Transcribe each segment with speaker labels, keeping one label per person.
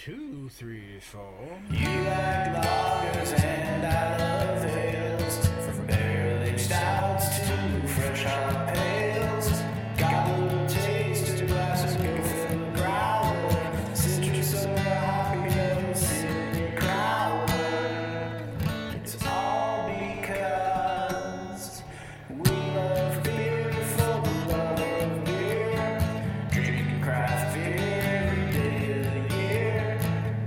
Speaker 1: two, three, four.
Speaker 2: You like lagers and I love ales. From barrel aged stouts to fresh hot pails. Gobble taster glasses go for the growler. Citrus or hoppy and cinnamon growler. It's all because we love beer for the love of beer. Drinking craft beer every day of the year.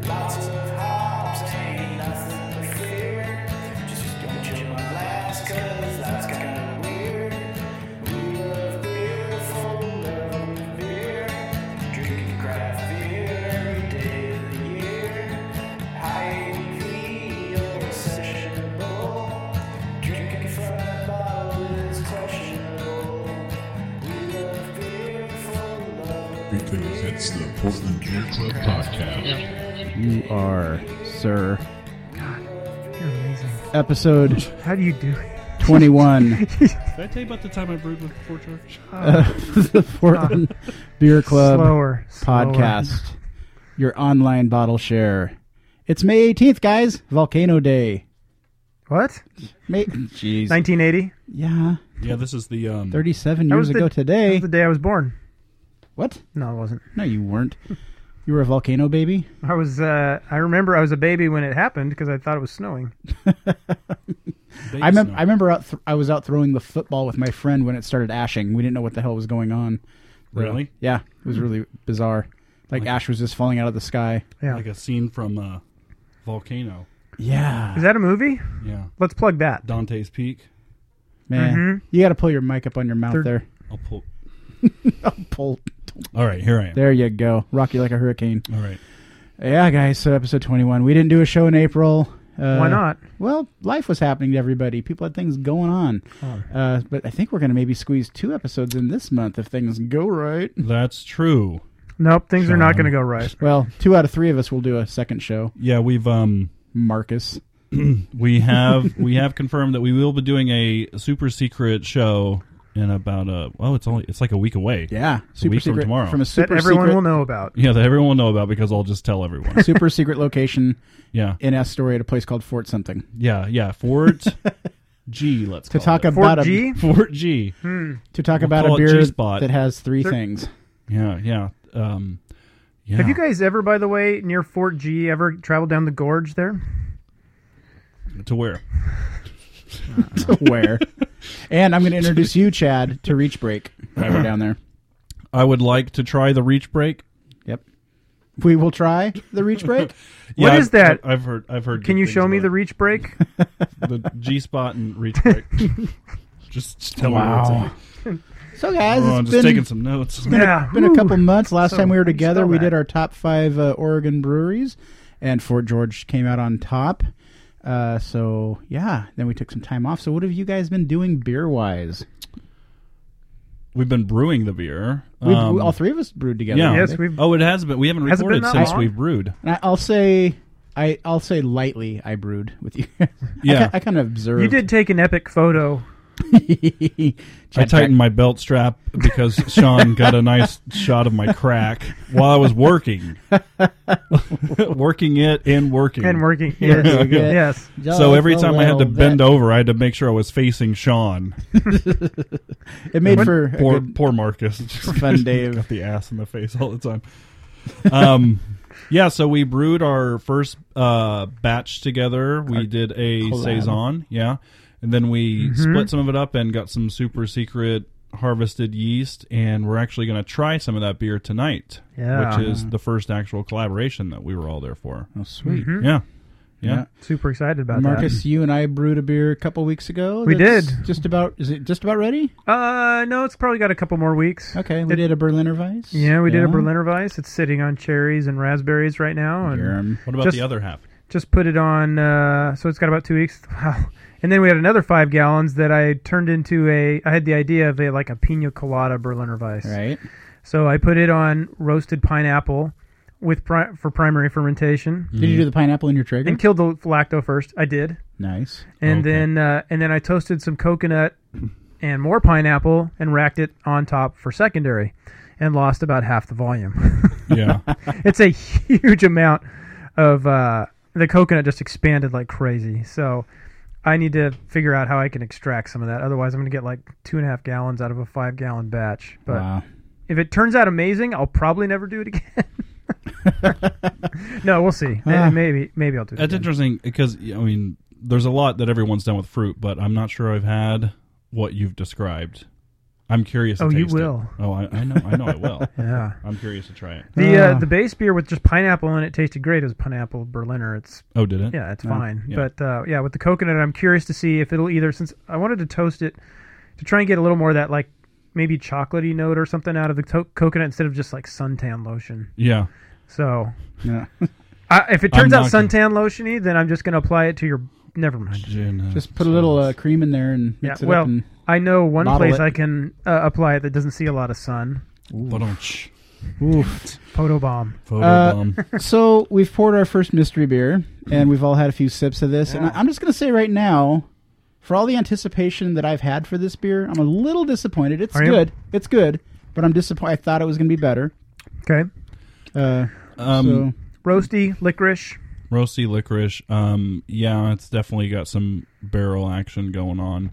Speaker 2: Lots of hops, ain't nothing to fear. Just don't chill my glass, cause that's kinda weird. We love beer for the love of beer. Drinking craft beer every day of the year. High ABV or sessionable. Drinking from a bottle is questionable. We love beer for the love of
Speaker 3: Because it's the Portland Beer Club podcast.
Speaker 4: You are, sir.
Speaker 5: You're amazing.
Speaker 4: Episode
Speaker 5: How do you do it?
Speaker 4: 21
Speaker 6: Did I tell you about the time I brewed with Four Church?
Speaker 4: of Uh, the Portland Beer Club
Speaker 5: slower, slower.
Speaker 4: podcast. Your online bottle share. It's May 18th, guys. Volcano Day.
Speaker 5: What?
Speaker 4: May- Jeez.
Speaker 5: 1980?
Speaker 4: yeah,
Speaker 6: Yeah, this is the um,
Speaker 4: 37
Speaker 5: That
Speaker 4: years
Speaker 5: was the-
Speaker 4: ago
Speaker 5: That
Speaker 4: today.
Speaker 5: was the day I was born.
Speaker 4: what?
Speaker 5: No, it wasn't.
Speaker 4: No, you weren't. You were a volcano baby?
Speaker 5: I was. Uh, I remember I was a baby when it happened because I thought it was snowing.
Speaker 4: I, mem- I remember out th- I was out throwing the football with my friend when it started ashing. We didn't know what the hell was going on.
Speaker 6: really
Speaker 4: Yeah, it was really bizarre. like ash was just falling out of the sky.
Speaker 5: Yeah.
Speaker 6: like a scene from uh, Volcano.
Speaker 4: Yeah.
Speaker 5: Is that a movie?
Speaker 6: Yeah,
Speaker 5: Let's plug that.
Speaker 6: Dante's Peak.
Speaker 4: Man,
Speaker 5: mm-hmm.
Speaker 4: you got to pull your mic up on your mouth
Speaker 5: They're-
Speaker 4: there.
Speaker 6: I'll pull.
Speaker 5: Oh,
Speaker 4: Pull.
Speaker 6: All right, here I am.
Speaker 4: There you go. Rocky like a hurricane.
Speaker 6: All right,
Speaker 4: Yeah, guys. So episode twenty-one. We didn't do a show in April. Uh,
Speaker 5: Why not?
Speaker 4: Well, life was happening to everybody. People had things going on. Uh, but I think we're going to maybe squeeze two episodes in this month if things go right.
Speaker 6: that's true.
Speaker 5: Nope, things are not
Speaker 6: Sean.
Speaker 5: going to go right.
Speaker 4: Well, two out of three of us will do a second show.
Speaker 6: Yeah, we've um,
Speaker 4: Marcus.
Speaker 6: we have we have confirmed that we will be doing a super secret show in about a oh, it's only it's like a week away.
Speaker 4: Yeah. Super
Speaker 6: week from
Speaker 4: secret
Speaker 6: tomorrow.
Speaker 4: from a
Speaker 5: That
Speaker 4: super
Speaker 5: everyone
Speaker 4: secret,
Speaker 5: will know about.
Speaker 6: yeah, that everyone will know about because I'll just tell everyone.
Speaker 4: super secret location
Speaker 6: Yeah,
Speaker 4: in Astoria at a place called Fort something.
Speaker 6: yeah, yeah. Fort G, let's
Speaker 4: To
Speaker 6: call
Speaker 4: talk Hmm.
Speaker 6: it.
Speaker 4: about
Speaker 5: Fort
Speaker 4: a
Speaker 5: G.
Speaker 6: Fort G.
Speaker 4: to talk
Speaker 6: We'll
Speaker 4: about a
Speaker 6: call it
Speaker 4: beer
Speaker 6: G-Spot.
Speaker 4: that has three
Speaker 5: There-
Speaker 4: things.
Speaker 6: Yeah, yeah. Um, yeah.
Speaker 5: Have you guys ever, by the way, near Fort G, ever traveled down the gorge there?
Speaker 6: to where?
Speaker 4: where. And I'm going to introduce you, Chad, to Reach Break. Right, we're down there.
Speaker 6: I would like to try the reach break.
Speaker 4: Yep. We will try the Reach Break.
Speaker 6: What is
Speaker 5: is that?
Speaker 6: I've heard. I've heard.
Speaker 5: Can
Speaker 6: good
Speaker 5: you
Speaker 6: things
Speaker 5: show me the
Speaker 6: about
Speaker 5: reach break?
Speaker 6: it. the G spot and reach break? just, just tell me. What's
Speaker 4: So, guys,
Speaker 6: oh, I'm
Speaker 4: it's been,
Speaker 6: just taking some notes.
Speaker 5: yeah.
Speaker 4: been a
Speaker 5: woo.
Speaker 4: couple months. Last
Speaker 5: So,
Speaker 4: time we were
Speaker 5: how do you
Speaker 4: together,
Speaker 5: spell
Speaker 4: we
Speaker 5: that?
Speaker 4: did our top five uh, Oregon breweries, and Fort George came out on top. Uh, so, yeah, then we took some time off. So, what have you guys been doing beer wise?
Speaker 6: We've been brewing the beer.
Speaker 4: We've
Speaker 6: Um,
Speaker 4: we- all three of us brewed together.
Speaker 6: Yeah.
Speaker 5: Yes, we've.
Speaker 6: Oh, it has been. We haven't
Speaker 5: Has it been
Speaker 6: recorded
Speaker 5: that
Speaker 6: since
Speaker 5: long?
Speaker 6: we brewed.
Speaker 4: And I, I'll say. I, I'll say lightly, I brewed with you. I ki-
Speaker 6: Yeah.
Speaker 4: I, kind of observed.
Speaker 5: You did take an epic photo.
Speaker 6: I
Speaker 4: Chad
Speaker 6: tightened my belt strap because Sean got a nice shot of my crack while I was working, working it and working.
Speaker 5: And working.
Speaker 4: Very
Speaker 5: Yes.
Speaker 4: good.
Speaker 5: yes.
Speaker 6: so every time I had to
Speaker 4: Well,
Speaker 6: bend
Speaker 4: that-
Speaker 6: over, I had to make sure I was facing Sean.
Speaker 4: it made for a
Speaker 6: poor,
Speaker 4: good
Speaker 6: poor Marcus.
Speaker 4: fun day of-
Speaker 6: got the ass in the face all the time. Um, yeah, so we brewed our first uh, batch together. We did a
Speaker 4: collab.
Speaker 6: saison, yeah, and then we split some of it up and got some super secret harvested yeast, and we're actually going to try some of that beer tonight,
Speaker 5: Yeah.
Speaker 6: which is the first actual collaboration that we were all there for.
Speaker 4: oh sweet.
Speaker 5: Mm-hmm.
Speaker 6: Yeah, yeah,
Speaker 5: Super excited about that.
Speaker 4: Marcus, you and I brewed a beer a couple weeks ago.
Speaker 5: We
Speaker 4: that's
Speaker 5: did.
Speaker 4: Just about is it just about ready?
Speaker 5: Uh, no, it's probably got a couple more weeks.
Speaker 4: Okay, we did a Berliner Weiss.
Speaker 5: Yeah, we did a Berliner Weiss. It's sitting on cherries and raspberries right now, and
Speaker 4: Yum.
Speaker 6: What about
Speaker 5: Just-
Speaker 6: the other half?
Speaker 5: just put it on. Uh, so it's got about two weeks. Wow. And then we had another five gallons that I turned into a. I had the idea of a like a pina colada Berliner Weiss.
Speaker 4: Right.
Speaker 5: So I put it on roasted pineapple with pri- for primary fermentation
Speaker 4: Did
Speaker 6: Mm-hmm.
Speaker 4: you do the pineapple in your Traeger?
Speaker 5: and killed the lacto first. I did,
Speaker 4: Nice.
Speaker 5: and
Speaker 6: Okay.
Speaker 5: then uh, and then I toasted some coconut and more pineapple and racked it on top for secondary. and lost about half the volume.
Speaker 6: Yeah.
Speaker 5: it's a huge amount of uh, the coconut just expanded like crazy. So I need to figure out how I can extract some of that. Otherwise, I'm going to get like two and a half gallons out of a five gallon batch. But
Speaker 4: wow.
Speaker 5: if it turns out amazing, I'll probably never do it again. no, we'll see.
Speaker 4: Ah.
Speaker 5: maybe maybe I'll do it.
Speaker 6: That's
Speaker 5: again.
Speaker 6: interesting because I mean, there's a lot that everyone's done with fruit, but I'm not sure I've had what you've described. I'm curious. To
Speaker 5: Oh, you
Speaker 6: taste it.
Speaker 5: will.
Speaker 6: Oh, I, I know. I know. I will.
Speaker 5: Yeah.
Speaker 6: I'm curious to try it.
Speaker 5: The uh,
Speaker 4: Ah.
Speaker 5: the base beer with just pineapple in it tasted great. It was pineapple Berliner. It's
Speaker 6: Oh, did it?
Speaker 5: yeah, it's
Speaker 4: Oh,
Speaker 5: fine.
Speaker 6: yeah.
Speaker 5: But uh, yeah, with the coconut, I'm curious to see if it'll either since I wanted to toast it to try and get a little more of that like maybe chocolatey note or something out of the to- coconut instead of just like suntan lotion.
Speaker 6: Yeah.
Speaker 5: So
Speaker 4: Yeah.
Speaker 5: I, if it turns
Speaker 6: I'm
Speaker 5: out
Speaker 6: not gonna-
Speaker 5: suntan lotiony, then I'm just gonna apply it to your. Never mind.
Speaker 6: Gin, uh,
Speaker 4: Just put a little uh, cream in there and
Speaker 5: Yeah,
Speaker 4: mix it
Speaker 5: well,
Speaker 4: up. And,
Speaker 5: I know one
Speaker 4: Bottle
Speaker 5: place
Speaker 4: it.
Speaker 5: I can uh, apply it that doesn't see a lot of sun.
Speaker 6: ba-dum-tsh,
Speaker 4: oof.
Speaker 5: Poto bomb.
Speaker 6: photo
Speaker 4: Uh,
Speaker 6: bomb.
Speaker 4: so we've poured our first mystery beer, and we've all had a few sips of this. And I- I'm just going to say right now, for all the anticipation that I've had for this beer, I'm a little disappointed. It's
Speaker 5: Are you?
Speaker 4: good. It's good, but I'm disappointed. I thought it was going to be better.
Speaker 5: Okay.
Speaker 4: Uh,
Speaker 6: Um,
Speaker 4: so
Speaker 5: Roasty licorice.
Speaker 6: roasty licorice. Um, yeah, it's definitely got some barrel action going on.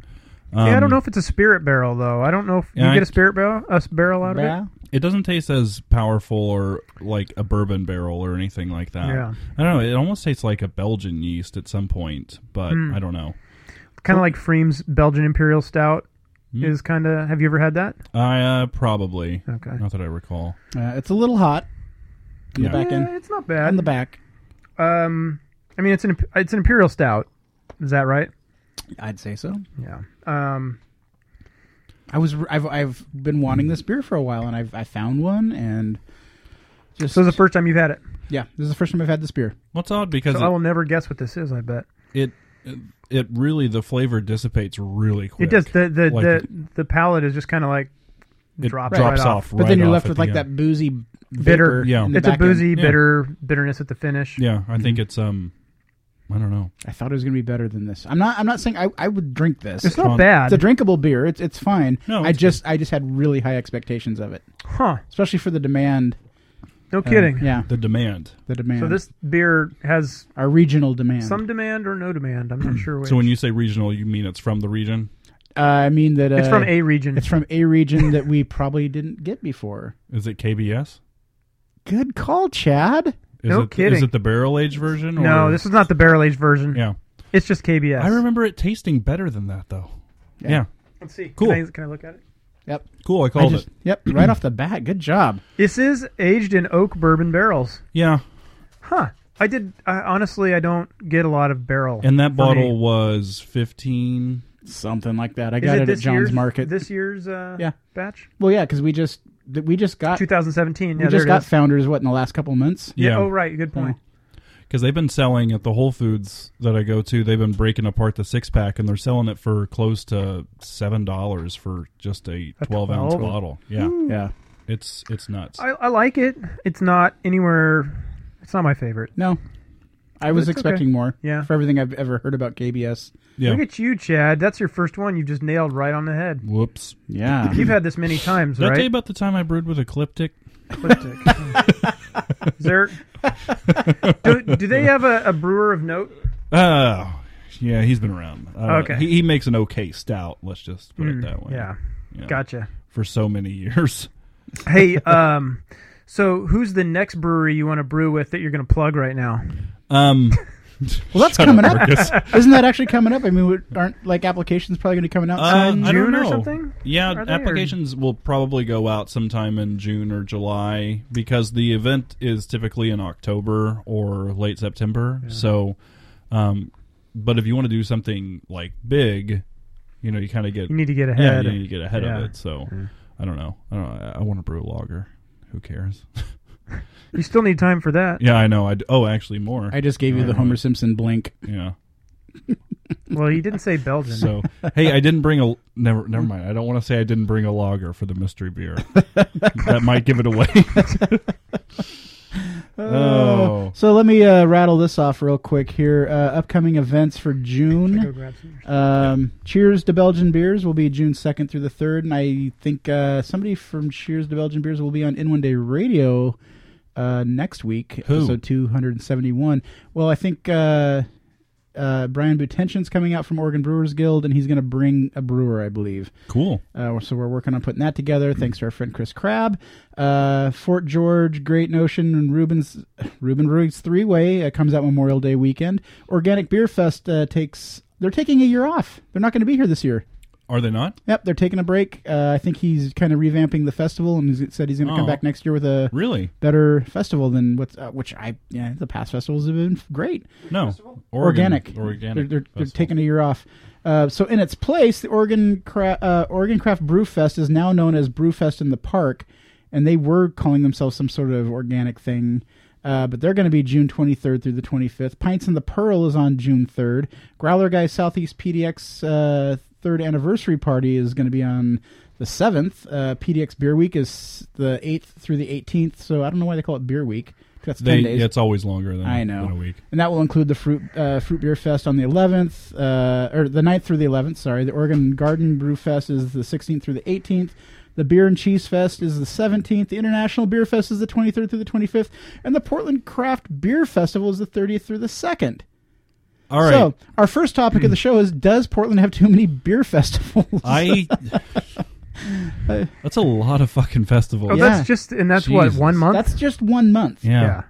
Speaker 6: Um,
Speaker 5: yeah, I don't know if it's a spirit barrel though. I don't know if
Speaker 6: Yeah,
Speaker 5: you
Speaker 6: I-
Speaker 5: get a spirit barrel, a s- barrel out of
Speaker 4: yeah,
Speaker 5: it.
Speaker 6: It doesn't taste as powerful or like a bourbon barrel or anything like that.
Speaker 5: Yeah.
Speaker 6: I don't know. It almost tastes like a Belgian yeast at some point, but
Speaker 5: Hmm.
Speaker 6: I don't know.
Speaker 5: Kind of like Freem's Belgian Imperial Stout
Speaker 6: Hmm.
Speaker 5: is kind of. Have you ever had that?
Speaker 6: I uh, probably
Speaker 5: Okay.
Speaker 6: not that I recall.
Speaker 4: uh, it's a little hot in
Speaker 6: Yeah.
Speaker 4: the back
Speaker 5: Yeah,
Speaker 4: end.
Speaker 5: it's
Speaker 4: On
Speaker 5: not bad.
Speaker 4: the back,
Speaker 5: Um, I mean, it's an it's an Imperial Stout. Is that right?
Speaker 4: I'd say so.
Speaker 5: Yeah. Um,
Speaker 4: I was I've I've been wanting this beer for a while, and I've I found one, and just
Speaker 5: so it's the first time you've had it.
Speaker 4: yeah, this is the first time I've had this beer.
Speaker 6: Well, it's odd because
Speaker 5: So I will never guess what this is. I bet
Speaker 6: it, it it really the flavor dissipates really quick.
Speaker 5: it does. The the
Speaker 6: Like
Speaker 5: the,
Speaker 6: it-
Speaker 5: the palate is just kind of like
Speaker 6: It
Speaker 5: drops,
Speaker 6: drops
Speaker 5: right
Speaker 6: off,
Speaker 4: But then you're
Speaker 6: right
Speaker 4: left
Speaker 6: off
Speaker 4: with
Speaker 6: at
Speaker 4: like
Speaker 6: the
Speaker 4: that
Speaker 6: end.
Speaker 4: boozy
Speaker 5: Bitter.
Speaker 4: vapor.
Speaker 6: Yeah.
Speaker 4: in the
Speaker 5: It's a
Speaker 4: back end.
Speaker 5: boozy,
Speaker 6: Yeah.
Speaker 5: bitter bitterness at the finish.
Speaker 6: Yeah, I think it's um, I don't know.
Speaker 4: I thought it was gonna be better than this. I'm not. I'm not saying I, I would drink this.
Speaker 5: It's not
Speaker 6: Strong.
Speaker 5: bad,
Speaker 4: It's a drinkable beer. It's it's fine.
Speaker 6: No,
Speaker 4: I
Speaker 6: it's
Speaker 4: just I just had really high expectations of it,
Speaker 5: huh?
Speaker 4: especially for the demand.
Speaker 5: No
Speaker 6: Um,
Speaker 4: uh,
Speaker 5: kidding.
Speaker 4: yeah,
Speaker 6: The demand.
Speaker 4: the demand.
Speaker 5: So this beer has
Speaker 4: our regional demand.
Speaker 5: some demand or no demand. I'm not sure. Which.
Speaker 6: So when you say regional, you mean it's from the region.
Speaker 4: uh, I mean that uh,
Speaker 5: it's from a region.
Speaker 4: it's from a region that we probably didn't get before.
Speaker 6: Is it KBS?
Speaker 4: Good call, Chad.
Speaker 6: Is
Speaker 5: No
Speaker 6: it, Is
Speaker 5: kidding.
Speaker 6: it the barrel aged version? Or?
Speaker 5: no, this is not the barrel aged version.
Speaker 6: Yeah,
Speaker 5: It's just KBS.
Speaker 6: I remember it tasting better than that though.
Speaker 4: Yeah.
Speaker 6: Yeah,
Speaker 5: Let's see.
Speaker 6: Cool.
Speaker 5: Can I, can I look at it?
Speaker 4: Yep.
Speaker 6: cool. I
Speaker 4: I
Speaker 6: called
Speaker 4: just-
Speaker 6: it.
Speaker 4: Yep. Right off the bat. Good job.
Speaker 5: This is aged in oak bourbon barrels.
Speaker 6: Yeah,
Speaker 5: Huh. I did. I, honestly, I don't get a lot of barrel.
Speaker 6: and that
Speaker 5: for
Speaker 6: bottle
Speaker 5: me.
Speaker 6: was fifteen.
Speaker 4: Something like that. I
Speaker 5: Is
Speaker 4: got it, at
Speaker 5: this
Speaker 4: John's
Speaker 5: year's,
Speaker 4: Market.
Speaker 5: This year's uh,
Speaker 4: Yeah.
Speaker 5: batch,
Speaker 4: well, yeah, because we just th- we just got
Speaker 5: 2017.
Speaker 4: we
Speaker 5: Yeah,
Speaker 4: just
Speaker 5: there it
Speaker 4: got
Speaker 5: is.
Speaker 4: founders what in the last couple months.
Speaker 5: Yeah.
Speaker 6: Yeah,
Speaker 5: Oh, right. Good point.
Speaker 6: because they've been selling at the Whole Foods that I go to. They've been breaking apart the six pack, and they're selling it for close to seven dollars for just a
Speaker 5: A
Speaker 6: twelve ounce
Speaker 5: 12?
Speaker 6: bottle. Yeah,
Speaker 4: Yeah.
Speaker 6: it's it's nuts.
Speaker 5: I, I like it. It's not anywhere. It's not my favorite.
Speaker 4: No. I was
Speaker 5: It's okay.
Speaker 4: expecting more.
Speaker 5: Yeah.
Speaker 4: For everything I've ever heard about KBS.
Speaker 6: yeah.
Speaker 5: Look at you, Chad. That's your first one. You just nailed right on the head.
Speaker 6: Whoops.
Speaker 4: Yeah.
Speaker 5: You've had this many times,
Speaker 6: Did I tell you
Speaker 5: right?
Speaker 6: about the time I brewed with Ecliptic?
Speaker 5: Ecliptic. Is there? Do, do they have a, a brewer of note?
Speaker 6: Oh, yeah, he's been around. I don't know.
Speaker 5: Okay. Mm,
Speaker 6: He, he makes an okay stout. Let's just put it that way.
Speaker 5: Yeah.
Speaker 6: Yeah.
Speaker 5: Gotcha.
Speaker 6: For so many years.
Speaker 5: Hey, um, so who's the next brewery you want to brew with that you're going to plug right now?
Speaker 6: Um,
Speaker 4: well, that's
Speaker 6: shut
Speaker 4: coming up.
Speaker 6: Marcus.
Speaker 4: Isn't that actually coming up? I mean, would- aren't like applications probably going to be coming out
Speaker 6: Uh,
Speaker 4: soon?
Speaker 6: I don't
Speaker 5: June or
Speaker 6: know.
Speaker 5: something?
Speaker 6: Yeah,
Speaker 5: Are they, or-
Speaker 6: applications will probably go out sometime in June or July because the event is typically in October or late September. So, um, but if you want to do something like big, you know, you kind of get
Speaker 5: You need to get
Speaker 6: yeah,
Speaker 5: ahead.
Speaker 6: you need to get ahead
Speaker 5: Yeah.
Speaker 6: of it. So, I don't know. I don't. Know. I want to brew a lager. Who cares?
Speaker 5: You still need time for that.
Speaker 6: yeah, I know. I d- oh, actually more.
Speaker 4: I just gave you the Homer Simpson blink.
Speaker 6: yeah.
Speaker 5: Well, he didn't say Belgian.
Speaker 6: So hey, I didn't bring a never never mind. I don't want to say I didn't bring a lager for the mystery beer. that might give it away. Oh.
Speaker 4: So let me uh, rattle this off real quick here. Uh, upcoming events for June. Um, Cheers to Belgian Beers will be June 2nd through the 3rd. And I think uh, somebody from Cheers to Belgian Beers will be on In One Day Radio uh, next week,
Speaker 6: Who?
Speaker 4: episode 271. Well, I think uh, uh, Brian Butenschen's coming out from Oregon Brewers Guild, and he's going to bring a brewer, I believe.
Speaker 6: Cool.
Speaker 4: Uh, so we're working on putting that together. Thanks to our friend Chris Crabb, uh, Fort George, Great Notion, and Ruben's Ruben Ruiz Three Way uh, comes out Memorial Day weekend. Organic Beer Fest uh, takes they're taking a year off. They're not going to be here this year.
Speaker 6: Are they not?
Speaker 4: Yep, they're taking a break. Uh, I think he's kind of revamping the festival, and he said he's going to
Speaker 6: Oh.
Speaker 4: come back next year with a
Speaker 6: Really?
Speaker 4: better festival than what's uh, which I yeah the past festivals have been great
Speaker 6: No. Oregon-
Speaker 4: organic. They're,
Speaker 6: Organic.
Speaker 4: they're, they're
Speaker 6: festival.
Speaker 4: taking a year off. Uh, so in its place, the Oregon Cra- uh, Oregon Craft Brew Fest is now known as Brew Fest in the Park, and they were calling themselves some sort of organic thing. Uh, but they're going to be June 23rd through the 25th. Pints in the Pearl is on June 3rd. Growler Guy Southeast PDX uh, third anniversary party is going to be on the 7th. Uh, PDX Beer Week is the 8th through the 18th. So I don't know why they call it Beer Week. That's 10
Speaker 6: They,
Speaker 4: days.
Speaker 6: it's always longer than,
Speaker 4: I know.
Speaker 6: than a week.
Speaker 4: And that will include the fruit uh, fruit beer fest on the 11th, uh, or the 9th through the 11th. Sorry, the Oregon Garden Brew Fest is the 16th through the 18th. The Beer and Cheese Fest is the 17th. The International Beer Fest is the 23rd through the 25th, and the Portland Craft Beer Festival is the 30th through the 2nd.
Speaker 6: All right.
Speaker 4: So our first topic of the show is: Does Portland have too many beer festivals?
Speaker 6: I. that's a lot of fucking festivals.
Speaker 5: Oh,
Speaker 4: Yeah.
Speaker 5: that's just and that's what
Speaker 6: Jesus.
Speaker 5: one month.
Speaker 4: That's just one month.
Speaker 6: Yeah.
Speaker 5: yeah.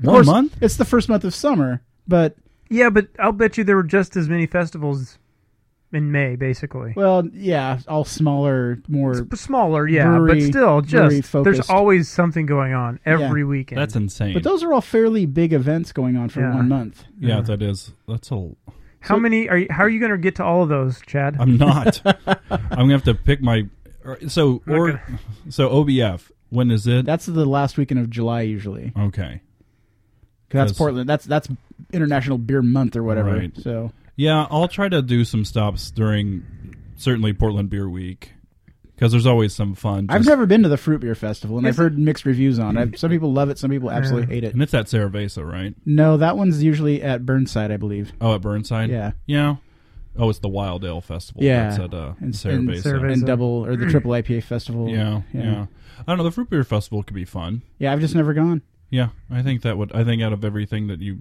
Speaker 6: One
Speaker 4: course-
Speaker 6: month?
Speaker 4: It's the first month of summer, but
Speaker 5: Yeah, but I'll bet you there were just as many festivals in May, basically.
Speaker 4: well, yeah, all smaller, more.
Speaker 5: But smaller, yeah,
Speaker 4: Brewery-
Speaker 5: but still,
Speaker 4: brewery
Speaker 5: just there's
Speaker 4: focused.
Speaker 5: always something going on every
Speaker 4: Yeah.
Speaker 5: weekend.
Speaker 6: That's insane.
Speaker 4: But those are all fairly big events going on for
Speaker 5: Yeah.
Speaker 4: one month.
Speaker 6: yeah, that is. That's a.
Speaker 5: how many are you? How are you going to get to all of those, Chad?
Speaker 6: I'm not. I'm gonna have to pick my. er, So or
Speaker 5: Okay.
Speaker 6: so OBF. When is it?
Speaker 4: That's the last weekend of July usually.
Speaker 6: okay.
Speaker 4: 'Cause that's
Speaker 6: Yes.
Speaker 4: Portland. That's that's International Beer Month or whatever.
Speaker 6: Right.
Speaker 4: So
Speaker 6: Yeah, I'll try to do some stops during certainly Portland Beer Week because there's always some fun.
Speaker 4: I've
Speaker 6: just-
Speaker 4: never been to the Fruit Beer Festival, and I've
Speaker 5: Is it-
Speaker 4: heard mixed reviews on it. Some people love it, some people absolutely hate it.
Speaker 6: And it's at Cerveza, right?
Speaker 4: No, that one's usually at Burnside, I believe.
Speaker 6: Oh, at Burnside.
Speaker 4: Yeah.
Speaker 6: Yeah. Oh, it's the Wild Ale Festival.
Speaker 4: Yeah.
Speaker 6: That's at uh,
Speaker 4: And- and
Speaker 6: Cerveza.
Speaker 5: Cerveza.
Speaker 4: And double or the triple IPA festival.
Speaker 6: Yeah, yeah.
Speaker 4: yeah,
Speaker 6: I don't know. The Fruit Beer Festival could be fun.
Speaker 4: Yeah, I've just never gone.
Speaker 6: Yeah, I think that would. I think out of everything that you,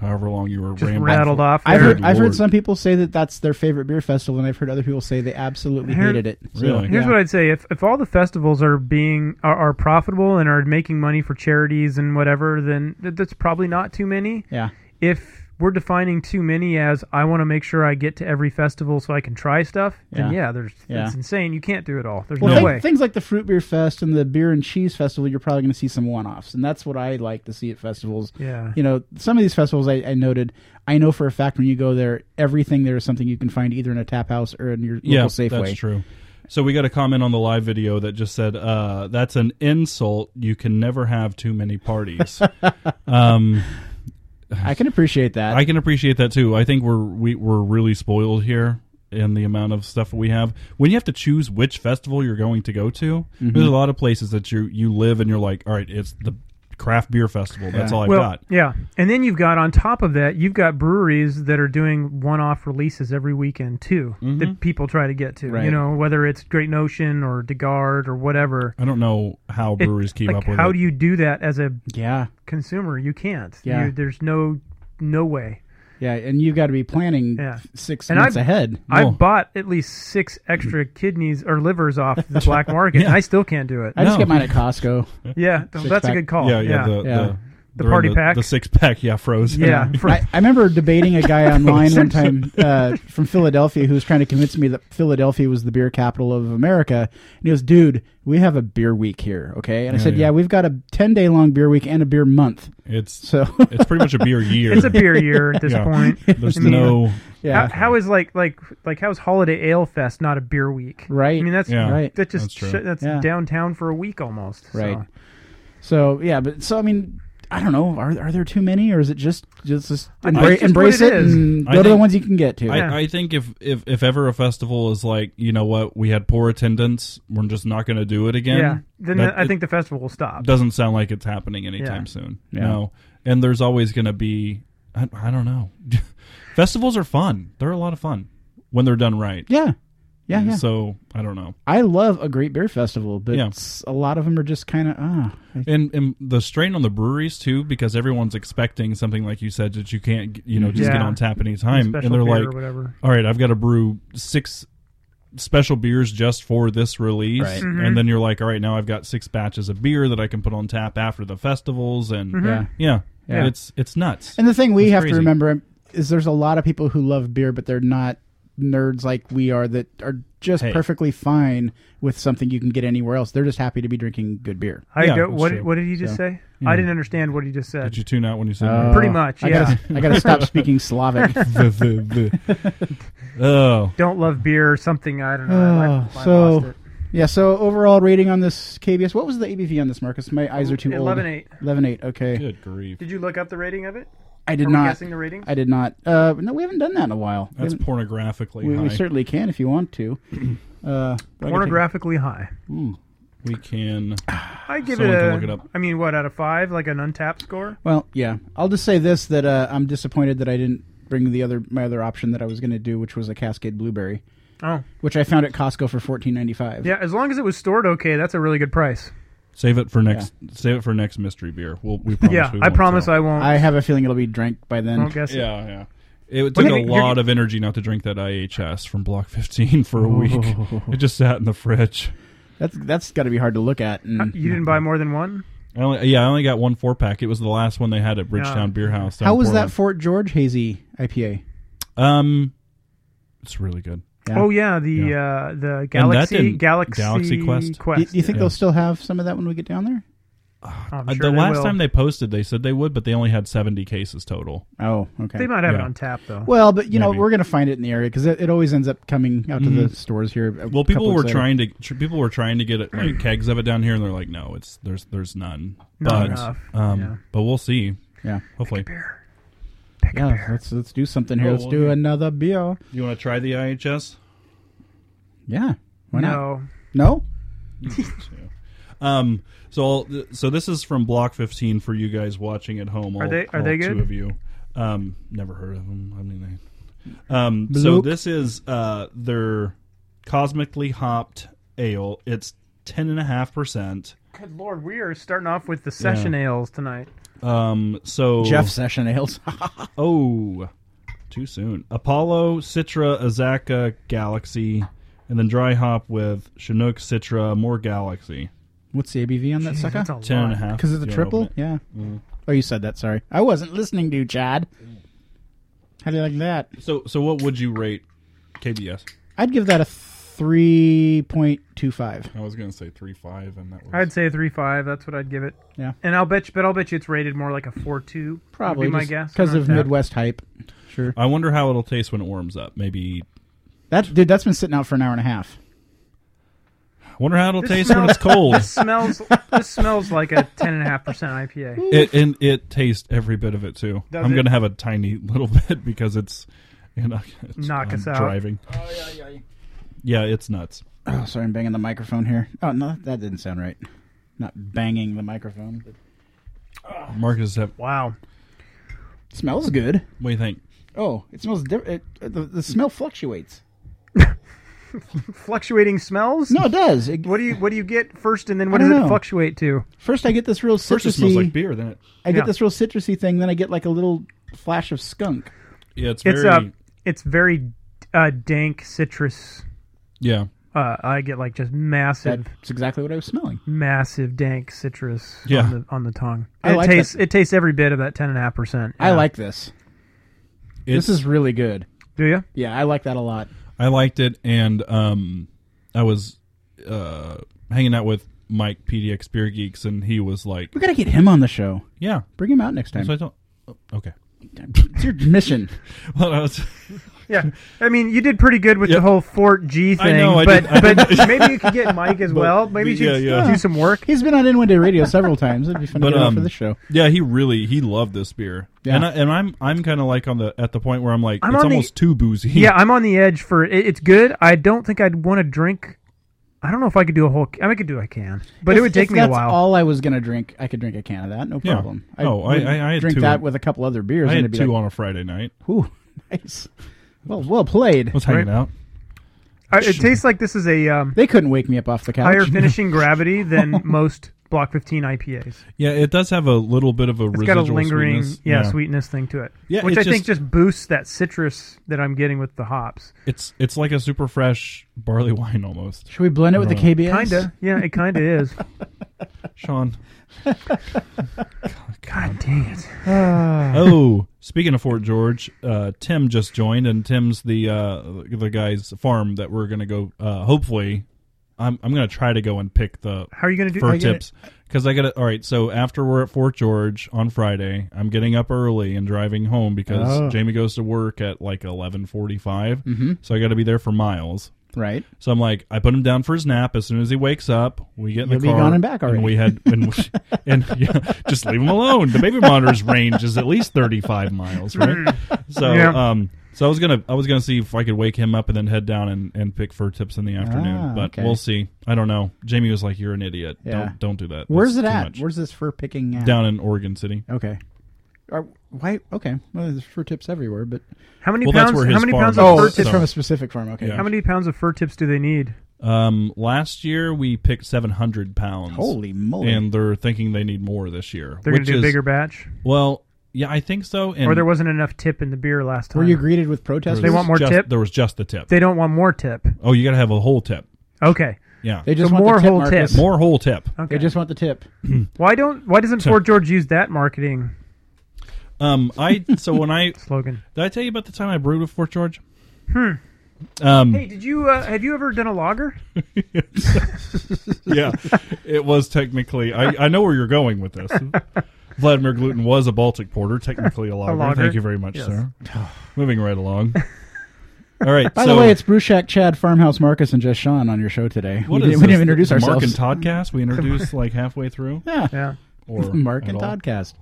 Speaker 6: however long you were
Speaker 5: just
Speaker 6: rambling,
Speaker 5: rattled off.
Speaker 4: I've
Speaker 5: there.
Speaker 4: heard, I've
Speaker 6: Lord.
Speaker 4: heard some people say that that's their favorite beer festival, and I've heard other people say they absolutely
Speaker 5: Here-
Speaker 4: hated it. So,
Speaker 6: Really?
Speaker 5: Here's
Speaker 4: yeah.
Speaker 5: what I'd say: if if all the festivals are being are, are profitable and are making money for charities and whatever, then th- that's probably not too many.
Speaker 4: yeah.
Speaker 5: If we're defining too many as I want to make sure I get to every festival so I can try stuff, then
Speaker 4: Yeah.
Speaker 5: yeah, there's
Speaker 4: Yeah.
Speaker 5: it's insane. You can't do it all. There's
Speaker 4: Well,
Speaker 5: no
Speaker 4: thi-
Speaker 5: way.
Speaker 4: things like the Fruit Beer Fest and the Beer and Cheese Festival, you're probably going to see some one-offs, and that's what I like to see at festivals.
Speaker 5: Yeah.
Speaker 4: you know, some of these festivals I, I noted, I know for a fact when you go there, everything there is something you can find either in a tap house or in your local
Speaker 6: yeah,
Speaker 4: Safeway.
Speaker 6: that's true. So we got a comment on the live video that just said, uh, "That's an insult. You can never have too many parties." um,
Speaker 4: I can appreciate that.
Speaker 6: I can appreciate that too. I think we're we, we're really spoiled here in the amount of stuff we have. When you have to choose which festival you're going to go to, there's a lot of places that you you live and you're like, all right, it's the craft beer festival. That's all I've
Speaker 5: well,
Speaker 6: got.
Speaker 5: yeah, and then you've got on top of that, you've got breweries that are doing one-off releases every weekend too that people try to get to. You
Speaker 4: Right.
Speaker 5: know, whether it's Great Notion or Degard or whatever.
Speaker 6: I don't know how
Speaker 5: It-
Speaker 6: breweries keep
Speaker 5: like,
Speaker 6: up with
Speaker 5: how
Speaker 6: it.
Speaker 5: do you do that as a
Speaker 4: yeah,
Speaker 5: consumer? You can't.
Speaker 4: Yeah.
Speaker 5: You, there's no no way.
Speaker 4: yeah, and you've got to be planning
Speaker 5: Yeah.
Speaker 4: six
Speaker 5: And
Speaker 4: months
Speaker 5: I-
Speaker 4: ahead.
Speaker 5: I
Speaker 6: No. Mm.
Speaker 5: bought at least six extra kidneys or livers off the black market. and I still can't do it.
Speaker 4: I just
Speaker 6: No.
Speaker 4: get mine at Costco.
Speaker 5: yeah, th- that's a
Speaker 4: pack.
Speaker 5: good call.
Speaker 6: yeah, yeah, the,
Speaker 4: yeah.
Speaker 6: The,
Speaker 5: The
Speaker 6: they're in
Speaker 5: party pack?
Speaker 6: the six pack, yeah, froze.
Speaker 5: yeah. for-
Speaker 4: I, I remember debating a guy online one time uh, from Philadelphia who was trying to convince me that Philadelphia was the beer capital of America. And he goes, dude, we have a beer week here, okay? And I said,
Speaker 6: yeah.
Speaker 4: yeah. we've got a 10 day long beer week and a beer month.
Speaker 6: it's
Speaker 4: So,
Speaker 6: it's pretty much a beer year.
Speaker 5: it's a beer year at this
Speaker 6: Yeah.
Speaker 5: point.
Speaker 6: There's
Speaker 5: I mean,
Speaker 6: no
Speaker 4: yeah.
Speaker 5: How, how is like like like how's Holiday Ale Fest not a beer week?
Speaker 4: Right.
Speaker 5: I mean that's
Speaker 6: Yeah.
Speaker 4: Right.
Speaker 5: that
Speaker 6: That's
Speaker 5: just
Speaker 6: true.
Speaker 5: that's, that's
Speaker 4: Yeah.
Speaker 5: downtown for a week almost. so.
Speaker 4: Right. So yeah, but so I mean, I don't know. Are are there too many, or is it just just, just
Speaker 5: I think
Speaker 4: embrace,
Speaker 5: it's just
Speaker 4: embrace
Speaker 5: what
Speaker 4: it,
Speaker 5: it is.
Speaker 4: and
Speaker 6: I
Speaker 4: go to the
Speaker 6: think-
Speaker 4: ones you can get to?
Speaker 5: Yeah.
Speaker 6: I, I think if, if if ever a festival is like, you know what, we had poor attendance, we're just not going to do it again.
Speaker 5: yeah. Then
Speaker 6: that-
Speaker 5: I
Speaker 6: it
Speaker 5: think the festival will stop.
Speaker 6: doesn't sound like it's happening anytime
Speaker 5: Yeah.
Speaker 6: soon.
Speaker 4: Yeah.
Speaker 6: No, and there's always going to be, I, I don't know. Festivals are fun. They're a lot of fun when they're done right.
Speaker 4: yeah, yeah, yeah.
Speaker 6: So I don't know.
Speaker 4: I love a great beer festival, but
Speaker 6: Yeah.
Speaker 4: it's- a lot of them are just kind of ah. I-
Speaker 6: And, and the strain on the breweries too, because everyone's expecting something like you said that you can't, you know, just get
Speaker 5: Yeah.
Speaker 6: on tap anytime,
Speaker 5: Special
Speaker 6: and they're
Speaker 5: beer
Speaker 6: like,
Speaker 5: or whatever.
Speaker 6: all right, I've got to brew six special beers just for this release.
Speaker 4: Right.
Speaker 5: Mm-hmm.
Speaker 6: And then you're like, all right, now I've got six batches of beer that I can put on tap after the festivals. And
Speaker 5: Mm-hmm.
Speaker 4: Yeah.
Speaker 6: yeah,
Speaker 4: Yeah.
Speaker 6: it's it's nuts.
Speaker 4: And the thing we
Speaker 6: It's
Speaker 4: have
Speaker 6: crazy.
Speaker 4: to remember is there's a lot of people who love beer, but they're not nerds like we are that are just
Speaker 6: Hey.
Speaker 4: perfectly fine with something you can get anywhere else. They're just happy to be drinking good beer.
Speaker 5: I
Speaker 6: Yeah,
Speaker 5: don't,
Speaker 6: that's
Speaker 5: what,
Speaker 6: true.
Speaker 5: what did he just say? I didn't understand what he just said.
Speaker 6: Did you tune out when you said
Speaker 4: Uh,
Speaker 5: Pretty much,
Speaker 4: I gotta, I gotta stop speaking Slavic.
Speaker 6: oh,
Speaker 5: don't love beer or something. I don't know. I- I,
Speaker 4: Oh,
Speaker 5: I
Speaker 4: so-
Speaker 5: lost it.
Speaker 4: yeah. So overall rating on this KBS, what was the ABV on this, Marcus? My eyes are too old.
Speaker 5: 11.8.
Speaker 4: Eleven eight. Okay.
Speaker 6: good grief.
Speaker 5: Did you look up the rating of it?
Speaker 4: I did
Speaker 5: Are we
Speaker 4: not.
Speaker 5: guessing the ratings?
Speaker 4: I did not. Uh, no, we haven't done that in a while. We
Speaker 6: That's
Speaker 4: haven't-
Speaker 6: pornographically
Speaker 4: we,
Speaker 6: high.
Speaker 4: we
Speaker 6: We,
Speaker 4: certainly can if you want to. Uh, but I can take-
Speaker 5: Pornographically high.
Speaker 6: can.
Speaker 5: I give
Speaker 6: Someone
Speaker 5: it
Speaker 6: can
Speaker 5: a. I
Speaker 6: look it up.
Speaker 5: mean, what out of five? Like an untapped score?
Speaker 4: Well, yeah. I'll just say this that uh, I'm disappointed that I didn't bring the other my other option that I was going to do, which was a Cascade Blueberry,
Speaker 5: Oh,
Speaker 4: which I found at Costco for fourteen ninety five.
Speaker 5: yeah. As long as it was stored okay, that's a really good price.
Speaker 6: Save it for next. Save it for next mystery beer. We'll, we promise.
Speaker 5: yeah,
Speaker 6: we
Speaker 5: I
Speaker 6: won't
Speaker 5: promise
Speaker 6: tell.
Speaker 5: I won't.
Speaker 4: I have a feeling it'll be drank by then.
Speaker 5: won't guess it.
Speaker 6: Yeah, yeah. It
Speaker 5: Wait
Speaker 6: took
Speaker 5: a
Speaker 6: a
Speaker 5: minute, you're-
Speaker 6: lot of energy not to drink that IHS from Block 15 for a week.
Speaker 5: Oh.
Speaker 6: It just sat in the fridge.
Speaker 4: That's that's got to be hard to look at. And
Speaker 5: Uh, You didn't buy more than one.
Speaker 6: I only, yeah, I only got one four pack. It was the last one they had at Bridgetown
Speaker 5: Yeah.
Speaker 6: Beer House. down
Speaker 4: how
Speaker 6: in
Speaker 4: was that
Speaker 6: Portland.
Speaker 4: Fort George hazy IPA?
Speaker 6: um, it's really good.
Speaker 4: Yeah.
Speaker 5: Oh yeah, the
Speaker 6: Yeah.
Speaker 5: uh the Galaxy
Speaker 6: didn't-
Speaker 5: Galaxy,
Speaker 6: Galaxy Quest.
Speaker 4: Do, do you think
Speaker 6: Yeah.
Speaker 4: they'll still have some of that when we get down there?
Speaker 5: I'm sure
Speaker 6: Uh, the
Speaker 5: they
Speaker 6: last
Speaker 5: will.
Speaker 6: time they posted, they said they would, but they only had seventy cases total.
Speaker 4: Oh, okay.
Speaker 5: they might have it
Speaker 6: Yeah.
Speaker 5: on tap though.
Speaker 4: Well, but you know
Speaker 6: Maybe. Mm-hmm.
Speaker 4: we're going to find it in the area because it, it always ends up coming out to the stores here. a
Speaker 6: Well,
Speaker 4: couple
Speaker 6: people were
Speaker 4: weeks later.
Speaker 6: trying to tr- people were trying to get it, like kegs of it down here, and they're like, no, it's there's there's none.
Speaker 5: Not
Speaker 6: But
Speaker 5: enough.
Speaker 6: um,
Speaker 5: Yeah.
Speaker 6: but we'll see.
Speaker 4: Yeah,
Speaker 6: Hopefully,
Speaker 5: beer. Pick a
Speaker 4: yeah.
Speaker 5: beer.
Speaker 4: Let's let's do something here.
Speaker 6: Oh,
Speaker 4: let's
Speaker 6: well,
Speaker 4: do
Speaker 6: yeah.
Speaker 4: another beer.
Speaker 6: you want to try the IHS?
Speaker 4: Yeah. Why not?
Speaker 5: no,
Speaker 4: No.
Speaker 6: Um, so I'll, th- so this is from Block 15 for you guys watching at home. All,
Speaker 5: they- are
Speaker 6: all
Speaker 5: they
Speaker 6: Two
Speaker 5: good?
Speaker 6: of you. Um, never heard of them. I mean, they- um, so
Speaker 4: Bloop.
Speaker 6: this is uh their cosmically hopped ale. It's ten and a half percent.
Speaker 5: good lord, we are starting off with the session ales tonight.
Speaker 6: Um, so
Speaker 4: Jeff Session Ales.
Speaker 6: Oh, too soon. Apollo, Citra, Azaka, Galaxy, and then dry hop with Chinook, Citra, more Galaxy.
Speaker 4: What's the ABV on that
Speaker 5: Jeez,
Speaker 4: sucker?
Speaker 5: that's a
Speaker 6: Ten and a
Speaker 5: lot.
Speaker 6: half.
Speaker 4: Because it's a
Speaker 6: You wanna
Speaker 4: triple?
Speaker 6: open it?
Speaker 4: Yeah. Oh, you said that. Sorry. I wasn't listening to you, Chad. How do you like that?
Speaker 6: So so what would you rate KBS?
Speaker 4: I'd give that a 3.25.
Speaker 6: I was gonna say three five, and that was
Speaker 5: I'd say three five. That's what I'd give it.
Speaker 4: Yeah.
Speaker 5: and I'll bet, you, but I'll bet you it's rated more like a four two.
Speaker 4: Probably.
Speaker 5: would be my
Speaker 4: just
Speaker 5: guess
Speaker 4: Because
Speaker 5: on
Speaker 4: of
Speaker 5: tap.
Speaker 4: Midwest hype. Sure.
Speaker 6: I wonder how it'll taste when it warms up. Maybe.
Speaker 4: That Dude, that's been sitting out for an hour and a half.
Speaker 6: I wonder how it'll
Speaker 5: This
Speaker 6: taste when it's
Speaker 5: smells-
Speaker 6: cold.
Speaker 5: This smells. This smells like a ten and a half percent IPA.
Speaker 6: it, and it tastes every bit of it too.
Speaker 5: Does
Speaker 6: I'm
Speaker 5: it?
Speaker 6: gonna have a tiny little bit because it's, you know, it's-
Speaker 5: Knock
Speaker 6: I'm
Speaker 5: us out.
Speaker 6: driving. Oh, Yeah, it's nuts.
Speaker 4: Oh, sorry. I'm banging the microphone here. Oh, no. That didn't sound right. Not banging the microphone.
Speaker 6: Marcus, have,
Speaker 5: Wow.
Speaker 4: smells good.
Speaker 6: what do you think?
Speaker 4: Oh, it smells different. The, the smell fluctuates.
Speaker 5: Fluctuating smells.
Speaker 4: No, it does. It,
Speaker 5: What do you What do you get first, and then what
Speaker 4: I
Speaker 5: does it
Speaker 4: don't know.
Speaker 5: fluctuate to?
Speaker 4: first, I get this real citrusy.
Speaker 6: First, it smells like beer. Then it,
Speaker 4: I get
Speaker 5: Yeah.
Speaker 4: this real citrusy thing, then I get like a little flash of skunk.
Speaker 6: yeah, it's very,
Speaker 5: It's uh, it's very uh, dank citrus.
Speaker 6: yeah.
Speaker 5: Uh, I get like just massive,
Speaker 4: That's exactly what I was smelling.
Speaker 5: massive dank citrus
Speaker 6: Yeah.
Speaker 5: on the on the tongue.
Speaker 4: I
Speaker 5: it
Speaker 4: like
Speaker 5: tastes
Speaker 4: that.
Speaker 5: it tastes every bit of that ten and a half percent.
Speaker 4: I like this.
Speaker 6: It's,
Speaker 4: this is really good.
Speaker 5: Do you?
Speaker 4: Yeah, I like that a lot.
Speaker 6: I liked it, and um, I was uh hanging out with Mike PDX Beer Geeks, and he was like,
Speaker 4: We gotta get him on the show.
Speaker 6: "Yeah."
Speaker 4: Bring him out next time.
Speaker 6: So I don't. oh, Okay. uh,
Speaker 4: it's your mission.
Speaker 6: Well, I was,
Speaker 5: Yeah, I mean, you did pretty good with
Speaker 6: Yep.
Speaker 5: the whole Fort G thing,
Speaker 6: I know, I
Speaker 5: but
Speaker 6: did- I
Speaker 5: but maybe you could get Mike as
Speaker 6: But-
Speaker 5: well. Maybe you
Speaker 6: yeah,
Speaker 5: should
Speaker 6: yeah.
Speaker 5: do some work.
Speaker 4: He's been on Inwendy Radio several times. It'd be fun
Speaker 6: But,
Speaker 4: to get him on
Speaker 6: um,
Speaker 4: for the show.
Speaker 6: Yeah, he really he loved this beer.
Speaker 4: Yeah.
Speaker 6: And I, and I'm I'm kind of like on the at the point where I'm like
Speaker 5: I'm
Speaker 6: it's
Speaker 5: on the-
Speaker 6: almost too boozy.
Speaker 5: Yeah, I'm on the edge for it. It's good. I don't think I'd want to drink. I don't know if I could do a whole. I, mean, I could do. I can, but it
Speaker 4: If-
Speaker 5: would
Speaker 4: if
Speaker 5: take me a
Speaker 4: that's
Speaker 5: while.
Speaker 4: All I was gonna drink, I could drink a can of that, no
Speaker 6: Yeah.
Speaker 4: problem.
Speaker 6: Oh, I-
Speaker 4: would
Speaker 6: I- I had
Speaker 4: drink
Speaker 6: two.
Speaker 4: that with a couple other beers.
Speaker 6: I
Speaker 4: and it'd
Speaker 6: had
Speaker 4: be
Speaker 6: two
Speaker 4: like,
Speaker 6: on a Friday night.
Speaker 4: Ooh, nice. Well, well played.
Speaker 6: I was hanging
Speaker 5: Right.
Speaker 6: out.
Speaker 5: I- it tastes like this is a um,
Speaker 4: They couldn't wake me up off the couch.
Speaker 5: higher finishing gravity than most Block 15 IPAs.
Speaker 6: Yeah, it does have a little bit of a
Speaker 5: It's got a
Speaker 6: residual
Speaker 5: lingering
Speaker 6: sweetness.
Speaker 5: yeah, sweetness thing to it,
Speaker 6: Yeah,
Speaker 5: which
Speaker 6: it
Speaker 5: I think
Speaker 6: just-
Speaker 5: just boosts that citrus that I'm getting with the hops.
Speaker 6: It's it's like a super fresh barley wine almost.
Speaker 4: Should we blend it with the
Speaker 6: Right.
Speaker 4: KBS?
Speaker 5: Kinda, yeah, it kinda is.
Speaker 6: Sean.
Speaker 5: God dang it!
Speaker 6: Oh, speaking of Fort George, uh, Tim just joined, and Tim's the uh, the guy's farm that we're gonna go. Uh, hopefully, I'm I'm gonna try to go and pick the
Speaker 5: How are you gonna do? are
Speaker 6: fur
Speaker 5: you gonna-
Speaker 6: tips because I got to. All right, so after we're at Fort George on Friday, I'm getting up early and driving home because
Speaker 4: Oh.
Speaker 6: Jamie goes to work at like 11:45, so I got to be there for miles.
Speaker 4: Right.
Speaker 6: So I'm like, I put him down for his nap. As soon as he wakes up, we get in
Speaker 4: You'll
Speaker 6: the
Speaker 4: be
Speaker 6: car.
Speaker 4: gone and back already.
Speaker 6: we had and, we, and yeah, just leave him alone. The baby monitor's range is at least 35 miles, right? So
Speaker 5: Yeah.
Speaker 6: um, so I was gonna I was gonna see if I could wake him up and then head down and, and pick fur tips in the afternoon.
Speaker 4: Ah,
Speaker 6: but
Speaker 4: okay.
Speaker 6: we'll see. I don't know. Jamie was like, "You're an idiot.
Speaker 4: Yeah.
Speaker 6: Don't don't do that."
Speaker 4: Where's
Speaker 6: That's
Speaker 4: it
Speaker 6: too
Speaker 4: at?
Speaker 6: much."
Speaker 4: Where's this fur picking at?
Speaker 6: down in Oregon City.
Speaker 4: Okay. Are, why? Okay. Well, there's fur tips everywhere, but
Speaker 5: How many
Speaker 6: Well, that's
Speaker 5: pounds?
Speaker 6: where
Speaker 5: How
Speaker 6: his
Speaker 5: many
Speaker 6: farm
Speaker 5: pounds
Speaker 6: is,
Speaker 5: of
Speaker 4: oh,
Speaker 5: fur
Speaker 4: it's
Speaker 6: so-
Speaker 5: tips?
Speaker 4: from a specific farm. Okay.
Speaker 6: Yeah.
Speaker 5: How many pounds of fur tips do they need?
Speaker 6: Um, last year we picked 700 pounds.
Speaker 4: Holy moly!
Speaker 6: And they're thinking they need more this year.
Speaker 5: They're going
Speaker 6: which
Speaker 5: to do a
Speaker 6: is-
Speaker 5: bigger batch,
Speaker 6: Well, yeah, I think so. And
Speaker 5: or there wasn't enough tip in the beer last time.
Speaker 4: Were you greeted with protesters?
Speaker 5: They want more
Speaker 6: just,
Speaker 5: tip?
Speaker 6: There was just the tip.
Speaker 5: they don't want more tip.
Speaker 6: oh, you got to have a whole tip.
Speaker 5: Okay,
Speaker 6: Yeah.
Speaker 4: They just
Speaker 5: So
Speaker 4: want
Speaker 5: more
Speaker 4: the tip,
Speaker 5: whole
Speaker 4: Marcus.
Speaker 5: tips.
Speaker 6: More whole tip.
Speaker 5: okay.
Speaker 4: They just want the tip.
Speaker 5: why don't why doesn't Fort George use that marketing
Speaker 6: Um, I so when I
Speaker 5: slogan?
Speaker 6: did I tell you about the time I brewed with Fort George? Hmm. Um,
Speaker 5: Hey, did you uh, have you ever done a lager?
Speaker 6: yeah, it was technically. I, I know where you're going with this. Vladimir Gluten was a Baltic porter, technically a lager.
Speaker 5: lager.
Speaker 6: Thank you very much,
Speaker 5: Yes.
Speaker 6: sir. Moving right along. All right.
Speaker 4: By
Speaker 6: so,
Speaker 4: the way, it's Brew Shack, Chad, Farmhouse, Marcus, and Just Sean on your show today.
Speaker 6: what
Speaker 4: we, didn't,
Speaker 6: is
Speaker 4: we didn't
Speaker 6: this,
Speaker 4: introduce
Speaker 6: the
Speaker 4: ourselves.
Speaker 6: Mark and Toddcast. We introduced like halfway through,
Speaker 4: Yeah.
Speaker 5: Yeah.
Speaker 6: or
Speaker 4: Mark
Speaker 6: at
Speaker 4: and
Speaker 6: all?
Speaker 4: Toddcast.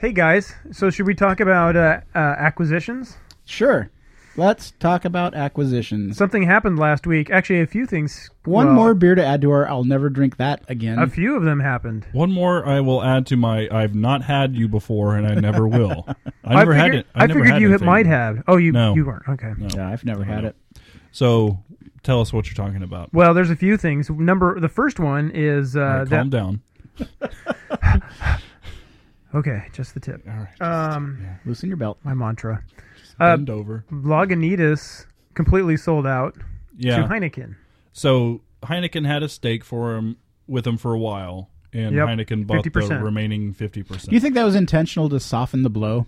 Speaker 5: Hey guys, so should we talk about uh, uh, acquisitions?
Speaker 4: Sure. Let's talk about acquisitions.
Speaker 5: Something happened last week. Actually, a few things.
Speaker 4: One
Speaker 5: well,
Speaker 4: more beer to add to our I'll never drink that again.
Speaker 5: A few of them happened.
Speaker 6: One more I will add to my I've not had you before and I never will. I never
Speaker 5: figured,
Speaker 6: had it. I, never
Speaker 5: figured
Speaker 6: had
Speaker 5: you
Speaker 6: anything.
Speaker 5: might have. Oh, you
Speaker 6: No.
Speaker 5: you weren't. Okay.
Speaker 6: No.
Speaker 4: yeah, I've never had it.
Speaker 6: So tell us what you're talking about.
Speaker 5: Well, there's a few things. Number the first one is uh,
Speaker 6: All right,
Speaker 5: that.
Speaker 6: calm down.
Speaker 5: Okay, just the tip.
Speaker 6: All right. Just
Speaker 5: Um,
Speaker 4: Loosen your belt.
Speaker 5: my mantra. uh,
Speaker 6: bend over.
Speaker 5: Lagunitas completely sold out to
Speaker 6: Yeah.
Speaker 5: Heineken.
Speaker 6: So Heineken had a stake for him with him for a while and
Speaker 5: Yep,
Speaker 6: Heineken bought the
Speaker 5: 50%.
Speaker 6: remaining 50%.
Speaker 4: Do you think that was intentional to soften the blow?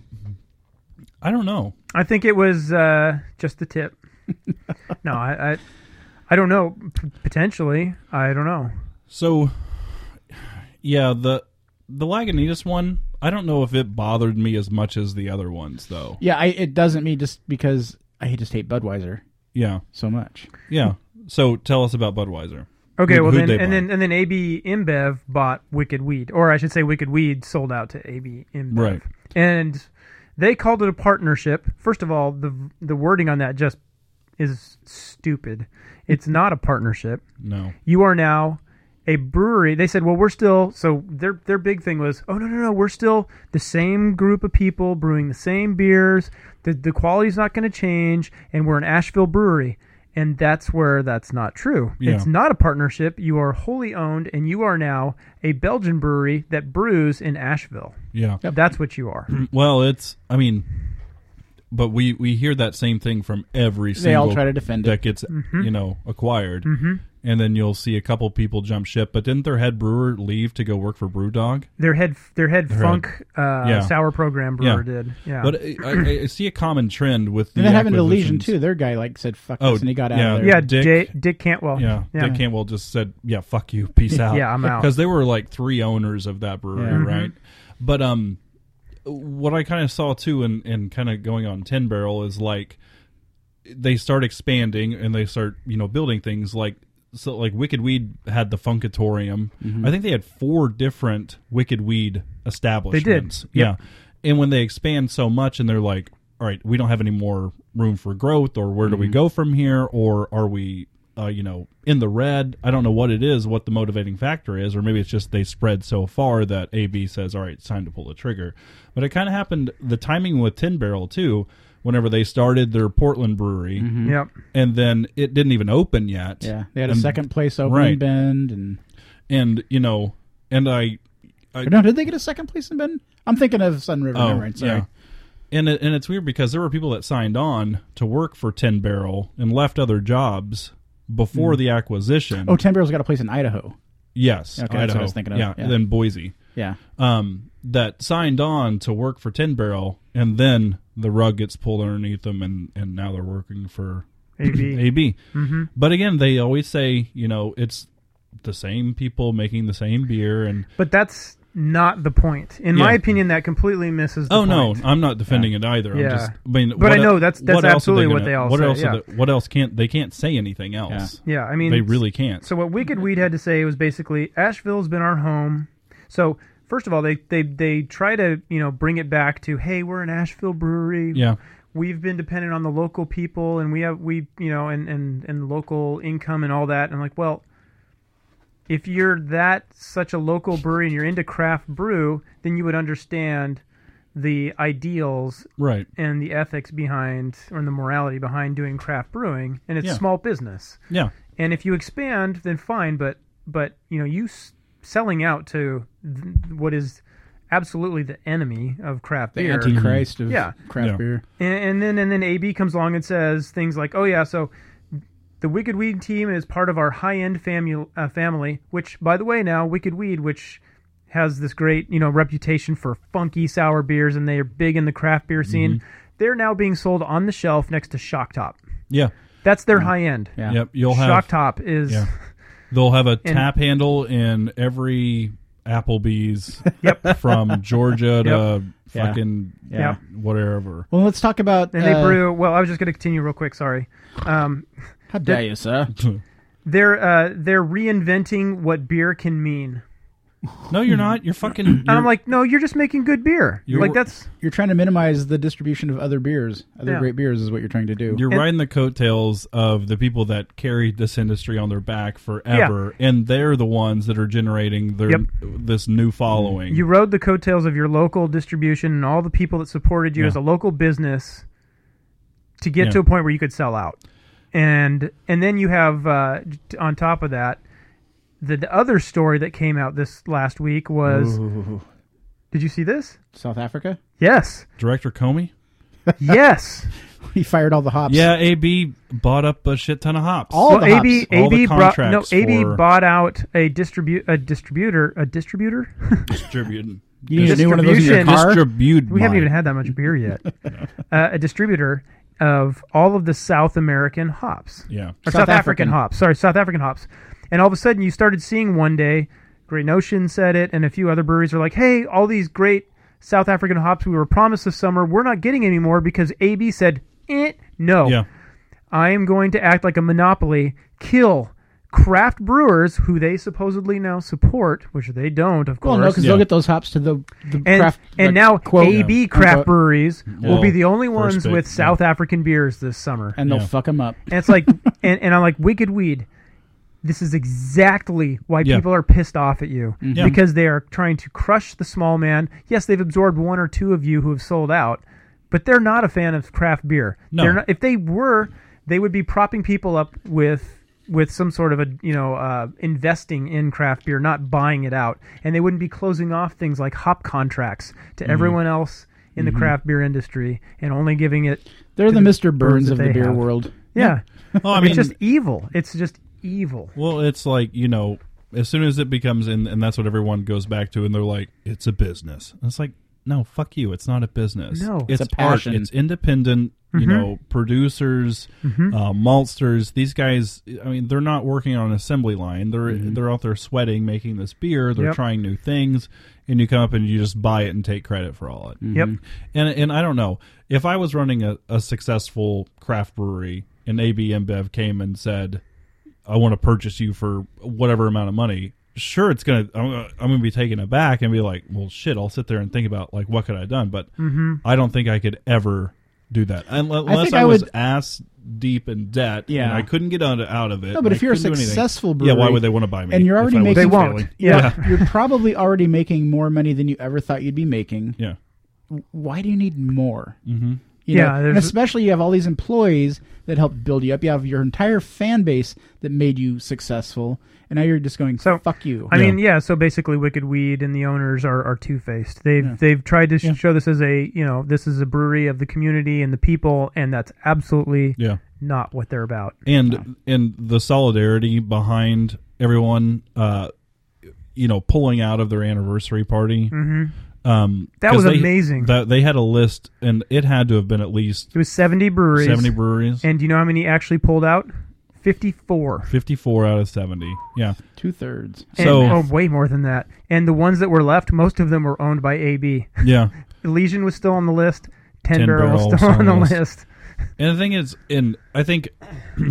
Speaker 6: I don't know.
Speaker 5: I think it was uh, just the tip. no, I, I, I don't know. P- potentially, I don't know.
Speaker 6: So yeah, the the Lagunitas one, I don't know if it bothered me as much as the other ones though.
Speaker 4: Yeah, I, it doesn't me just because I just hate Budweiser
Speaker 6: Yeah.
Speaker 4: so much.
Speaker 6: Yeah. So tell us about Budweiser.
Speaker 5: Okay,
Speaker 6: Who'd-
Speaker 5: well
Speaker 6: who'd
Speaker 5: then,
Speaker 6: they
Speaker 5: and
Speaker 6: buy?
Speaker 5: then and then AB InBev bought Wicked Weed, or I should say, Wicked Weed sold out to AB InBev,
Speaker 6: Right.
Speaker 5: And they called it a partnership. First of all, the the wording on that just is stupid. It's not a partnership.
Speaker 6: No.
Speaker 5: You are now a brewery. They said, well, we're still so their their big thing was, oh no no no, we're still the same group of people brewing the same beers. The the quality's not going to change, and we're an Asheville brewery. And that's where that's not true.
Speaker 6: Yeah.
Speaker 5: It's not a partnership. You are wholly owned, and you are now a Belgian brewery that brews in Asheville.
Speaker 6: Yeah.
Speaker 5: That's what you are.
Speaker 6: Well, it's I mean, but we we hear that same thing from every single
Speaker 4: They all try to defend
Speaker 6: that
Speaker 4: it. Mm-hmm.
Speaker 6: gets you know acquired, mm-hmm. and then you'll see a couple people jump ship. But didn't their head brewer leave to go work for BrewDog?
Speaker 5: Their head, their head
Speaker 6: head-
Speaker 5: funk uh,
Speaker 6: yeah.
Speaker 5: sour program brewer
Speaker 6: Yeah.
Speaker 5: did. Yeah,
Speaker 6: But I, I, I see a common trend with the
Speaker 4: And that happened to Legion
Speaker 6: acquisitions.
Speaker 4: too. Their guy like said fuck
Speaker 6: Oh,
Speaker 4: this and he got
Speaker 6: yeah.
Speaker 4: out of there.
Speaker 5: yeah,
Speaker 6: Dick-
Speaker 5: Dick, Dick Cantwell.
Speaker 6: Yeah,
Speaker 5: yeah.
Speaker 6: Dick Cantwell just said, "Yeah, fuck you, peace out."
Speaker 5: Yeah, I'm out.
Speaker 6: Because they were like three owners of that brewery,
Speaker 4: Yeah.
Speaker 6: right? But um, what I kind of saw too, and and kind of going on Ten Barrel is like they start expanding and they start you know building things like so like Wicked Weed had the Funkatorium. I think they had four different Wicked Weed establishments.
Speaker 5: Yep.
Speaker 6: Yeah, and when they expand so much, and they're like, all right, we don't have any more room for growth, or where do we go from here, or are we uh, you know, in the red. I don't know what it is, what the motivating factor is, or maybe it's just they spread so far that AB says, all right, it's time to pull the trigger. But it kind of happened, the timing with Tin Barrel, too, whenever they started their Portland brewery,
Speaker 5: Yep.
Speaker 6: and then it didn't even open yet.
Speaker 4: Yeah, they had a
Speaker 6: And-
Speaker 4: second place open in
Speaker 6: right.
Speaker 4: Bend, and
Speaker 6: And, you know, and I. I
Speaker 4: or no, did they get a second place in Bend? I'm thinking of Sun River.
Speaker 6: Oh,
Speaker 4: Never mind. Sorry.
Speaker 6: yeah. And it, and it's weird because there were people that signed on to work for Tin Barrel and left other jobs before the acquisition.
Speaker 4: Mm. Oh, Ten Barrels got a place in Idaho.
Speaker 6: yes,
Speaker 4: Okay, that's what I
Speaker 6: Idaho.
Speaker 4: was thinking of,
Speaker 6: Yeah,
Speaker 4: yeah.
Speaker 6: then Boise.
Speaker 4: Yeah.
Speaker 6: um, that signed on to work for Tin Barrel, and then the rug gets pulled underneath them, and, and now they're working for
Speaker 5: AB.
Speaker 6: AB. Mm-hmm. But again, they always say, you know, it's the same people making the same beer, and
Speaker 5: But that's not the point. In my
Speaker 6: Yeah.
Speaker 5: opinion, that completely misses the
Speaker 6: oh no,
Speaker 5: point.
Speaker 6: I'm not defending it either.
Speaker 5: Yeah.
Speaker 6: I'm just, I mean,
Speaker 5: But I know that's- that's
Speaker 6: what else are
Speaker 5: absolutely
Speaker 6: they
Speaker 5: what
Speaker 6: gonna-
Speaker 5: they all
Speaker 6: what
Speaker 5: say,
Speaker 6: Else are
Speaker 5: yeah.
Speaker 6: they- what else can't they can't say anything else?
Speaker 5: Yeah, I mean,
Speaker 6: they really can't.
Speaker 5: So what Wicked Weed had to say was basically Asheville's been our home. So first of all, they they they try to you know bring it back to hey, we're an Asheville brewery.
Speaker 6: yeah,
Speaker 5: We've been dependent on the local people, and we have we you know and and and local income and all that. And I'm like, well, if you're that such a local brewery and you're into craft brew, then you would understand the ideals
Speaker 6: right.
Speaker 5: and the ethics behind or the morality behind doing craft brewing and it's
Speaker 6: Yeah.
Speaker 5: small business
Speaker 6: Yeah,
Speaker 5: and if you expand then fine but but you know you s- selling out to th- what is absolutely the enemy of craft
Speaker 4: The
Speaker 5: beer
Speaker 4: Antichrist of
Speaker 5: Yeah.
Speaker 4: craft
Speaker 6: Yeah.
Speaker 4: beer.
Speaker 5: and, and then and then AB comes along and says things like, "Oh yeah, so the Wicked Weed team is part of our high-end famu- uh, family, which by the way now Wicked Weed, which has this great you know reputation for funky sour beers, and they are big in the craft beer scene.
Speaker 6: Mm-hmm.
Speaker 5: They're now being sold on the shelf next to Shock Top.
Speaker 6: yeah,
Speaker 5: That's their high end.
Speaker 4: Yeah.
Speaker 6: yep. You'll have
Speaker 5: Shock Top is
Speaker 6: Yeah. They'll have a tap handle in every Applebee's from Georgia to
Speaker 4: Yeah.
Speaker 6: fucking
Speaker 4: Yeah.
Speaker 6: whatever.
Speaker 4: Well, let's talk about.
Speaker 5: and they
Speaker 4: uh,
Speaker 5: brew. Well, I was just going to continue real quick. Sorry. Um,
Speaker 4: How dare you, sir?
Speaker 5: they're uh, they're reinventing what beer can mean.
Speaker 6: No, you're not. You're fucking. You're,
Speaker 5: And I'm like, no, you're just making good beer.
Speaker 6: You're-
Speaker 5: Like that's
Speaker 4: You're trying to minimize the distribution of other beers, other
Speaker 5: Yeah.
Speaker 4: great beers, is what you're trying to do.
Speaker 6: you're riding the coattails of the people that carried this industry on their back forever, and they're the ones that are generating their
Speaker 5: Yep.
Speaker 6: this new following.
Speaker 5: you rode the coattails of your local distribution and all the people that supported you
Speaker 6: Yeah.
Speaker 5: as a local business to get
Speaker 6: Yeah.
Speaker 5: to a point where you could sell out and and then you have uh, t- on top of that the, the other story that came out this last week was
Speaker 4: Ooh.
Speaker 5: did you see this
Speaker 4: South Africa?
Speaker 5: yes
Speaker 6: Director Comey.
Speaker 5: yes
Speaker 4: He fired all the hops.
Speaker 6: Yeah, AB bought up a shit ton of hops.
Speaker 4: All
Speaker 5: well,
Speaker 4: the hops.
Speaker 5: AB
Speaker 6: All the
Speaker 5: AB brought no
Speaker 6: contracts
Speaker 5: AB
Speaker 6: for-
Speaker 5: bought out a distribute a distributor a distributor
Speaker 6: distributed.
Speaker 4: You need a new one of those in your
Speaker 5: Distribution.
Speaker 4: car?
Speaker 6: Distribute.
Speaker 5: We haven't
Speaker 6: mine.
Speaker 5: even had that much beer yet. uh, a distributor of all of the South American hops.
Speaker 6: Yeah.
Speaker 5: Or
Speaker 4: South
Speaker 5: South, African.
Speaker 4: African.
Speaker 5: hops. Sorry, South African hops. And all of a sudden, you started seeing one day, Great Notion said it, and a few other breweries are like, hey, all these great South African hops we were promised this summer, we're not getting anymore because AB said, eh, no.
Speaker 6: Yeah.
Speaker 5: I am going to act like a monopoly, kill craft brewers who they supposedly now support, which they don't, of
Speaker 4: Well,
Speaker 5: course
Speaker 4: no, because
Speaker 6: Yeah.
Speaker 4: they'll get those hops to the, the
Speaker 5: and,
Speaker 4: craft.
Speaker 5: and
Speaker 4: like,
Speaker 5: now
Speaker 4: quote,
Speaker 5: AB
Speaker 4: unquote,
Speaker 5: craft breweries will
Speaker 6: Well,
Speaker 5: be the only
Speaker 6: first
Speaker 5: ones
Speaker 6: bit,
Speaker 5: with
Speaker 6: yeah.
Speaker 5: South African beers this summer. And
Speaker 4: And they'll
Speaker 6: Yeah.
Speaker 4: fuck them up.
Speaker 5: it's like, and, and I'm like, Wicked Weed, this is exactly why
Speaker 6: Yeah. Mm-hmm.
Speaker 5: people are pissed off at you
Speaker 6: Yeah.
Speaker 5: because they are trying to crush the small man. Yes, they've absorbed one or two of you who have sold out, but they're not a fan of craft beer.
Speaker 6: No.
Speaker 5: They're not, if they were, they would be propping people up with. With some sort of a you know uh, investing in craft beer, not buying it out, and they wouldn't be closing off things like hop contracts to
Speaker 6: Mm-hmm.
Speaker 5: everyone else in the craft beer industry and only giving it
Speaker 4: They're the Mr. Burns
Speaker 5: birds that
Speaker 4: of the
Speaker 5: they
Speaker 4: beer
Speaker 5: have.
Speaker 4: world.
Speaker 5: yeah.
Speaker 6: Oh, I
Speaker 5: it's
Speaker 6: mean,
Speaker 5: just evil. It's just evil.
Speaker 6: Well, it's like you know, as soon as it becomes, and and that's what everyone goes back to, and they're like, it's a business. And it's like, no, fuck you. It's not a business.
Speaker 5: No.
Speaker 6: it's,
Speaker 4: It's a passion.
Speaker 6: art. It's independent. You know, producers, uh, maltsters. These guys. I mean, they're not working on an assembly line. They're they're out there sweating, making this beer. They're
Speaker 5: Yep.
Speaker 6: trying new things, and you come up and you just buy it and take credit for all it.
Speaker 5: Yep.
Speaker 6: And and I don't know if I was running a, a successful craft brewery and AB InBev came and said, "I want to purchase you for whatever amount of money." Sure, it's gonna I'm, gonna- I'm gonna be taken aback and be like, "Well, shit." I'll sit there and think about like what could I have done, but I don't think I could ever do that unless,
Speaker 4: think
Speaker 6: I,
Speaker 4: Mm-hmm. I
Speaker 6: was
Speaker 4: would-
Speaker 6: ass deep in debt.
Speaker 4: Yeah.
Speaker 6: and I couldn't get out of, out of it.
Speaker 4: No, but
Speaker 6: and
Speaker 4: if
Speaker 6: I
Speaker 4: you're a
Speaker 6: couldn't do anything.
Speaker 4: successful
Speaker 6: yeah, why
Speaker 4: brewery
Speaker 6: would they want to buy me?
Speaker 4: and you're
Speaker 6: if
Speaker 4: already
Speaker 6: I was
Speaker 4: making-
Speaker 5: They
Speaker 4: It's
Speaker 5: won't.
Speaker 6: failing?
Speaker 5: Yeah.
Speaker 4: You're probably already making more money than you ever thought you'd be making.
Speaker 6: Yeah,
Speaker 4: Why do you need more? Mm-hmm.
Speaker 5: Yeah,
Speaker 4: and
Speaker 5: there's-
Speaker 4: especially you have all these employees that help build you up. You have your entire fan base that made you successful, and now you're just going
Speaker 5: So,
Speaker 4: fuck you.
Speaker 5: I mean, yeah. So basically, Wicked Weed and the owners are, are two faced. They've they've tried to sh- show this as a you know this is a brewery of the community and the people, and that's absolutely
Speaker 6: yeah.
Speaker 5: not what they're about.
Speaker 6: and and the solidarity behind everyone uh you know pulling out of their anniversary party mm-hmm. um
Speaker 5: That
Speaker 6: 'cause
Speaker 5: was
Speaker 6: they-
Speaker 5: amazing.
Speaker 6: that they had a list and it had to have been at least
Speaker 5: It was seventy breweries,
Speaker 6: 70 breweries
Speaker 5: and do you know how many actually pulled out? Fifty four.
Speaker 6: 54 out of 70 yeah
Speaker 4: two thirds.
Speaker 6: So-
Speaker 5: oh, way more than that. And the ones that were left, most of them were owned by AB.
Speaker 6: yeah
Speaker 5: Legion was still on the list. Ten,
Speaker 6: Ten
Speaker 5: Barrel was
Speaker 6: Barrel
Speaker 5: still
Speaker 6: was
Speaker 5: on the
Speaker 6: on the
Speaker 5: list.
Speaker 6: and the thing is and i think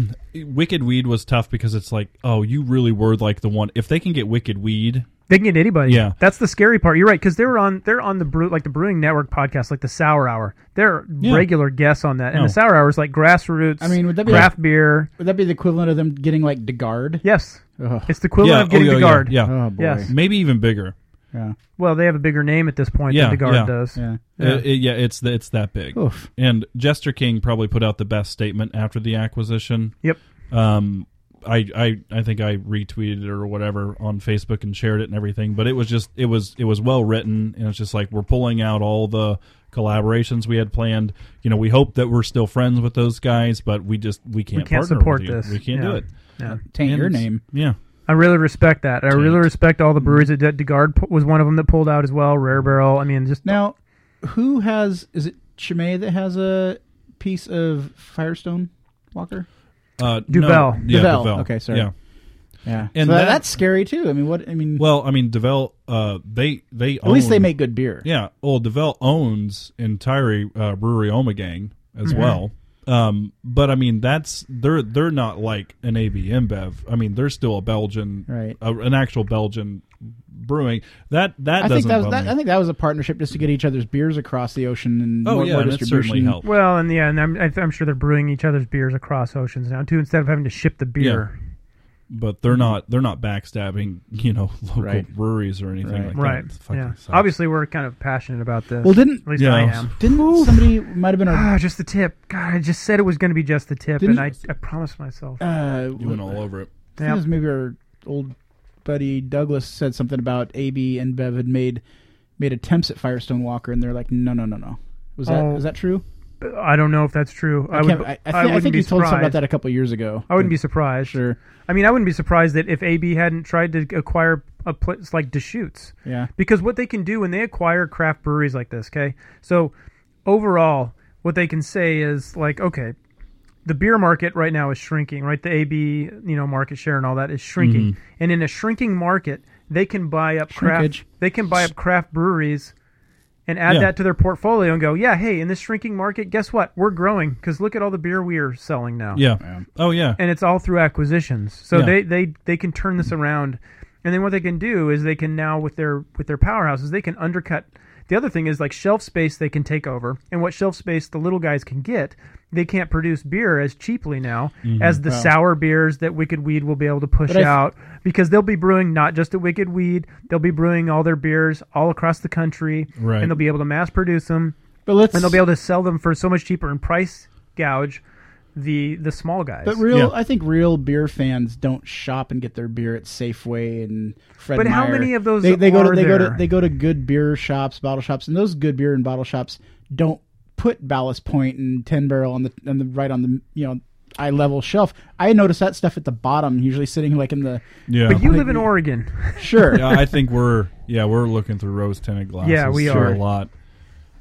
Speaker 6: wicked weed was tough because it's like oh you really were like the one if they can get wicked weed
Speaker 5: They can get anybody.
Speaker 6: Yeah.
Speaker 5: that's the scary part. You're right because they're on they're on the brew like the Brewing Network podcast, like the Sour Hour. They're
Speaker 6: Yeah. Oh.
Speaker 5: regular guests on that, and
Speaker 6: No.
Speaker 5: the Sour Hour is like grassroots.
Speaker 4: I mean, would that be-
Speaker 5: craft beer?
Speaker 4: Would that be the equivalent of them getting like DeGard?
Speaker 5: Yes,
Speaker 4: Ugh.
Speaker 5: it's the equivalent
Speaker 6: yeah
Speaker 5: of getting
Speaker 6: oh, yeah,
Speaker 5: the guard.
Speaker 6: yeah, yeah.
Speaker 4: Oh boy.
Speaker 5: Yes.
Speaker 6: maybe even bigger
Speaker 4: Yeah.
Speaker 5: Well, they have a bigger name at this point
Speaker 6: Yeah,
Speaker 5: than the guard
Speaker 6: yeah.
Speaker 5: does.
Speaker 4: Yeah.
Speaker 6: yeah, it, yeah it's th- it's that big
Speaker 4: Oof.
Speaker 6: And Jester King probably put out the best statement after the acquisition.
Speaker 5: Yep.
Speaker 6: Um, I, I I think I retweeted it or whatever on Facebook and shared it and everything. But it was just it was it was well written and it's just like we're pulling out all the collaborations we had planned. You know, we hope that we're still friends with those guys, but we just we can't,
Speaker 5: We can't
Speaker 6: partner
Speaker 5: support
Speaker 6: with you.
Speaker 5: this.
Speaker 6: We can't
Speaker 5: Yeah.
Speaker 6: do it.
Speaker 5: Yeah.
Speaker 4: Taint
Speaker 6: And
Speaker 4: your
Speaker 6: it's-
Speaker 4: name.
Speaker 6: Yeah.
Speaker 5: I really respect that. I really respect all the breweries that DeGard pu- was one of them that pulled out as well. Rare Barrel. I mean, just
Speaker 4: Now, who has? Is it Chimay that has a piece of Firestone Walker?
Speaker 6: Uh,
Speaker 5: Duvel.
Speaker 6: No, yeah,
Speaker 4: Duvel.
Speaker 6: Duvel.
Speaker 4: Okay, sorry.
Speaker 6: Yeah.
Speaker 4: Yeah.
Speaker 6: And
Speaker 4: so that,
Speaker 6: that-
Speaker 4: that's scary too. I mean, what? I mean,
Speaker 6: Well, I mean, Devel. Uh, they they
Speaker 4: at least they
Speaker 6: own-
Speaker 4: make good beer.
Speaker 6: Yeah. Well, Devel owns entire uh, brewery Omegang as
Speaker 4: Mm-hmm.
Speaker 6: well. Um, but I mean, that's they're they're not like an AB InBev. I mean, they're still a Belgian,
Speaker 4: Right.
Speaker 6: a- an actual Belgian brewing. That that
Speaker 4: I think
Speaker 6: doesn't.
Speaker 4: that was
Speaker 6: bum
Speaker 4: that,
Speaker 6: me.
Speaker 4: I think that was a partnership just to get each other's beers across the ocean and
Speaker 6: oh
Speaker 4: more,
Speaker 6: yeah,
Speaker 4: more
Speaker 6: and it certainly
Speaker 4: distribution.
Speaker 6: helped.
Speaker 5: well, and yeah, and I'm, I- I'm sure they're brewing each other's beers across oceans now too, instead of having to ship the beer.
Speaker 6: But they're not they're not backstabbing you know local
Speaker 4: Mm-hmm. Right.
Speaker 6: breweries or anything
Speaker 4: Right.
Speaker 6: like
Speaker 5: Right.
Speaker 6: that. It fucking
Speaker 5: Yeah.
Speaker 6: sucks.
Speaker 5: Obviously, we're kind of passionate about this.
Speaker 4: Well, didn't
Speaker 5: at least
Speaker 6: Yeah.
Speaker 5: I am.
Speaker 4: didn't somebody might have been a
Speaker 5: Ah, just the tip. God, I just said it was going to be just the tip,
Speaker 4: Didn't-
Speaker 5: and I, I promised myself.
Speaker 6: Ah.
Speaker 4: uh,
Speaker 6: you went all over it.
Speaker 4: I think it was maybe our old buddy Douglas said something about AB and Bev had made made attempts at Firestone Walker, and they're like, no, no, no, no. Was that
Speaker 5: Oh.
Speaker 4: was that true?
Speaker 5: I don't know if that's true. I,
Speaker 4: can't-
Speaker 5: would.
Speaker 4: I,
Speaker 5: I,
Speaker 4: I, think, I
Speaker 5: wouldn't
Speaker 4: think
Speaker 5: be
Speaker 4: you told us about
Speaker 5: surprised.
Speaker 4: that a couple years ago.
Speaker 5: I wouldn't be surprised.
Speaker 4: sure.
Speaker 5: I mean, I wouldn't be surprised that if AB hadn't tried to acquire a place like Deschutes.
Speaker 4: Yeah.
Speaker 5: Because what they can do when they acquire craft breweries like this, okay? So overall, what they can say is like, okay, the beer market right now is shrinking, right? The AB, you know, market share and all that is shrinking.
Speaker 4: Mm-hmm.
Speaker 5: And in a shrinking market, they can buy up
Speaker 4: Shrinkage.
Speaker 5: craft they can buy up craft breweries and add
Speaker 6: Yeah.
Speaker 5: that to their portfolio and go, yeah, hey, in this shrinking market, guess what? We're growing because look at all the beer we are selling now
Speaker 6: Yeah. Oh yeah.
Speaker 5: and it's all through acquisitions. So
Speaker 6: Yeah.
Speaker 5: they, they they can turn this around, and then what they can do is they can now with their with their powerhouses they can undercut. The other thing is like shelf space they can take over, and what shelf space the little guys can get, they can't produce beer as cheaply now as the sour beers that Wicked Weed will be able to push
Speaker 4: Mm-hmm. But I th-
Speaker 5: out because they'll be brewing not just at Wicked Weed, they'll be brewing all their beers all across the country,
Speaker 6: Right.
Speaker 5: and they'll be able to mass produce them,
Speaker 4: But let's
Speaker 5: and they'll be able to sell them for so much cheaper and price gouge the the small guys.
Speaker 4: But real,
Speaker 6: Yeah.
Speaker 4: I think real beer fans don't shop and get their beer at Safeway and Fred.
Speaker 5: But how
Speaker 4: Meyer.
Speaker 5: many of those
Speaker 4: They, they go
Speaker 5: are
Speaker 4: to they go
Speaker 5: there?
Speaker 4: to they go to good beer shops, bottle shops, and those good beer and bottle shops don't put Ballast Point and Ten Barrel on the on the right on the you know eye level shelf. I notice that stuff at the bottom, usually sitting like in the
Speaker 6: yeah.
Speaker 5: But you
Speaker 4: Like
Speaker 5: live in
Speaker 4: we-
Speaker 5: Oregon.
Speaker 4: sure.
Speaker 6: yeah, I think we're yeah we're looking through rose tinted glasses.
Speaker 5: Yeah, we
Speaker 6: to
Speaker 5: are.
Speaker 6: a lot.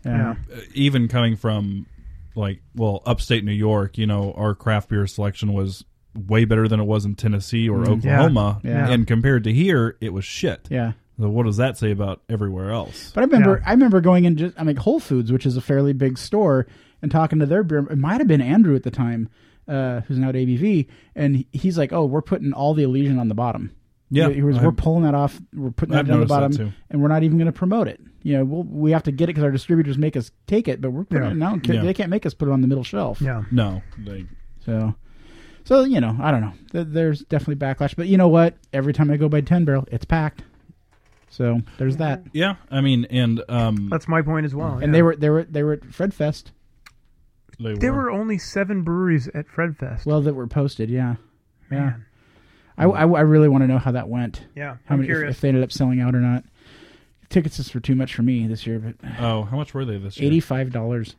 Speaker 4: Yeah.
Speaker 6: even coming from like well upstate new york you know our craft beer selection was way better than it was in tennessee or oklahoma
Speaker 4: Mm, Yeah.
Speaker 6: and compared to here it was shit
Speaker 4: Yeah.
Speaker 6: so what does that say about everywhere else
Speaker 4: But I remember,
Speaker 5: Yeah.
Speaker 4: I remember going in just, I mean, Whole Foods, which is a fairly big store, and talking to their beer. It might have been Andrew at the time, uh, who's now at ABV, and he- he's like, "Oh, we're putting all the Elysian on the bottom.
Speaker 6: Yeah,
Speaker 4: He was,
Speaker 6: I-
Speaker 4: we're pulling that off. We're putting that
Speaker 6: I've
Speaker 4: down the
Speaker 6: noticed that
Speaker 4: bottom,
Speaker 6: too.
Speaker 4: and we're not even going to promote it. You know, we'll, we have to get it because our distributors make us take it, but we're putting
Speaker 5: Yeah.
Speaker 4: it now.
Speaker 6: Yeah.
Speaker 4: They can't make us put it on the middle shelf.
Speaker 5: Yeah.
Speaker 6: no they,
Speaker 4: So, so you know, I don't know. Th- There's definitely backlash, but you know what? Every time I go by Ten Barrel, it's packed. So there's that.
Speaker 6: yeah i mean and um
Speaker 5: That's my point as well.
Speaker 4: And they were they were they were at Fred Fest.
Speaker 6: they
Speaker 5: there
Speaker 6: were
Speaker 5: were only seven breweries at Fredfest.
Speaker 4: Well, that were posted. Yeah, yeah.
Speaker 5: Man.
Speaker 4: I, I, I really want to know how that went.
Speaker 5: yeah,
Speaker 4: How
Speaker 5: I'm
Speaker 4: many if,
Speaker 5: curious.
Speaker 4: if they ended up selling out or not? Tickets just were too much for me this year, but
Speaker 6: oh how much were they this year
Speaker 4: eighty five dollars.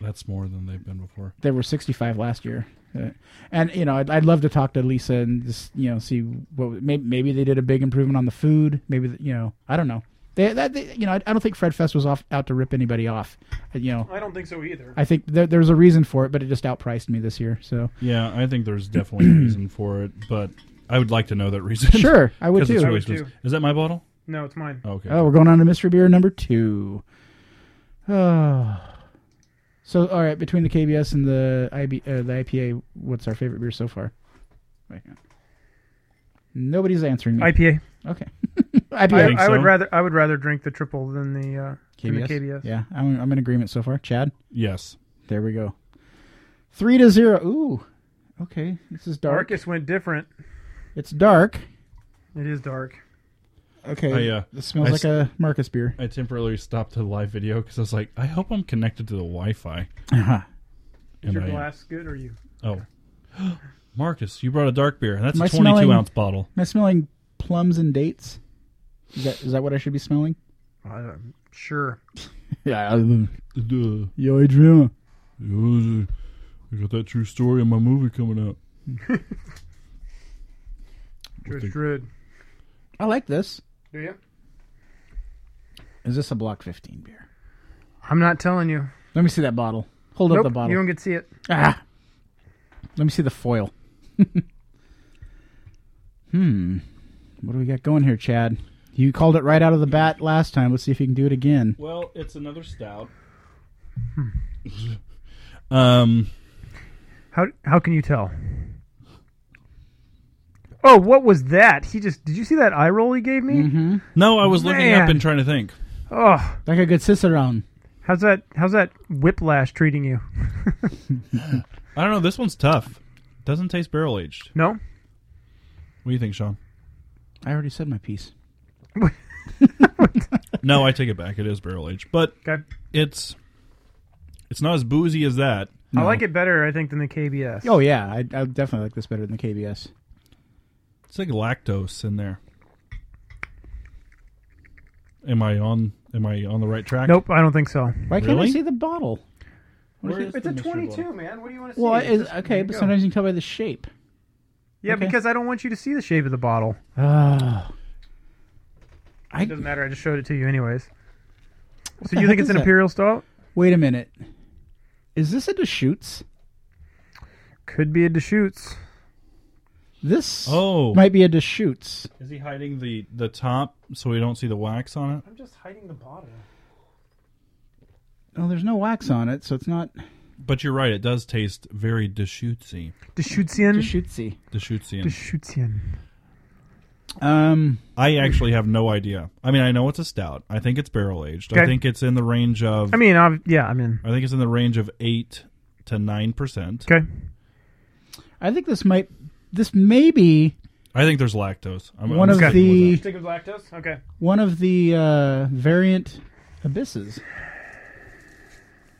Speaker 6: that's more than they've been before
Speaker 4: They were sixty five last year. Uh, And you know, I'd, I'd love to talk to Lisa and just you know see what maybe, maybe they did a big improvement on the food. Maybe the, you know I don't know. They, that, they, you know I, I don't think Fred Fest was off out to rip anybody off. Uh, You know
Speaker 5: I don't think so either.
Speaker 4: I think there, there's a reason for it, but it just outpriced me this year. So
Speaker 6: yeah i think there's definitely a reason for it but i would like to know that reason
Speaker 4: sure, I would
Speaker 6: 'Cause it's
Speaker 4: too.
Speaker 5: I
Speaker 6: really
Speaker 5: would too.
Speaker 6: is that my bottle
Speaker 5: no, it's mine.
Speaker 6: oh, okay
Speaker 4: Oh, we're going on to mystery beer number two. Oh. So, all right, between the KBS and the IB, uh, the IPA, what's our favorite beer so far? Wait, hang on. Nobody's answering me.
Speaker 5: IPA.
Speaker 4: okay.
Speaker 5: I,
Speaker 4: IPA.
Speaker 6: think
Speaker 5: I
Speaker 6: so.
Speaker 5: would rather I would rather drink the triple than the uh, than the KBS.
Speaker 4: Yeah, I'm, I'm in agreement so far. Chad,
Speaker 6: yes
Speaker 4: there we go. Three to zero. Ooh. Okay, this is dark.
Speaker 5: Marcus went different.
Speaker 4: It's dark.
Speaker 5: It is dark.
Speaker 4: Okay.
Speaker 6: I, uh,
Speaker 4: this smells
Speaker 6: I
Speaker 4: like
Speaker 6: s-
Speaker 4: a Marcus beer.
Speaker 6: I temporarily stopped the live video because I was like, I hope I'm connected to the Wi-Fi.
Speaker 4: Uh-huh.
Speaker 5: Is
Speaker 6: And
Speaker 5: your
Speaker 6: I-
Speaker 5: glass good or you?
Speaker 6: Oh, Marcus, you brought a dark beer, and that's
Speaker 4: Am I
Speaker 6: a 22
Speaker 4: smelling-
Speaker 6: ounce bottle.
Speaker 4: Am I smelling plums and dates? Is that is that what I should be smelling?
Speaker 5: Uh, sure.
Speaker 4: Yeah. Yo, Adrian.
Speaker 6: I got that true story in my movie coming out.
Speaker 5: Druid, Druid.
Speaker 4: I like this.
Speaker 5: Do you?
Speaker 4: Is this a Block 15 beer?
Speaker 5: I'm not telling you.
Speaker 4: Let me see that bottle. Hold up
Speaker 5: Nope,
Speaker 4: the bottle.
Speaker 5: you don't get to see it.
Speaker 4: Ah. Let me see the foil. hmm. What do we got going here, Chad? You called it right out of the bat last time. Let's see if you can do it again.
Speaker 6: Well, it's another stout. Hmm. um,
Speaker 5: How how can you tell? Oh, what was that? He just did you see that eye roll he gave me?
Speaker 4: Mm-hmm.
Speaker 6: no, I was looking up
Speaker 5: Man.
Speaker 6: and trying to think.
Speaker 5: Oh,
Speaker 4: Like a good cicerone.
Speaker 5: how's that? How's that whiplash treating you?
Speaker 6: I don't know. This one's tough. Doesn't taste barrel aged.
Speaker 5: No,
Speaker 6: What do you think, Sean?
Speaker 4: I already said my piece.
Speaker 6: No, I take it back. It is barrel aged, but
Speaker 5: okay.
Speaker 6: it's it's not as boozy as that.
Speaker 5: I like it better, I think, than the KBS.
Speaker 4: Oh yeah, I, I definitely like this better than the KBS.
Speaker 6: It's like lactose in there. Am I on? Am I on the right track?
Speaker 5: Nope, I don't think so.
Speaker 4: Why can't I
Speaker 6: Really?
Speaker 4: see the bottle? What is it?
Speaker 6: It's a
Speaker 5: man. What do you want to
Speaker 4: Well, it's, okay, but sometimes you can tell by the shape.
Speaker 5: yeah,
Speaker 4: okay.
Speaker 5: because I don't want you to see the shape of the bottle.
Speaker 4: Ah. I,
Speaker 5: It doesn't matter. I just showed it to you, anyways.
Speaker 4: What
Speaker 5: So
Speaker 4: the
Speaker 5: you
Speaker 4: heck
Speaker 5: think it's
Speaker 4: is
Speaker 5: an
Speaker 4: that?
Speaker 5: imperial stout?
Speaker 4: Wait a minute. Is this a Deschutes?
Speaker 5: Could be a Deschutes.
Speaker 4: This
Speaker 6: Oh.
Speaker 4: might be a Deschutes.
Speaker 6: Is he hiding the the top so we don't see the wax on it?
Speaker 5: I'm just hiding the bottle.
Speaker 4: Oh, there's no wax on it, so it's not
Speaker 6: But you're right. It does taste very Deschutesy.
Speaker 5: Deschutesian.
Speaker 4: Deschutesy.
Speaker 6: Deschutesian.
Speaker 5: Deschutesian.
Speaker 4: Um,
Speaker 6: I actually have no idea. I mean, I know it's a stout. I think it's barrel aged. I
Speaker 5: Okay.
Speaker 6: think it's in the range of.
Speaker 5: I mean, i yeah, I mean,
Speaker 6: I think it's in the range of eight to nine percent.
Speaker 5: okay.
Speaker 4: I think this might, this may be
Speaker 6: I think there's lactose. I'm,
Speaker 4: one of
Speaker 6: sticking
Speaker 4: the
Speaker 6: with
Speaker 5: Stick of lactose. Okay.
Speaker 4: one of the uh, variant abysses.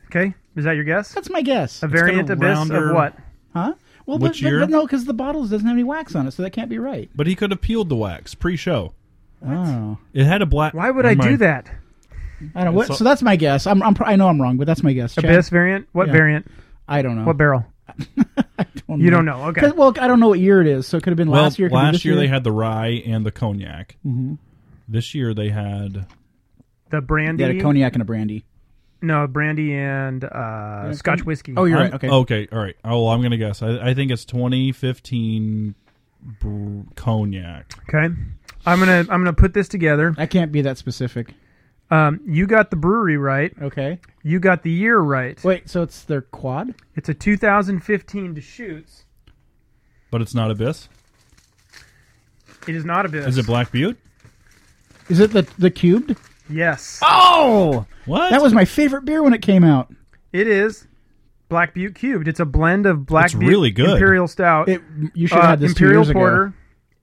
Speaker 5: Okay. Is that your guess?
Speaker 4: That's my guess,
Speaker 5: A variant
Speaker 6: got a
Speaker 5: abyss
Speaker 6: rounder-
Speaker 5: of what?
Speaker 4: huh? Well, but,
Speaker 6: Which
Speaker 4: but-
Speaker 6: year?
Speaker 4: but no, because the bottles doesn't have any wax on it, so that can't be right.
Speaker 6: that. But he could have peeled the wax pre-show.
Speaker 4: Oh,
Speaker 6: It had a black.
Speaker 5: Why would I
Speaker 6: Never
Speaker 5: do
Speaker 6: mind.
Speaker 5: that?
Speaker 4: I don't. What,
Speaker 6: It's a-
Speaker 4: so that's my guess. I'm, I'm. pr- I know I'm wrong, but that's my guess. Chad?
Speaker 5: Abyss variant? What
Speaker 4: Yeah.
Speaker 5: variant?
Speaker 4: I don't know.
Speaker 5: What barrel?
Speaker 4: don't
Speaker 5: You don't know. Okay.
Speaker 4: Mm-hmm. 'Cause- Well, I don't know what year it is, so it could have been
Speaker 6: Well,
Speaker 4: last year. it could be this
Speaker 6: last year,
Speaker 4: year
Speaker 6: they had the rye and the cognac. This year they had
Speaker 5: The brandy.
Speaker 4: They had a cognac and a brandy.
Speaker 5: No, brandy and uh, Scotch whiskey.
Speaker 4: Oh, you're right.
Speaker 6: I'm-
Speaker 4: Okay.
Speaker 6: Okay. All right. Oh, well, I'm gonna guess. I, I think it's 2015 br- cognac.
Speaker 5: okay. I'm gonna I'm gonna put this together.
Speaker 4: I can't be that specific.
Speaker 5: Um, you got the brewery right.
Speaker 4: Okay.
Speaker 5: You got the year right.
Speaker 4: Wait, so it's their quad?
Speaker 5: It's a 2015 Deschutes.
Speaker 6: But it's not Abyss.
Speaker 5: It is not a bit.
Speaker 6: Is it Black Butte?
Speaker 4: Is it the the cubed?
Speaker 5: Yes,
Speaker 4: Oh,
Speaker 6: What?
Speaker 4: that was my favorite beer when it came out.
Speaker 5: it is. Black Butte cubed. It's a blend of Black
Speaker 6: It's
Speaker 5: Butte
Speaker 6: really good.
Speaker 5: Imperial Stout,
Speaker 4: It you should
Speaker 5: uh,
Speaker 4: have had this
Speaker 5: Imperial
Speaker 4: two years
Speaker 5: Porter,
Speaker 4: ago.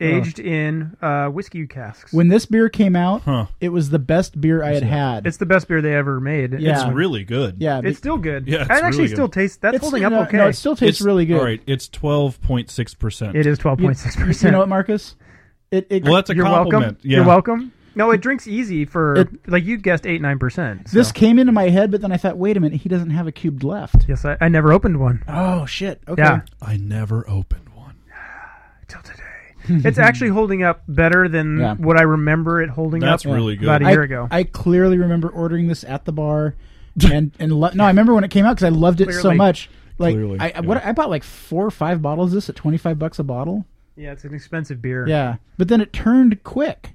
Speaker 4: Uh.
Speaker 5: aged in uh, whiskey casks.
Speaker 4: When this beer came out,
Speaker 6: Huh.
Speaker 4: it was the best beer I had had.
Speaker 5: it's the best beer they ever made.
Speaker 4: Yeah.
Speaker 6: It's really good.
Speaker 4: yeah,
Speaker 5: it's, it's still good.
Speaker 6: Yeah,
Speaker 5: it
Speaker 6: it's
Speaker 5: actually
Speaker 6: really good.
Speaker 5: still tastes. That's
Speaker 4: it's-
Speaker 5: holding up
Speaker 4: no,
Speaker 5: okay.
Speaker 4: No, it still tastes really good.
Speaker 6: All right. It's 12.6 percent.
Speaker 5: it is twelve
Speaker 4: You-
Speaker 5: point six
Speaker 4: You know what,
Speaker 5: percent.
Speaker 4: Marcus? It, it,
Speaker 6: Well, that's a
Speaker 5: You're
Speaker 6: compliment.
Speaker 5: welcome.
Speaker 6: Yeah.
Speaker 5: You're welcome. No, it drinks easy for
Speaker 4: It-
Speaker 5: like you guessed eight nine percent.
Speaker 4: this came into my head, but then I thought, wait a minute, he doesn't have a cubed left.
Speaker 5: Yes, I, I never opened one.
Speaker 4: Oh shit! Okay.
Speaker 5: Yeah,
Speaker 6: I never opened one.
Speaker 5: till today. it's actually holding up better than
Speaker 4: Yeah.
Speaker 5: what I remember it holding
Speaker 6: That's
Speaker 5: up
Speaker 6: really good.
Speaker 5: about a
Speaker 4: I,
Speaker 5: year ago.
Speaker 4: I clearly remember ordering this at the bar, and and lo- no, I remember when it came out because I loved it so
Speaker 5: Clearly.
Speaker 4: much. Like
Speaker 6: Clearly,
Speaker 4: I
Speaker 6: yeah.
Speaker 4: what I bought like four or five bottles of this at twenty five bucks a bottle.
Speaker 5: yeah, it's an expensive beer.
Speaker 4: Yeah, but then it turned quick.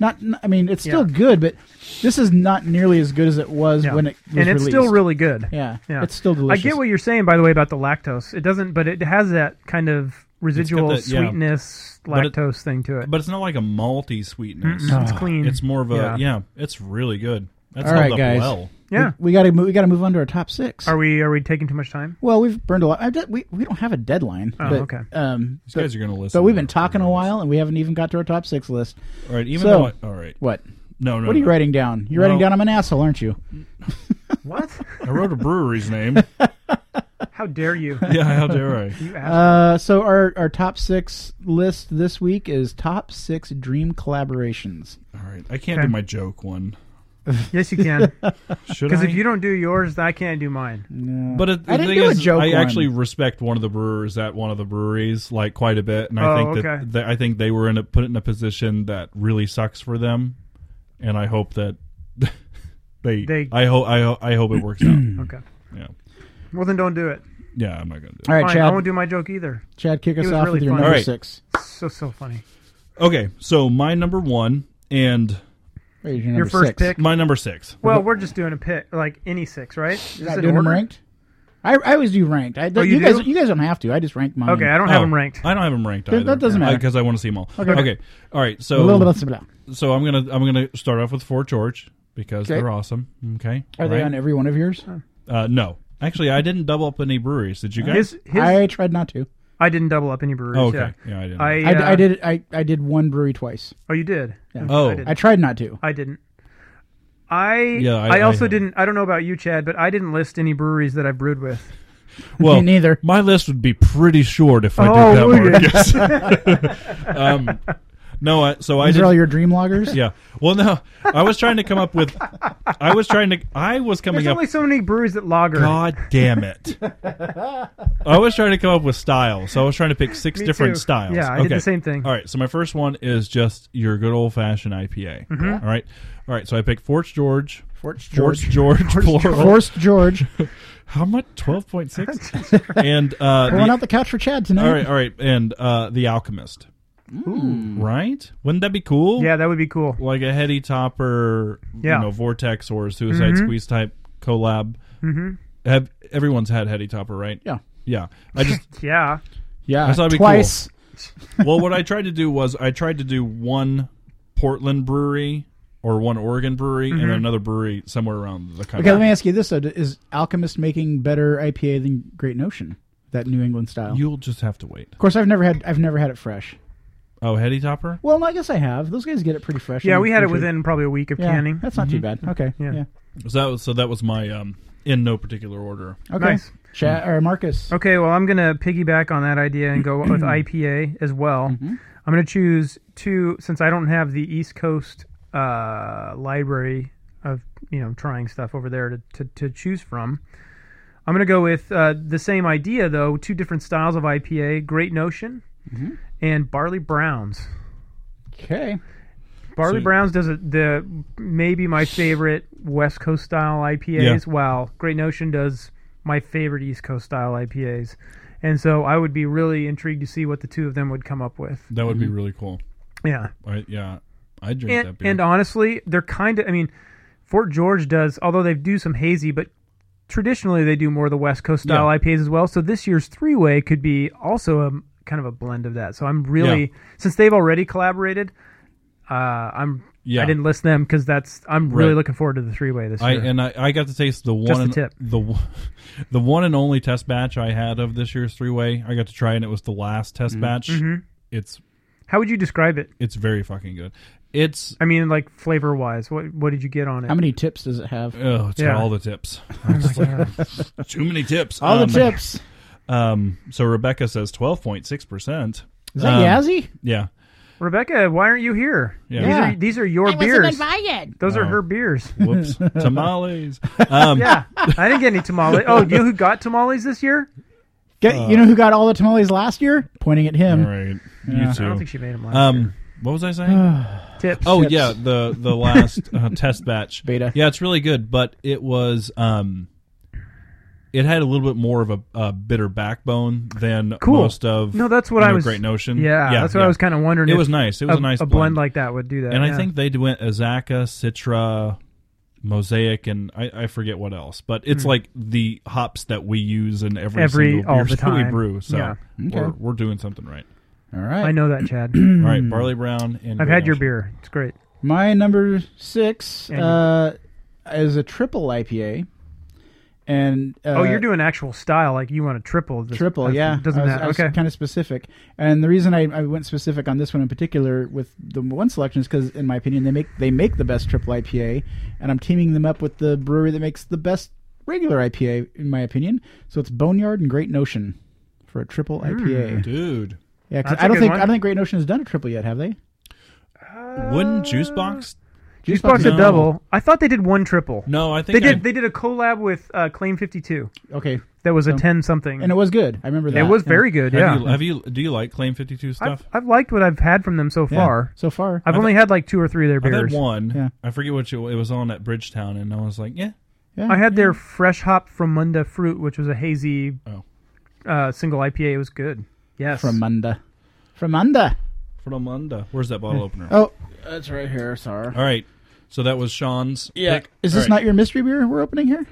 Speaker 4: Not, n- I mean, it's still
Speaker 5: Yeah.
Speaker 4: good, but this is not nearly as good as it was
Speaker 5: Yeah.
Speaker 4: when it was
Speaker 5: and it's still
Speaker 4: released.
Speaker 5: really good.
Speaker 4: yeah,
Speaker 5: Yeah.
Speaker 4: it's still
Speaker 5: I
Speaker 4: delicious.
Speaker 5: get what you're saying, by the way, about the lactose. It doesn't, but it has that kind of residual
Speaker 6: that- yeah.
Speaker 5: sweetness,
Speaker 6: But it-
Speaker 5: lactose thing to it.
Speaker 6: But it's not like a malty sweetness. Ah,
Speaker 5: Mm-mm, it's clean.
Speaker 6: It's more of a
Speaker 5: Yeah.
Speaker 6: yeah. It's really good. That's
Speaker 4: All
Speaker 6: held
Speaker 4: right,
Speaker 6: up
Speaker 4: guys.
Speaker 6: well.
Speaker 5: yeah,
Speaker 4: we got to we got to move on to our top six.
Speaker 5: are we are we taking too much time?
Speaker 4: well, we've burned a lot. I did, we we don't have a deadline.
Speaker 5: Oh,
Speaker 4: but,
Speaker 5: okay.
Speaker 4: Um,
Speaker 6: These
Speaker 4: but,
Speaker 6: guys are gonna listen.
Speaker 4: but we've
Speaker 6: to
Speaker 4: been
Speaker 6: this.
Speaker 4: talking a while, and we haven't even got to our top six list.
Speaker 6: All right. Even
Speaker 4: So-
Speaker 6: though. I, all right.
Speaker 4: What?
Speaker 6: No. No.
Speaker 4: What are you
Speaker 6: no.
Speaker 4: writing down? You're
Speaker 6: No.
Speaker 4: writing down I'm an asshole, aren't you?
Speaker 5: What?
Speaker 6: I wrote a brewery's name.
Speaker 5: How dare you?
Speaker 6: yeah. How dare I?
Speaker 5: You asked.
Speaker 4: Uh, so our our top six list this week is top six dream collaborations.
Speaker 6: All right. I can't
Speaker 5: Okay.
Speaker 6: do my joke one.
Speaker 5: yes, you can.
Speaker 6: Should
Speaker 5: Because
Speaker 6: I?
Speaker 5: if you don't do yours, I can't do mine.
Speaker 6: But it, the
Speaker 4: I didn't
Speaker 6: thing
Speaker 4: do a
Speaker 6: is,
Speaker 4: joke
Speaker 6: I
Speaker 4: one.
Speaker 6: actually respect one of the brewers at one of the breweries like quite a bit, and I
Speaker 5: Oh,
Speaker 6: think that
Speaker 5: okay.
Speaker 6: that- I think they were in a put in a position that really sucks for them, and I hope that they,
Speaker 5: They-
Speaker 6: I hope I, ho- I hope it works out.
Speaker 5: Okay.
Speaker 6: Yeah,
Speaker 5: Well, then don't do it.
Speaker 6: yeah, I'm not gonna do.
Speaker 4: All right,
Speaker 5: Fine, I
Speaker 4: Chad.
Speaker 5: won't do my joke either.
Speaker 4: Chad, kick us
Speaker 5: was
Speaker 4: off
Speaker 5: really
Speaker 4: with your
Speaker 5: fun.
Speaker 4: number
Speaker 6: All right.
Speaker 4: six.
Speaker 5: So so funny.
Speaker 6: It. Okay, so my number one and
Speaker 4: Wait, your
Speaker 5: Your
Speaker 4: number
Speaker 5: first
Speaker 4: six.
Speaker 5: pick.
Speaker 6: my number six.
Speaker 5: Well, we're just doing a pick, like any six, right? Is
Speaker 4: You're not
Speaker 5: it
Speaker 4: doing them
Speaker 5: order?
Speaker 4: ranked. I, I always do ranked. I,
Speaker 5: Oh, you
Speaker 4: guys,
Speaker 5: do?
Speaker 4: you guys don't have to. I just rank mine.
Speaker 5: Okay, I don't have
Speaker 6: Oh,
Speaker 5: them ranked.
Speaker 6: I don't have them ranked.
Speaker 4: Th- that doesn't matter.
Speaker 6: because I want to see them all. Okay. all right. So
Speaker 4: A little bit of blah.
Speaker 6: so I'm gonna I'm gonna start off with Fort George because
Speaker 4: Okay.
Speaker 6: they're awesome. Okay,
Speaker 4: Are they
Speaker 6: right?
Speaker 4: on every one of yours?
Speaker 6: Uh, no, actually, I didn't double up any breweries. Did you guys?
Speaker 5: His, his, I,
Speaker 4: I tried not to.
Speaker 5: didn't double up any breweries.
Speaker 6: oh, okay.
Speaker 5: Yeah.
Speaker 6: Yeah, I didn't.
Speaker 5: I,
Speaker 4: I, d-
Speaker 5: uh,
Speaker 4: I did. I, I did one brewery twice.
Speaker 5: Oh, you did.
Speaker 6: Oh.
Speaker 5: I didn't.
Speaker 4: I tried not to.
Speaker 5: I didn't. I,
Speaker 6: Yeah, I-
Speaker 5: I,
Speaker 6: I
Speaker 5: also
Speaker 6: haven't.
Speaker 5: didn't. I don't know about you, Chad, but I didn't list any breweries that I brewed with.
Speaker 6: well,
Speaker 4: Me neither.
Speaker 6: My list would be pretty short if I
Speaker 5: Oh,
Speaker 6: did that
Speaker 5: would
Speaker 6: one. Yes. um, no, I, so I
Speaker 4: These are all
Speaker 6: did.
Speaker 4: your dream loggers.
Speaker 6: Yeah. Well, no, I was trying to come up with. I was trying to. I was coming
Speaker 5: There's
Speaker 6: up.
Speaker 5: only so many breweries that lager.
Speaker 6: God damn it! I was trying to come up with styles, so I was trying to pick six
Speaker 5: Me
Speaker 6: different
Speaker 5: too.
Speaker 6: styles.
Speaker 5: Yeah, I did the same thing.
Speaker 6: All right, so my first one is just your good old fashioned IPA.
Speaker 5: Mm-hmm.
Speaker 6: All right, all right. So I picked Fort George,
Speaker 4: Fort
Speaker 6: Fort
Speaker 4: George.
Speaker 6: George, plural.
Speaker 4: Forced George.
Speaker 6: How much? Twelve point six. And uh,
Speaker 4: Pulling
Speaker 6: the-
Speaker 4: out the couch for Chad tonight.
Speaker 6: all right, all right, and uh, the Alchemist. Right? Wouldn't that be cool?
Speaker 5: Yeah, that would be cool.
Speaker 6: like a heady topper,
Speaker 5: Yeah.
Speaker 6: you know, vortex or suicide
Speaker 4: Mm-hmm.
Speaker 6: squeeze type collab. Mm-hmm. Have everyone's had heady topper, right?
Speaker 4: Yeah.
Speaker 6: yeah. I just
Speaker 5: Yeah.
Speaker 4: Yeah.
Speaker 6: I thought it'd be
Speaker 4: twice.
Speaker 6: well, what I tried to do was I tried to do one Portland brewery or one Oregon brewery and another brewery somewhere around the country.
Speaker 4: Mm-hmm. Okay, let me ask you this though: Is Alchemist making better IPA than Great Notion, that New England style?
Speaker 6: You'll just have to wait.
Speaker 4: of course, I've never had. I've never had it fresh.
Speaker 6: Oh, heady topper.
Speaker 4: Well, no, I guess I have. Those guys get it pretty fresh.
Speaker 5: Yeah,
Speaker 4: in
Speaker 5: we had it
Speaker 4: country.
Speaker 5: within probably a week of
Speaker 4: Yeah,
Speaker 5: canning. Mm-hmm.
Speaker 4: That's not too bad. Okay.
Speaker 5: Yeah.
Speaker 4: Yeah.
Speaker 6: So that was, so that was my um, in no particular order.
Speaker 4: Okay.
Speaker 5: Nice. Mm. Oh.
Speaker 4: Sha- or Marcus.
Speaker 5: Okay, well, I'm going to piggyback on that idea and go with IPA as well. I'm going to choose two since I don't have the East Coast uh, library of you know trying stuff over there to to, to choose from. I'm going to go with uh, the same idea though, two different styles of IPA: Great Notion and Barley Browns.
Speaker 4: Okay.
Speaker 5: Barley
Speaker 6: So-
Speaker 5: Browns does it. The maybe my favorite West Coast style IPAs. Wow, Great Notion does my favorite East Coast style IPAs, and so I would be really intrigued to see what the two of them would come up with.
Speaker 6: That would be really cool.
Speaker 5: Yeah,
Speaker 6: I, yeah, I drink
Speaker 5: Mm-hmm. and,
Speaker 6: that beer.
Speaker 5: and honestly, they're kind of. I mean, Fort George does, although they do some hazy, but traditionally they do more of the West Coast style
Speaker 6: Yeah.
Speaker 5: IPAs as well. So this year's three way could be also a kind of a blend of that. So I'm really
Speaker 6: Yeah.
Speaker 5: since they've already collaborated, uh, I'm
Speaker 6: yeah,
Speaker 5: I didn't list them because that's I'm really
Speaker 6: Right.
Speaker 5: looking forward to the three way this
Speaker 6: I
Speaker 5: year.
Speaker 6: and I, I got to taste the one
Speaker 5: the
Speaker 6: and-
Speaker 5: tip.
Speaker 6: the w- the one and only test batch I had of this year's three way. I got to try and it was the last test
Speaker 5: Mm-hmm.
Speaker 6: batch. It's
Speaker 5: How would you describe it?
Speaker 6: it's very fucking good. It's
Speaker 5: I mean, like flavor wise, what what did you get on it?
Speaker 4: How many tips does it have?
Speaker 6: oh, it's
Speaker 5: Yeah.
Speaker 6: got all the tips. Too many tips.
Speaker 4: All
Speaker 6: Um,
Speaker 4: the tips.
Speaker 6: Um, so Rebecca says twelve point six percent.
Speaker 4: Is
Speaker 5: um,
Speaker 4: that Yazzie?
Speaker 6: Yeah,
Speaker 5: Rebecca, why aren't you here?
Speaker 6: Yeah.
Speaker 5: These
Speaker 4: Yeah.
Speaker 5: are these are your beers. Those are
Speaker 6: Oh.
Speaker 5: her beers.
Speaker 6: Whoops. Tamales. Um,
Speaker 5: Yeah, I didn't get any tamales. Oh, you know who got tamales this year?
Speaker 4: Get, you
Speaker 5: uh,
Speaker 4: know who got all the tamales last year? Pointing at
Speaker 6: All
Speaker 4: him.
Speaker 6: right.
Speaker 4: Yeah.
Speaker 6: You
Speaker 5: I don't
Speaker 6: too.
Speaker 5: think she made them last year.
Speaker 6: Um, what was I saying?
Speaker 5: Tips.
Speaker 6: oh
Speaker 4: tips.
Speaker 6: yeah, the the last uh, test batch
Speaker 4: Beta.
Speaker 6: Yeah, it's really good, but it was um, it had a little bit more of a, a bitter backbone than
Speaker 5: Cool.
Speaker 6: most of.
Speaker 5: No, that's what
Speaker 6: you
Speaker 5: I
Speaker 6: know,
Speaker 5: was-
Speaker 6: Great notion.
Speaker 5: yeah, that's what I was kind of wondering.
Speaker 6: It
Speaker 5: if
Speaker 6: was nice. It was
Speaker 5: a,
Speaker 6: a nice
Speaker 5: a blend.
Speaker 6: blend.
Speaker 5: like that would do that.
Speaker 6: And
Speaker 5: yeah.
Speaker 6: I think they went Azaka, Citra, Mosaic, and I, I forget what else. But it's like the hops that we use in every,
Speaker 5: Hmm. Every-
Speaker 6: single
Speaker 5: all
Speaker 6: beer
Speaker 5: the
Speaker 6: that we
Speaker 5: time.
Speaker 6: brew. So
Speaker 5: Yeah.
Speaker 6: we're, we're doing something right.
Speaker 4: All right.
Speaker 5: I know that, Chad.
Speaker 6: All right, barley brown and
Speaker 5: Hmm. I've
Speaker 6: Great
Speaker 5: had your
Speaker 6: Notion.
Speaker 5: beer. It's great.
Speaker 4: My number six
Speaker 5: And-
Speaker 4: uh, is a triple IPA, and uh,
Speaker 5: oh, you're doing actual style. Like you want a triple. This,
Speaker 4: triple,
Speaker 5: that's-
Speaker 4: yeah.
Speaker 5: Doesn't
Speaker 4: I was,
Speaker 5: that? okay.
Speaker 4: kind of specific, and the reason I, I went specific on this one in particular with the one selection is because, in my opinion, they make they make the best triple IPA, and I'm teaming them up with the brewery that makes the best regular IPA, in my opinion. So it's Boneyard and Great Notion for a triple IPA.
Speaker 6: Dude,
Speaker 4: Yeah, 'cause
Speaker 5: Hmm. That's a
Speaker 4: I don't
Speaker 5: good
Speaker 4: think
Speaker 5: one.
Speaker 4: I don't think Great Notion has done a triple yet, have they?
Speaker 6: wouldn't Juice Box?
Speaker 5: Juice Box
Speaker 6: No.
Speaker 5: a double. I thought they did one triple.
Speaker 6: No, I
Speaker 5: They
Speaker 6: think I-
Speaker 5: did. They did a collab with uh, Claim Fifty Two.
Speaker 4: Okay,
Speaker 5: That
Speaker 6: Oh.
Speaker 5: was a ten something.
Speaker 4: and it was good. I remember that.
Speaker 5: It was
Speaker 4: Yeah.
Speaker 5: very good.
Speaker 6: have
Speaker 5: Yeah.
Speaker 6: You, have you? Do you like Claim Fifty Two stuff?
Speaker 5: I've, I've liked what I've had from them so
Speaker 4: Yeah,
Speaker 5: far.
Speaker 4: so far.
Speaker 5: I've, only had like two or three of their
Speaker 6: I've had
Speaker 5: beers.
Speaker 6: one.
Speaker 4: Yeah.
Speaker 6: I forget what you, it was on at Bridgetown, and I was like, yeah.
Speaker 4: Yeah.
Speaker 5: I had their fresh hop from Munda Fruit, which was a hazy
Speaker 6: Mm-hmm. Oh.
Speaker 5: uh, single IPA. It was good. Yes.
Speaker 4: From Munda. From Munda.
Speaker 6: From Amanda. Where's that bottle opener?
Speaker 4: Oh, that's right here. Sorry.
Speaker 6: All right. So that was Sean's.
Speaker 4: Yeah.
Speaker 6: pick.
Speaker 4: Is
Speaker 6: All
Speaker 4: this
Speaker 6: right.
Speaker 4: not your mystery beer we're opening here?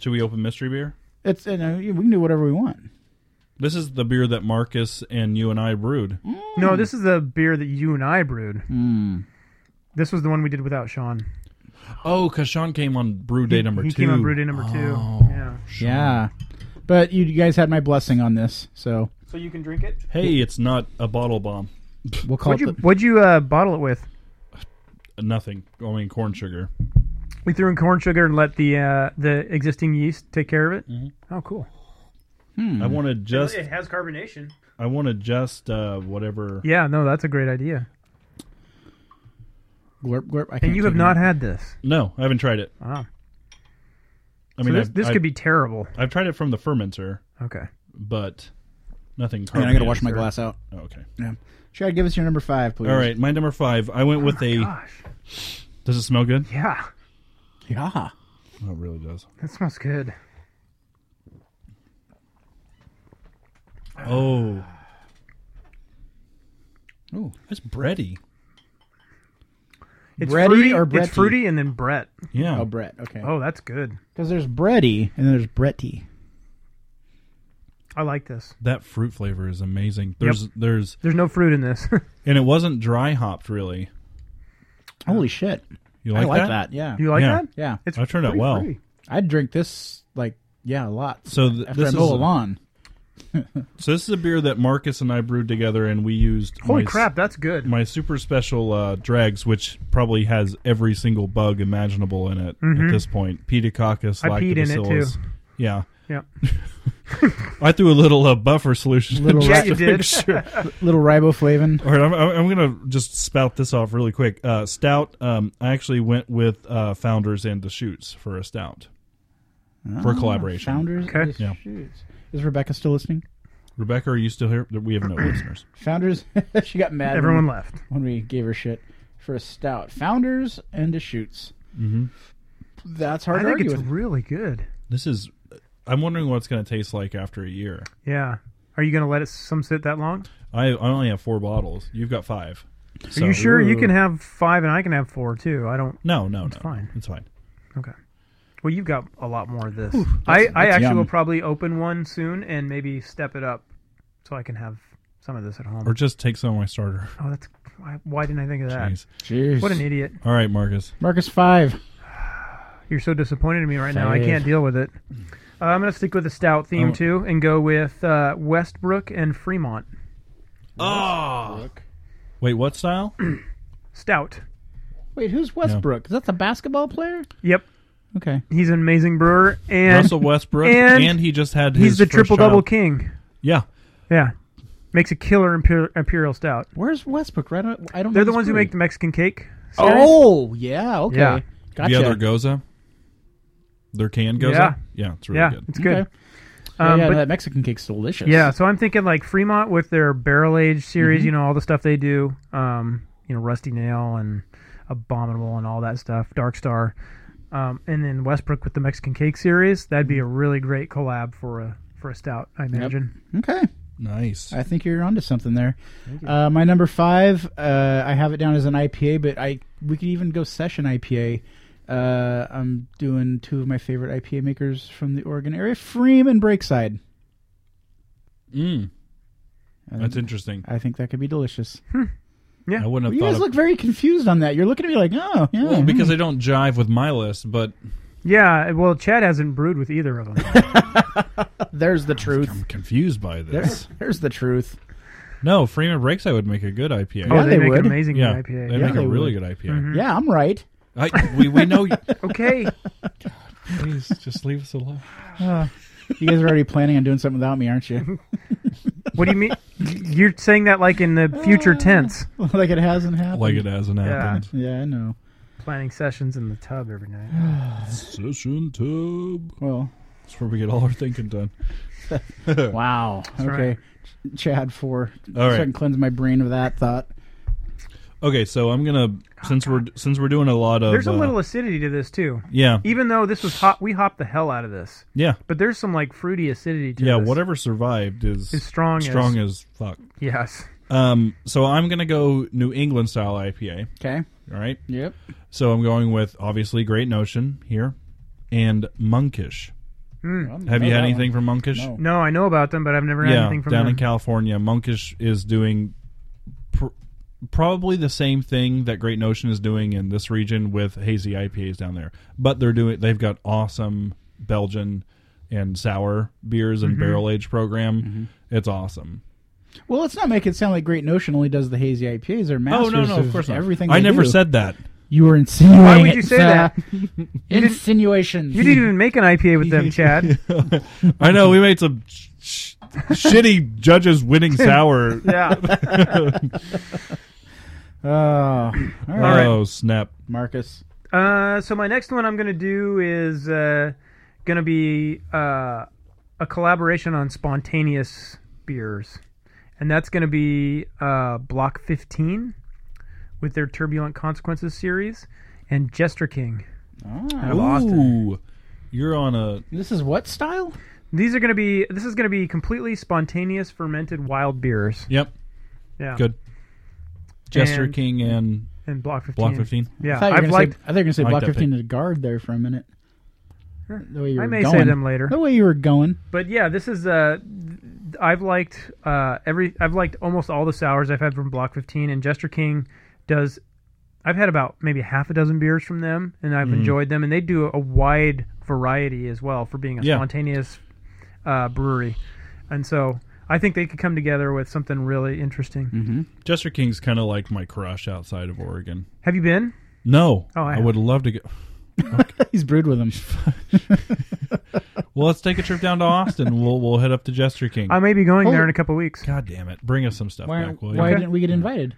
Speaker 6: Should we open mystery beer?
Speaker 4: It's you know, we can do whatever we want.
Speaker 6: This is the beer that Marcus and you and I brewed.
Speaker 5: no, this is the beer that you and I brewed.
Speaker 6: Mm.
Speaker 5: This was the one we did without Sean.
Speaker 6: Oh, because Sean came on brew day number
Speaker 5: he
Speaker 6: two. Oh.
Speaker 5: came on brew day number two. Yeah.
Speaker 4: Yeah. But you guys had my blessing on this, so
Speaker 5: So you can drink it.
Speaker 6: Hey, it's not a bottle bomb.
Speaker 4: we'll call
Speaker 5: What'd you
Speaker 4: it the-
Speaker 5: What'd you uh, bottle it with?
Speaker 6: Nothing. I mean, corn sugar.
Speaker 5: We threw in corn sugar and let the uh, the existing yeast take care of it.
Speaker 6: Mm-hmm.
Speaker 5: Oh, cool. Hmm.
Speaker 6: I wanted just.
Speaker 5: has carbonation.
Speaker 6: I wanted just uh, whatever.
Speaker 5: Yeah. No, that's a great idea.
Speaker 4: glurp glurp. I
Speaker 5: And
Speaker 4: can't
Speaker 5: you have
Speaker 4: take
Speaker 5: not
Speaker 4: it.
Speaker 5: had this.
Speaker 6: No, I haven't tried it.
Speaker 5: Wow.
Speaker 6: I
Speaker 5: so
Speaker 6: mean,
Speaker 5: this,
Speaker 6: I've,
Speaker 5: this
Speaker 6: I've-
Speaker 5: could be terrible.
Speaker 6: I've tried it from the fermenter,
Speaker 5: Okay.
Speaker 6: but nothing.
Speaker 4: Man, I gotta wash my
Speaker 6: carbonated.
Speaker 4: glass out.
Speaker 6: Oh, okay.
Speaker 4: Yeah. Chad, give us your number five, please.
Speaker 6: All right, my number five. I went with a.
Speaker 5: Gosh.
Speaker 6: Does it smell good?
Speaker 5: Yeah.
Speaker 4: Yeah.
Speaker 6: Oh, it really does.
Speaker 5: That smells good.
Speaker 6: Oh,
Speaker 4: Ooh.
Speaker 6: that's bready.
Speaker 5: It's
Speaker 4: Bready
Speaker 5: fruity,
Speaker 4: or
Speaker 5: It's
Speaker 4: Bretty?
Speaker 5: fruity and then Brett.
Speaker 6: Yeah.
Speaker 4: Oh Brett, okay.
Speaker 5: Oh, that's good.
Speaker 4: Because there's bready and then there's Bretty.
Speaker 5: I like this.
Speaker 6: that fruit flavor is amazing. There's there's
Speaker 5: There's no fruit in this.
Speaker 6: and it wasn't dry hopped really.
Speaker 4: Holy shit.
Speaker 6: You like,
Speaker 4: I like that? yeah.
Speaker 5: you like
Speaker 6: Yeah.
Speaker 5: that?
Speaker 4: yeah.
Speaker 5: It's
Speaker 6: That turned out
Speaker 5: pretty
Speaker 6: well.
Speaker 5: fruity.
Speaker 4: I'd drink this like yeah, a lot.
Speaker 6: So th-
Speaker 4: after
Speaker 6: this
Speaker 4: I
Speaker 6: is
Speaker 4: mow a lawn.
Speaker 6: so this is a beer that Marcus and I brewed together, and we used
Speaker 5: Holy
Speaker 6: my, s-
Speaker 5: crap, that's good.
Speaker 6: my super special uh, drags, which probably has every single bug imaginable in it at this point. Pediococcus,
Speaker 5: Mm-hmm. I peed in it,
Speaker 6: lactobacillus.
Speaker 5: too.
Speaker 6: Yeah,
Speaker 5: yeah.
Speaker 6: I threw a little uh, buffer solution. in
Speaker 4: Little
Speaker 6: just
Speaker 5: Yeah,
Speaker 6: to
Speaker 5: you
Speaker 6: make
Speaker 5: did.
Speaker 6: sure.
Speaker 4: Little riboflavin.
Speaker 6: All right, I'm, I'm I'm gonna just spout this off really quick. Uh, stout. Um, I actually went with uh, Founders and the Shoots for a stout for a collaboration.
Speaker 4: Ah, Founders.
Speaker 5: Okay.
Speaker 4: of the
Speaker 6: Yeah.
Speaker 4: Shoots. Is Rebecca still listening?
Speaker 6: Rebecca, are you still here? We have no listeners.
Speaker 4: Founders. she got mad.
Speaker 5: Everyone
Speaker 4: when,
Speaker 5: left.
Speaker 4: when we gave her shit. for a stout, founders and Deschutes. Mm-hmm. That's hard
Speaker 5: I
Speaker 4: to
Speaker 5: think
Speaker 4: argue
Speaker 5: it's
Speaker 4: with.
Speaker 5: really good.
Speaker 6: This is. I'm wondering what it's going to taste like after a year.
Speaker 5: Yeah. Are you going to let it some sit that long?
Speaker 6: I, I only have four bottles. You've got five.
Speaker 5: Are you sure you can have five and I can have four too? I don't.
Speaker 6: No, no, no. It's
Speaker 5: fine.
Speaker 6: It's fine.
Speaker 5: Okay. Well, you've got a lot more of this. I, I
Speaker 4: that's
Speaker 5: actually will
Speaker 4: yum.
Speaker 5: probably open one soon and maybe step it up so I can have some of this at home.
Speaker 6: Or just take some of my starter.
Speaker 5: oh, that's why, why didn't I think of that?
Speaker 6: Jeez.
Speaker 4: Jeez.
Speaker 5: What an idiot!
Speaker 6: All right, Marcus.
Speaker 4: Marcus five.
Speaker 5: You're so disappointed in me right now. I
Speaker 4: Five.
Speaker 5: can't deal with it. Uh, I'm going to stick with the stout theme
Speaker 6: Oh.
Speaker 5: too and go with uh, Westbrook and Fremont
Speaker 6: Oh. Wait, what style?
Speaker 5: stout.
Speaker 4: Wait, who's Westbrook? Is that the basketball player?
Speaker 5: Yep,
Speaker 4: Okay.
Speaker 5: he's an amazing brewer and
Speaker 6: Russell Westbrook,
Speaker 5: and
Speaker 6: and, he just had
Speaker 5: he's
Speaker 6: his
Speaker 5: the
Speaker 6: first
Speaker 5: triple double
Speaker 6: child.
Speaker 5: king.
Speaker 6: Yeah,
Speaker 5: Yeah, makes a killer imperial, imperial stout.
Speaker 4: Where's Westbrook? Right? on- I don't.
Speaker 5: They're
Speaker 4: know
Speaker 5: the
Speaker 4: this
Speaker 5: ones who
Speaker 4: brewery.
Speaker 5: make the Mexican cake. series.
Speaker 4: Oh yeah. Okay.
Speaker 5: Yeah.
Speaker 4: Gotcha.
Speaker 6: the other goza, their canned goza.
Speaker 5: Yeah.
Speaker 6: yeah, it's really
Speaker 5: yeah,
Speaker 6: good.
Speaker 5: it's good.
Speaker 4: Okay.
Speaker 5: Um,
Speaker 4: yeah,
Speaker 5: but-
Speaker 4: that Mexican cake's delicious.
Speaker 5: Yeah, so I'm thinking like Fremont with their barrel age series, you know, all the stuff they do, um, you know, Rusty Nail and Abominable and all that stuff, Dark Star, um, and then Westbrook with the Mexican Cake series. That'd be a really great collab for a for a stout, I imagine.
Speaker 4: Okay.
Speaker 6: Nice.
Speaker 4: I think you're onto something there. Uh, my number five, uh, I have it down as an IPA, but I we could even go session IPA. Uh, I'm doing two of my favorite IPA makers from the Oregon area, Freem and Breakside.
Speaker 6: Mm.
Speaker 4: And
Speaker 6: That's interesting.
Speaker 4: I think that could be delicious.
Speaker 6: I wouldn't have
Speaker 4: you
Speaker 6: thought
Speaker 4: guys
Speaker 6: of
Speaker 4: look very confused on that. You're looking at me like, oh, yeah.
Speaker 6: well, because they don't jive with my list, but
Speaker 5: Yeah, eh, well, Chad hasn't brewed with either of them.
Speaker 4: there's the truth.
Speaker 6: I'm confused by this.
Speaker 4: There's, there's the truth.
Speaker 6: no, Freeman Breaks I would make a good IPA.
Speaker 5: oh,
Speaker 4: Yeah,
Speaker 5: they,
Speaker 4: they
Speaker 5: make
Speaker 4: would.
Speaker 5: an amazing
Speaker 6: yeah,
Speaker 5: IPA.
Speaker 6: they
Speaker 4: Yeah, Mm-hmm.
Speaker 6: make a
Speaker 4: they
Speaker 6: really good IPA.
Speaker 4: Yeah, I'm right.
Speaker 6: I, we we know.
Speaker 5: Okay,
Speaker 6: Please just leave us alone.
Speaker 4: You guys are already planning on doing something without me, aren't you?
Speaker 5: what do you mean? You're saying that like in the future tense,
Speaker 4: like it hasn't happened.
Speaker 6: Like it hasn't happened.
Speaker 4: yeah, I know.
Speaker 5: planning sessions in the tub every night.
Speaker 6: Session tub.
Speaker 4: Well,
Speaker 6: That's where we get all our thinking done.
Speaker 4: wow. okay,
Speaker 5: right.
Speaker 4: Ch- Chad four.
Speaker 6: All
Speaker 4: So I
Speaker 6: right.
Speaker 4: can cleanse my brain of that thought.
Speaker 6: Okay, so I'm gonna since we're since we're doing a lot of
Speaker 5: There's a
Speaker 6: uh,
Speaker 5: little e- acidity to this too.
Speaker 6: yeah
Speaker 5: even though this was hot, we hopped the hell out of this.
Speaker 6: yeah
Speaker 5: But there's some like fruity acidity to
Speaker 6: yeah
Speaker 5: this.
Speaker 6: whatever survived is
Speaker 5: Is strong as-
Speaker 6: strong as fuck.
Speaker 5: Yes.
Speaker 6: Um, so I'm gonna go New England style IPA.
Speaker 4: Okay.
Speaker 6: All right,
Speaker 4: Yep.
Speaker 6: so I'm going with obviously Great Notion here and Monkish. Hmm. Have you had anything from Monkish?
Speaker 4: No.
Speaker 5: No, I know about them, but I've never had
Speaker 6: Yeah,
Speaker 5: anything from
Speaker 6: down
Speaker 5: them.
Speaker 6: in California, Monkish is doing pr- probably the same thing that Great Notion is doing in this region with hazy IPAs down there. But they're doing they've got awesome Belgian and sour beers
Speaker 4: Mm-hmm.
Speaker 6: and barrel age program. It's awesome.
Speaker 4: Well, let's not make it sound like Great Notion only does the hazy IPAs. They're masters
Speaker 6: oh no, no, of course not.
Speaker 4: everything.
Speaker 6: I
Speaker 4: they
Speaker 6: never
Speaker 4: do.
Speaker 6: said that.
Speaker 4: you were insinuating.
Speaker 5: Why would you
Speaker 4: it,
Speaker 5: say
Speaker 4: sir.
Speaker 5: that?
Speaker 4: Insinuations.
Speaker 5: You didn't even make an IPA with them, Chad.
Speaker 6: I know we made some sh- sh- shitty judges winning sour.
Speaker 5: yeah.
Speaker 4: Oh, all right,
Speaker 6: Oh snap!
Speaker 4: Marcus.
Speaker 5: Uh, so my next one I'm gonna do is uh, gonna be uh, a collaboration on spontaneous beers, and that's gonna be uh, Block 15 with their Turbulent Consequences series and Jester King.
Speaker 4: Ah.
Speaker 5: out of Austin.
Speaker 6: Ooh, you're on a
Speaker 4: This is what style?
Speaker 5: These are going to be. This is going to be completely spontaneous fermented wild beers.
Speaker 6: yep.
Speaker 5: Yeah.
Speaker 6: Good. Jester
Speaker 5: And-
Speaker 6: King and
Speaker 5: And block fifteen.
Speaker 6: Block 15.
Speaker 5: Yeah.
Speaker 4: I thought you were
Speaker 5: I've
Speaker 4: gonna
Speaker 5: liked.
Speaker 4: Say, I thought you were going to say
Speaker 6: I like
Speaker 4: Block
Speaker 6: that
Speaker 4: 15 to guard there for a minute. The way you
Speaker 5: I
Speaker 4: were
Speaker 5: may
Speaker 4: going. Oh.
Speaker 5: say them later.
Speaker 4: The way you were going.
Speaker 5: But yeah, this is. Uh, th- I've liked uh, every. I've liked almost all the sours I've had from Block fifteen, and Jester King does. I've had about maybe half a dozen beers from them, and
Speaker 4: Mm-hmm.
Speaker 5: I've enjoyed them, and they do a wide variety as well for being a
Speaker 6: Yeah.
Speaker 5: spontaneous uh, brewery, and so I think they could come together with something really interesting.
Speaker 4: Mm-hmm.
Speaker 6: Jester King's kind of like my crush outside of Oregon.
Speaker 5: Have you been?
Speaker 6: No,
Speaker 5: Oh, I
Speaker 6: I would love to go.
Speaker 4: He's brewed with them.
Speaker 6: Well, let's take a trip down to Austin. we'll we'll head up to Jester King.
Speaker 5: I may be going there
Speaker 4: Oh.
Speaker 5: in a couple weeks.
Speaker 6: God damn it! Bring us some stuff
Speaker 4: Why,
Speaker 6: back, will you?
Speaker 4: why didn't we get invited?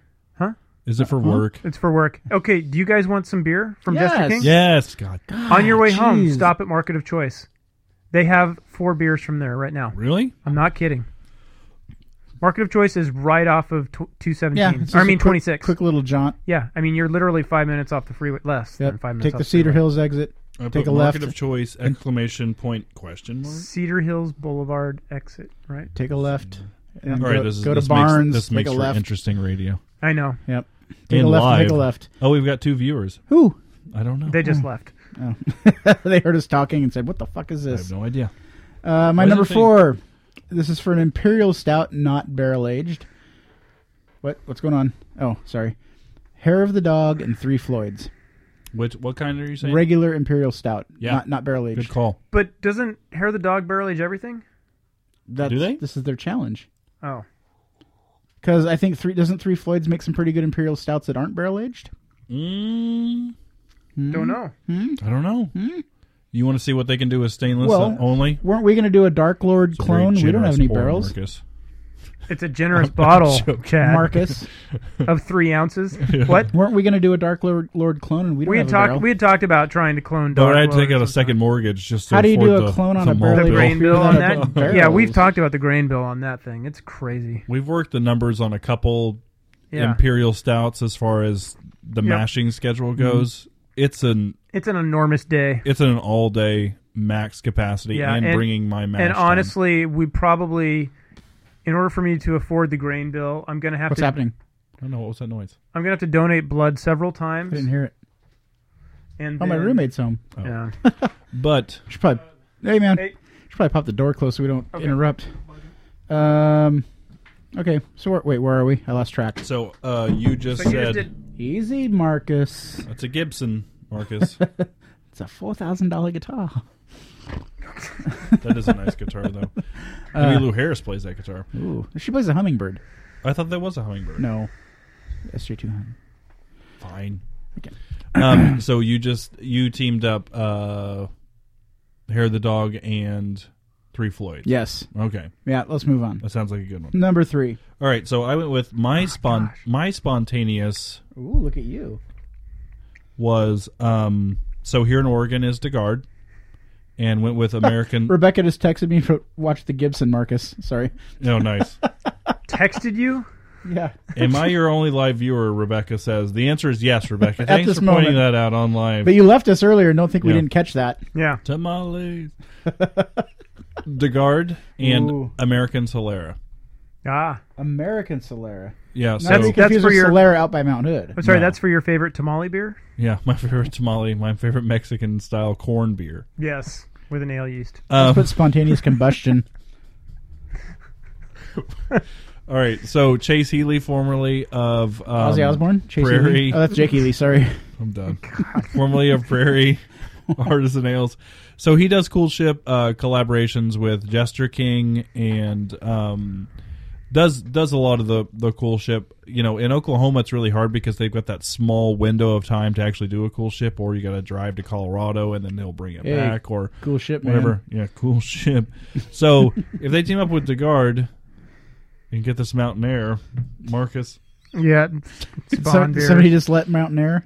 Speaker 6: Is it for work?
Speaker 5: It's for work. Okay, do you guys want some beer from Jester
Speaker 4: Yes.
Speaker 5: King?
Speaker 6: Yes. God.
Speaker 5: On your way home,
Speaker 4: Ah, Jeez.
Speaker 5: stop at Market of Choice. They have four beers from there right now.
Speaker 6: Really?
Speaker 5: I'm not kidding. Market of choice is right off of tw-
Speaker 4: Yeah,
Speaker 5: 217.
Speaker 4: it's
Speaker 5: or I
Speaker 4: just a
Speaker 5: mean
Speaker 4: quick-
Speaker 5: 26.
Speaker 4: Quick little jaunt.
Speaker 5: yeah, I mean you're literally five minutes off the freeway. Less than
Speaker 4: Yep.
Speaker 5: five minutes.
Speaker 4: Take
Speaker 5: off
Speaker 4: the Cedar
Speaker 5: freeway.
Speaker 4: Hills exit.
Speaker 6: I
Speaker 4: Take
Speaker 6: put
Speaker 4: a
Speaker 6: market
Speaker 4: left.
Speaker 6: of choice exclamation point question mark.
Speaker 5: Cedar Hills Boulevard exit. Right.
Speaker 4: Take a left. and
Speaker 6: All right,
Speaker 4: go,
Speaker 6: this is
Speaker 4: go to
Speaker 6: this makes,
Speaker 4: Barnes.
Speaker 6: This
Speaker 4: take
Speaker 6: makes
Speaker 4: a
Speaker 6: for
Speaker 4: left.
Speaker 6: interesting radio.
Speaker 5: I know
Speaker 4: Yep. Take a
Speaker 6: And
Speaker 4: left. and Take a
Speaker 6: live.
Speaker 4: left.
Speaker 6: Oh, we've got two viewers.
Speaker 4: Who?
Speaker 6: I don't know.
Speaker 5: they
Speaker 4: Mm.
Speaker 5: just left.
Speaker 4: Oh. they heard us talking and said, "What the fuck is
Speaker 6: I
Speaker 4: this?"
Speaker 6: have no idea.
Speaker 4: Uh, my
Speaker 6: Why does
Speaker 4: number
Speaker 6: it say-
Speaker 4: four. This is for an imperial stout, not barrel aged. What? What's going on? Oh, sorry. Hair of the dog and three Floyds.
Speaker 6: Which what kind are you saying?
Speaker 4: Regular imperial stout.
Speaker 6: Yeah.
Speaker 4: Not not barrel
Speaker 6: Good
Speaker 4: aged.
Speaker 6: call.
Speaker 5: But doesn't Hair of the Dog barrel age everything?
Speaker 4: That's,
Speaker 6: Do they?
Speaker 4: This is their challenge.
Speaker 5: Oh,
Speaker 4: Because I think three doesn't three Floyds make some pretty good imperial stouts that aren't barrel aged.
Speaker 6: Mm,
Speaker 4: Mm-hmm.
Speaker 5: don't know.
Speaker 6: I don't know. You want to see what they can do with stainless
Speaker 4: Hmm. Well,
Speaker 6: only?
Speaker 4: Weren't we going to do a Dark Lord
Speaker 6: It's a very
Speaker 4: clone? We don't have
Speaker 6: generous
Speaker 4: any
Speaker 6: pour,
Speaker 4: barrels.
Speaker 6: Marcus.
Speaker 5: It's a generous bottle, Chad,
Speaker 4: Marcus,
Speaker 5: of three ounces. What?
Speaker 4: weren't we going to do a Dark Lord, Lord clone? And we don't
Speaker 5: We
Speaker 4: have
Speaker 5: had
Speaker 4: a
Speaker 5: talked.
Speaker 4: barrel?
Speaker 5: We had talked about trying to clone.
Speaker 6: But
Speaker 5: Dark
Speaker 6: I'd
Speaker 5: Lord
Speaker 6: take out a
Speaker 5: sometime.
Speaker 6: second mortgage just to
Speaker 4: How do you do
Speaker 6: afford
Speaker 4: a
Speaker 6: the-
Speaker 4: clone on
Speaker 6: the
Speaker 4: a
Speaker 6: malt
Speaker 4: barrel
Speaker 5: The
Speaker 4: Bill.
Speaker 5: grain bill on that.
Speaker 4: Barrels.
Speaker 5: Yeah, we've talked about the grain bill on that thing. It's crazy.
Speaker 6: We've worked the numbers on a couple
Speaker 5: Yeah,
Speaker 6: imperial stouts as far as the
Speaker 5: Yep.
Speaker 6: mashing schedule
Speaker 4: Mm-hmm.
Speaker 6: goes. It's an
Speaker 5: it's an enormous day.
Speaker 6: it's an all day max capacity
Speaker 5: Yeah,
Speaker 6: and,
Speaker 5: and-
Speaker 6: bringing my mash.
Speaker 5: and
Speaker 6: time.
Speaker 5: honestly, we probably, in order for me to afford the grain bill, I'm gonna have
Speaker 4: What's
Speaker 5: to.
Speaker 4: happening?
Speaker 6: I don't know what was that noise.
Speaker 5: I'm gonna have to donate blood several
Speaker 4: I
Speaker 5: times.
Speaker 4: didn't hear it.
Speaker 5: And
Speaker 4: Oh, my Oh.
Speaker 5: then-
Speaker 4: roommate's home.
Speaker 5: Yeah.
Speaker 6: But
Speaker 4: Should probably, hey man,
Speaker 5: Hey.
Speaker 4: should probably pop the door closed so we don't interrupt. Um, okay. So where, wait, where are we? I lost track.
Speaker 6: so uh, you just
Speaker 5: But you just
Speaker 6: said
Speaker 5: did-
Speaker 4: Easy, Marcus.
Speaker 6: it's a Gibson, Marcus.
Speaker 4: It's a four thousand dollar guitar.
Speaker 6: that is a nice guitar though.
Speaker 4: Uh,
Speaker 6: Maybe Lou Harris plays that guitar.
Speaker 4: Ooh, she plays a hummingbird.
Speaker 6: I thought that was a hummingbird.
Speaker 4: No, SJ two hundred.
Speaker 6: Fine.
Speaker 4: Okay.
Speaker 6: Um, so you just you teamed up uh, Hair the dog and Three Floyd.
Speaker 4: Yes.
Speaker 6: Okay,
Speaker 4: Yeah. Let's move on.
Speaker 6: that sounds like a good one.
Speaker 4: Number three.
Speaker 6: All right, so I went with
Speaker 4: Oh
Speaker 6: my spon my spontaneous
Speaker 4: Ooh, look at you.
Speaker 6: was um so here in Oregon is DeGard and went with American
Speaker 4: Rebecca just texted me for watch the Gibson, Marcus. Sorry.
Speaker 6: No, nice.
Speaker 5: texted you.
Speaker 4: Yeah.
Speaker 6: Am I your only live viewer, Rebecca says. The answer is yes, Rebecca.
Speaker 4: At
Speaker 6: Thanks
Speaker 4: this
Speaker 6: for pointing
Speaker 4: moment.
Speaker 6: that out on live.
Speaker 4: But you left us earlier and don't think we
Speaker 6: Yeah.
Speaker 4: didn't catch that.
Speaker 5: Yeah.
Speaker 6: Tamales. DeGard and
Speaker 4: Ooh.
Speaker 6: American Solera.
Speaker 5: Ah,
Speaker 4: American Solera.
Speaker 6: Yeah,
Speaker 4: Not to
Speaker 6: so
Speaker 4: be
Speaker 5: That's- that's
Speaker 4: confused
Speaker 5: for
Speaker 4: with
Speaker 5: your-
Speaker 4: Solera out by Mount Hood.
Speaker 5: I'm sorry.
Speaker 6: No.
Speaker 5: That's for your favorite tamale beer.
Speaker 6: yeah, my favorite tamale, my favorite Mexican style corn beer.
Speaker 5: Yes, with an ale yeast.
Speaker 6: Um,
Speaker 4: Put spontaneous combustion.
Speaker 6: all right, so Chase Healy, formerly of um,
Speaker 4: Ozzy Osbourne? Chase
Speaker 6: Prairie.
Speaker 4: Ely? Oh, that's Jake Ely, sorry.
Speaker 6: I'm done. Formerly of Prairie Artisan Ales. So he does cool ship uh, collaborations with Jester King and um, does does a lot of the the cool ship. You know, in Oklahoma, it's really hard because they've got that small window of time to actually do a cool ship, or you got to drive to Colorado and then they'll bring it
Speaker 4: Hey,
Speaker 6: back, or
Speaker 4: Cool ship, man.
Speaker 6: whatever. Yeah, cool ship. So if they team up with DeGard and get this mountain air, Marcus.
Speaker 5: Yeah.
Speaker 4: So-
Speaker 5: Spawn beer.
Speaker 4: somebody just let Mountain Air.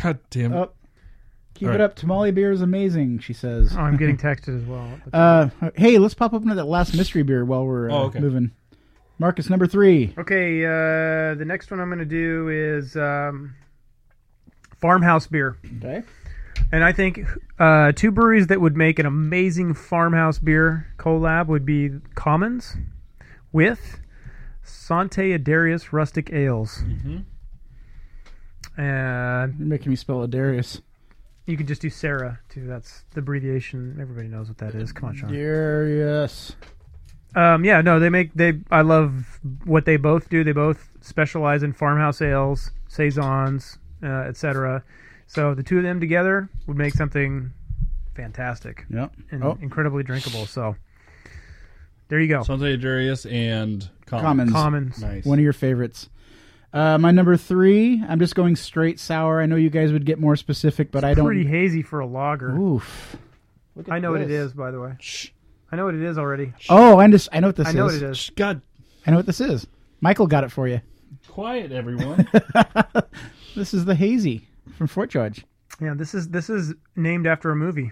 Speaker 6: God damn it.
Speaker 4: Oh, keep
Speaker 6: All
Speaker 4: it
Speaker 6: right.
Speaker 4: up. Tamale beer is amazing, she says.
Speaker 5: Oh, I'm getting texted as well.
Speaker 4: Uh, hey, let's pop up into that last mystery beer while we're uh,
Speaker 6: Oh, okay.
Speaker 4: moving. Marcus, number three.
Speaker 5: Okay, uh, the next one I'm going to do is um, farmhouse beer,
Speaker 4: Okay.
Speaker 5: and I think uh, two breweries that would make an amazing farmhouse beer collab would be Commons with Sante Adarius Rustic Ales. And
Speaker 4: You're making me spell Adarius.
Speaker 5: you could just do Sarah too. That's the abbreviation. Everybody knows what that is. Come on, Sean.
Speaker 4: Darius.
Speaker 5: Um, yeah, no, they make they. I love what they both do. They both specialize in farmhouse ales, saisons, uh, etc. So the two of them together would make something fantastic
Speaker 4: Yep.
Speaker 5: and
Speaker 4: Oh.
Speaker 5: incredibly drinkable. So there you go.
Speaker 6: Sante Darius and Common.
Speaker 4: Commons.
Speaker 5: Commons.
Speaker 6: Nice.
Speaker 4: One of your favorites. Uh, my number three. I'm just going straight sour. I know you guys would get more specific, but I don't.
Speaker 5: Pretty hazy for a lager.
Speaker 4: Oof. Look at
Speaker 5: I know what it
Speaker 4: this.
Speaker 5: is, by the way. I know what it is already.
Speaker 4: Oh, I just I know what this
Speaker 5: I
Speaker 4: is.
Speaker 5: know what it is.
Speaker 6: God,
Speaker 4: I know what this is. Michael got it for you.
Speaker 6: quiet everyone.
Speaker 4: This is the hazy from Fort George.
Speaker 5: Yeah, this is this is named after a movie.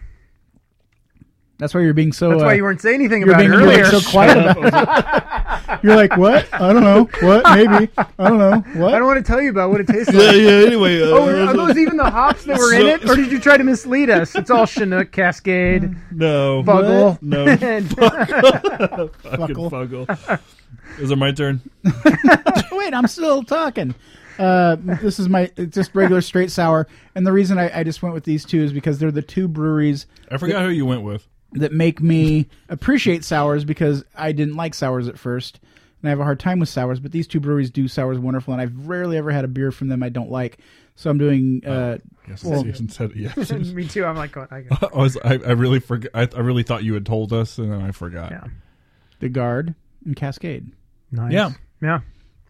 Speaker 4: That's why you're being so.
Speaker 5: That's
Speaker 4: uh,
Speaker 5: why you weren't saying anything
Speaker 4: you're
Speaker 5: about it
Speaker 4: being you're
Speaker 5: earlier.
Speaker 4: like so quiet about it. You're like, what? I don't know. What? Maybe. I don't know. What?
Speaker 5: I don't want to tell you about what it tastes
Speaker 6: yeah,
Speaker 5: like.
Speaker 6: yeah. Anyway, uh,
Speaker 5: Oh, were- are those even the hops that were in
Speaker 6: So-
Speaker 5: it, or did you try to mislead us? It's all Chinook, Cascade,
Speaker 6: Mm. no,
Speaker 5: Fuggle.
Speaker 6: no,
Speaker 5: and-
Speaker 6: fucking
Speaker 4: Fuckle.
Speaker 6: fuggle. Is it my turn?
Speaker 4: Wait, I'm still talking. Uh, this is my it's just regular straight sour, and the reason I, I just went with these two is because they're the two breweries
Speaker 6: I forgot who you went with.
Speaker 4: that make me appreciate sours because I didn't like sours at first, and I have a hard time with sours. But these two breweries do sours wonderful, and I've rarely ever had a beer from them I don't like. So I'm doing. Uh,
Speaker 6: Yes,
Speaker 4: Well-
Speaker 6: Susan said it, yes.
Speaker 5: Me too. I'm like, going, I got-
Speaker 6: I was, I, I really forgot. I, I really thought you had told us, and then I forgot.
Speaker 5: yeah,
Speaker 4: the guard and cascade
Speaker 5: nice.
Speaker 6: Yeah.
Speaker 5: yeah.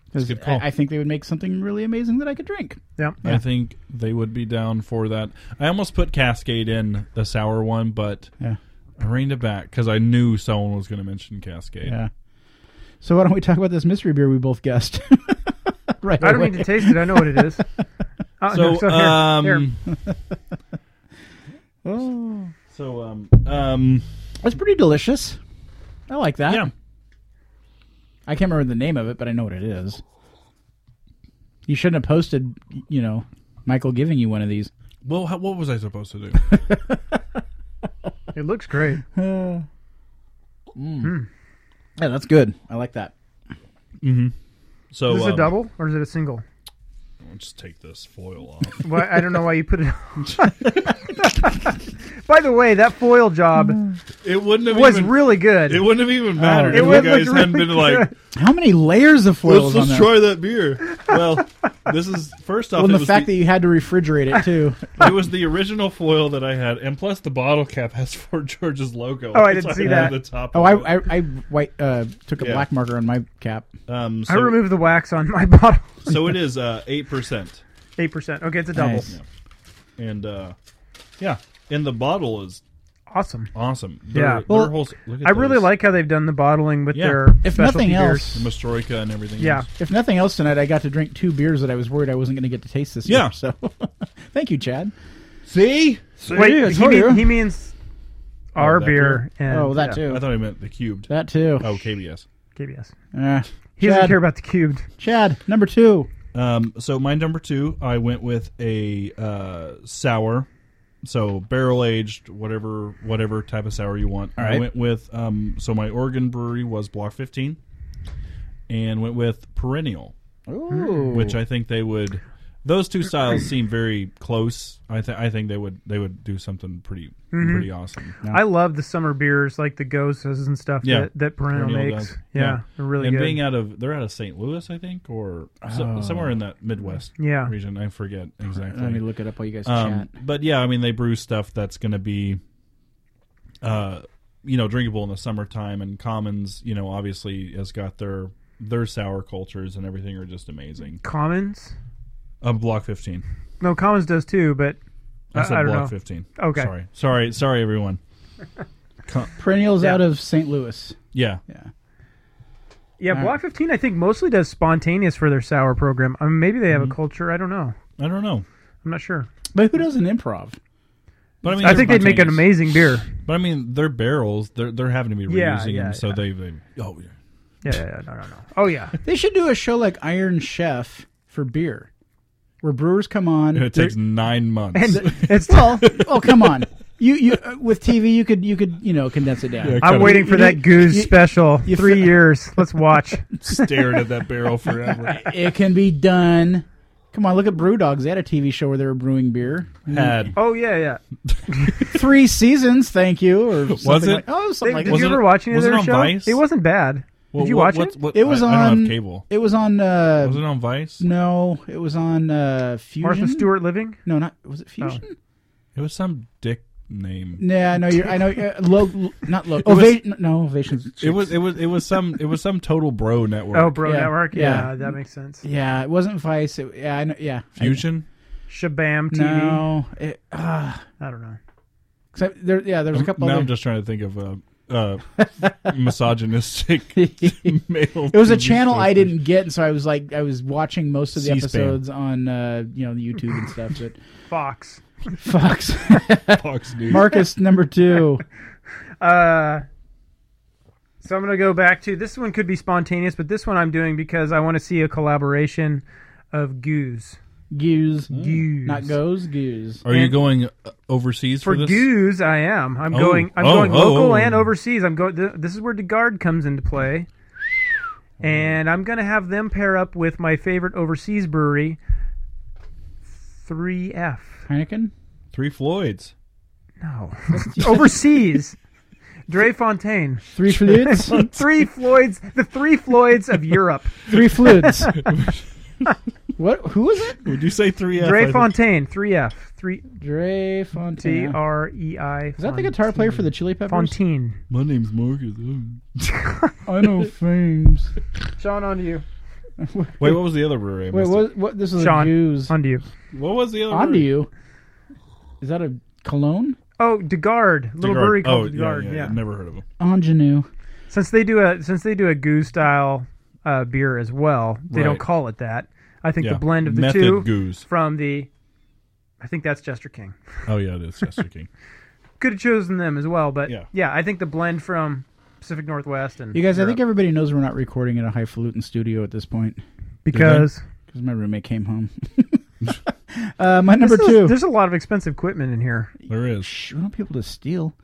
Speaker 4: because
Speaker 6: good call.
Speaker 4: I, I think they would make something really amazing that i could drink
Speaker 5: Yeah.
Speaker 6: I think they would be down for that. I almost put Cascade in the sour one, but
Speaker 4: Yeah.
Speaker 6: I reined it back because I knew someone was going to mention Cascade.
Speaker 4: so why don't we talk about this mystery beer we both guessed right
Speaker 5: I don't
Speaker 4: away.
Speaker 5: need to taste it. I know what it is. Uh,
Speaker 6: So,
Speaker 5: here,
Speaker 6: um,
Speaker 5: here.
Speaker 4: oh,
Speaker 6: so um, um,
Speaker 4: that's pretty delicious i like that
Speaker 6: yeah,
Speaker 4: i can't remember the name of it but i know what it is you shouldn't have posted you know michael giving you one of these
Speaker 6: Well, how, what was I supposed to do?
Speaker 5: it looks great.
Speaker 6: Mm.
Speaker 4: yeah that's good i like that
Speaker 6: So
Speaker 5: Is this
Speaker 6: um,
Speaker 5: a double or is it a single?
Speaker 6: I'll just take this foil off.
Speaker 5: Why, I don't know why you put it. on. By the way, that foil job
Speaker 6: it wouldn't have
Speaker 5: was
Speaker 6: Mm. even,
Speaker 5: really good.
Speaker 6: It wouldn't have even mattered
Speaker 5: It
Speaker 6: if you
Speaker 5: would look
Speaker 6: guys hadn't
Speaker 5: really
Speaker 6: been like,
Speaker 4: how many layers of foils
Speaker 6: let's,
Speaker 4: on
Speaker 6: let's
Speaker 4: that
Speaker 6: try that beer. Well, this is first off.
Speaker 4: well, and the
Speaker 6: it was
Speaker 4: fact that you had to refrigerate it too
Speaker 6: it was the original foil that I had, and plus the bottle cap has Fort George's logo.
Speaker 5: Oh, I didn't
Speaker 6: So
Speaker 5: see that.
Speaker 6: had The top
Speaker 4: oh
Speaker 6: of
Speaker 4: i i, I white, uh, took a
Speaker 6: Yeah.
Speaker 4: black marker on my cap
Speaker 6: it. um, so,
Speaker 5: I removed the wax on my bottle.
Speaker 6: so it is uh, eight percent,
Speaker 5: Eight percent. Okay, it's a double.
Speaker 4: Nice.
Speaker 6: and uh, yeah, and the bottle is
Speaker 5: Awesome.
Speaker 6: awesome.
Speaker 5: Yeah.
Speaker 6: Their- their
Speaker 4: Well,
Speaker 6: whole- look at
Speaker 5: I really
Speaker 6: those.
Speaker 5: like how they've done the bottling with
Speaker 6: Yeah.
Speaker 5: their
Speaker 4: If
Speaker 5: specialty
Speaker 4: nothing else,
Speaker 5: beers.
Speaker 6: Mastroika and everything.
Speaker 5: Yeah.
Speaker 6: else.
Speaker 4: if nothing else tonight, I got to drink two beers that I was worried I wasn't going to get to taste this year.
Speaker 6: Yeah.
Speaker 4: So, thank you, Chad.
Speaker 6: See,
Speaker 5: Wait,
Speaker 4: I
Speaker 5: he,
Speaker 4: told
Speaker 5: mean,
Speaker 4: you.
Speaker 5: he means our
Speaker 6: Oh, that
Speaker 5: beer. And,
Speaker 4: oh, that
Speaker 5: yeah,
Speaker 4: too.
Speaker 6: I thought Oh. I meant the cubed.
Speaker 4: that too.
Speaker 6: Oh, KBS.
Speaker 5: KBS.
Speaker 4: Uh,
Speaker 5: He
Speaker 4: Chad,
Speaker 5: doesn't care about the cubed.
Speaker 4: Chad, number two.
Speaker 6: Um, so my number two, I went with a uh, sour, so barrel aged, whatever whatever type of sour you want. I
Speaker 4: right.
Speaker 6: went with um, so my Oregon brewery was Block 15, and went with Perennial,
Speaker 4: Ooh.
Speaker 6: which I think they would. Those two styles seem very close. I think I think they would they would do something pretty
Speaker 5: Mm-hmm.
Speaker 6: pretty awesome.
Speaker 5: I love the summer beers like the Ghosts and stuff
Speaker 6: Yeah.
Speaker 5: that, that Perennial
Speaker 6: Perennial
Speaker 5: makes.
Speaker 6: does.
Speaker 5: Yeah,
Speaker 6: Yeah.
Speaker 5: They're really
Speaker 6: and
Speaker 5: good. Oh.
Speaker 6: being out of they're out of St. Louis, I think, or so- somewhere in that Midwest
Speaker 5: Yeah.
Speaker 6: region. I forget exactly.
Speaker 4: Let me look it up while you guys
Speaker 6: Um,
Speaker 4: chat.
Speaker 6: but yeah, I mean, they brew stuff that's going to be, uh, you know, drinkable in the summertime. And Commons, you know, obviously has got their their sour cultures and everything are just amazing.
Speaker 5: Commons?
Speaker 6: Um, Block fifteen.
Speaker 5: No, Commons does too, but
Speaker 6: I
Speaker 5: I-
Speaker 6: said
Speaker 5: I don't
Speaker 6: Block
Speaker 5: know.
Speaker 6: fifteen.
Speaker 5: Okay.
Speaker 6: Sorry, sorry, sorry, everyone. Com-
Speaker 4: Perennials
Speaker 5: yeah.
Speaker 4: out of St. Louis.
Speaker 6: yeah,
Speaker 4: Yeah.
Speaker 5: yeah,
Speaker 4: All
Speaker 5: Block 15 I think mostly does spontaneous for their sour program. I mean, maybe they
Speaker 6: Mm-hmm.
Speaker 5: have a culture. I don't know.
Speaker 6: I don't know,
Speaker 5: I'm not sure.
Speaker 4: But who does an improv?
Speaker 6: but I mean,
Speaker 5: I
Speaker 6: they're
Speaker 5: think they'd make an
Speaker 6: spontaneous.
Speaker 5: amazing beer.
Speaker 6: But I mean, their barrels, they're they're having to be reusing
Speaker 5: Yeah, yeah,
Speaker 6: them, so
Speaker 5: yeah.
Speaker 6: they they oh yeah.
Speaker 5: Yeah, yeah, yeah, no, no, no. Oh yeah,
Speaker 4: They should do a show like Iron Chef for beer, where brewers come on.
Speaker 6: It takes nine months.
Speaker 5: and it's.
Speaker 4: well, oh come on. You you uh, with TV you could you could you know condense it down.
Speaker 6: Yeah,
Speaker 5: I'm
Speaker 6: kinda
Speaker 5: waiting for
Speaker 4: You-
Speaker 5: that goose
Speaker 4: you-
Speaker 5: special.
Speaker 4: you
Speaker 5: Three
Speaker 4: fin-
Speaker 5: years. Let's watch.
Speaker 6: stared at that barrel forever.
Speaker 4: It can be done. Come on, look at Brew Dogs. They had a TV show where they were brewing beer.
Speaker 6: Had
Speaker 5: Oh yeah, yeah.
Speaker 4: Three seasons, thank you. Or something
Speaker 6: it?
Speaker 4: Like, oh,
Speaker 5: Did,
Speaker 4: something like
Speaker 5: did
Speaker 4: that.
Speaker 6: Was
Speaker 5: you
Speaker 6: it-
Speaker 5: ever watch any of
Speaker 6: was it
Speaker 5: their
Speaker 6: on
Speaker 5: show?
Speaker 6: Vice?
Speaker 5: It wasn't bad.
Speaker 6: Well,
Speaker 5: did you
Speaker 6: what-
Speaker 5: watch
Speaker 6: what's-
Speaker 5: it?
Speaker 6: what-
Speaker 4: It was
Speaker 6: I, I don't
Speaker 4: on-
Speaker 6: have cable.
Speaker 4: It was on. Uh,
Speaker 6: Was it on Vice?
Speaker 4: no, it was on uh, Fusion.
Speaker 5: Martha Stewart Living.
Speaker 4: No, not was it Fusion?
Speaker 6: Oh. It was some dick name.
Speaker 4: Yeah, I know. You're, I know. Uh, low, not low.
Speaker 6: was-
Speaker 4: Ovation. no, ovations.
Speaker 6: It was it was it was some it was some total bro network.
Speaker 5: Oh, Bro
Speaker 4: Yeah,
Speaker 5: Network. Yeah,
Speaker 4: yeah.
Speaker 5: that makes sense.
Speaker 4: Yeah, it wasn't Vice. It, yeah, I know. Yeah, I-
Speaker 6: Fusion.
Speaker 5: Shabam TV.
Speaker 4: no, it, uh,
Speaker 5: I don't know.
Speaker 4: except there. Yeah, there's a couple.
Speaker 6: now
Speaker 4: other-
Speaker 6: I'm just trying to think of a, uh misogynistic male.
Speaker 4: It was a channel I didn't get, and so I was like, I was watching most of the
Speaker 6: C-SPAN.
Speaker 4: episodes on, uh, you know, YouTube and stuff. But
Speaker 5: Fox.
Speaker 4: Fox,
Speaker 6: Fox News.
Speaker 4: Marcus number two.
Speaker 5: Uh, so I'm going to go back to this one. Could be spontaneous, but this one I'm doing because I want to see a collaboration of goose.
Speaker 4: Goose.
Speaker 5: Goose.
Speaker 4: Not goes, goose.
Speaker 6: Are you going uh, overseas for,
Speaker 5: For
Speaker 6: this?
Speaker 5: goose, I am. I'm
Speaker 6: Oh,
Speaker 5: going. I'm
Speaker 6: oh,
Speaker 5: going
Speaker 6: oh,
Speaker 5: local
Speaker 6: oh.
Speaker 5: and overseas. I'm going. Th- this is where Degard comes into play, and I'm going to have them pair up with my favorite overseas brewery, 3F.
Speaker 4: Heineken?
Speaker 6: Three Floyds.
Speaker 5: No, overseas, Dre Fontaine,
Speaker 4: Three flutes?
Speaker 5: three Floyds, the three Floyds of Europe.
Speaker 4: Three flutes. what? Who was it?
Speaker 6: Would you say three? F? I
Speaker 5: Dre
Speaker 6: think-
Speaker 5: Fontaine, 3F, three
Speaker 4: Dre
Speaker 5: T
Speaker 4: Fontaine.
Speaker 5: R E I.
Speaker 4: Is that the guitar player for the Chili Peppers?
Speaker 5: Fontaine?
Speaker 6: My name's Marcus. Oh.
Speaker 4: I know fames.
Speaker 5: Sean, on to you.
Speaker 6: Wait, what was the other brewery? I
Speaker 4: Wait,
Speaker 6: missed
Speaker 4: what? What? This is
Speaker 5: Sean,
Speaker 4: a goose.
Speaker 5: on to you.
Speaker 6: it. What was the other?
Speaker 4: On to
Speaker 6: brewery?
Speaker 4: you. Is that a cologne?
Speaker 5: Oh, Degard, little
Speaker 6: Degard.
Speaker 5: brewery called
Speaker 6: oh,
Speaker 5: Degard.
Speaker 6: Yeah, yeah,
Speaker 5: yeah.
Speaker 6: never heard of them.
Speaker 4: Ingenue.
Speaker 5: since they do a since they do a goo style uh, beer as well, they don't
Speaker 6: Right.
Speaker 5: call it that. I think
Speaker 6: Yeah.
Speaker 5: the blend of the
Speaker 6: Method
Speaker 5: two
Speaker 6: Goose.
Speaker 5: from the, I think that's Chester King.
Speaker 6: Oh yeah, it is Chester King.
Speaker 5: Could have chosen them as well, but
Speaker 6: Yeah.
Speaker 5: I think the blend from Pacific Northwest and
Speaker 4: You guys, I think
Speaker 5: Europe.
Speaker 4: everybody knows we're not recording in a highfalutin studio at this point
Speaker 5: because
Speaker 4: because my roommate came home. uh, my number
Speaker 5: This is-
Speaker 4: two.
Speaker 5: there's a lot of expensive equipment in here.
Speaker 6: There is.
Speaker 4: Shh, we don't want people to steal.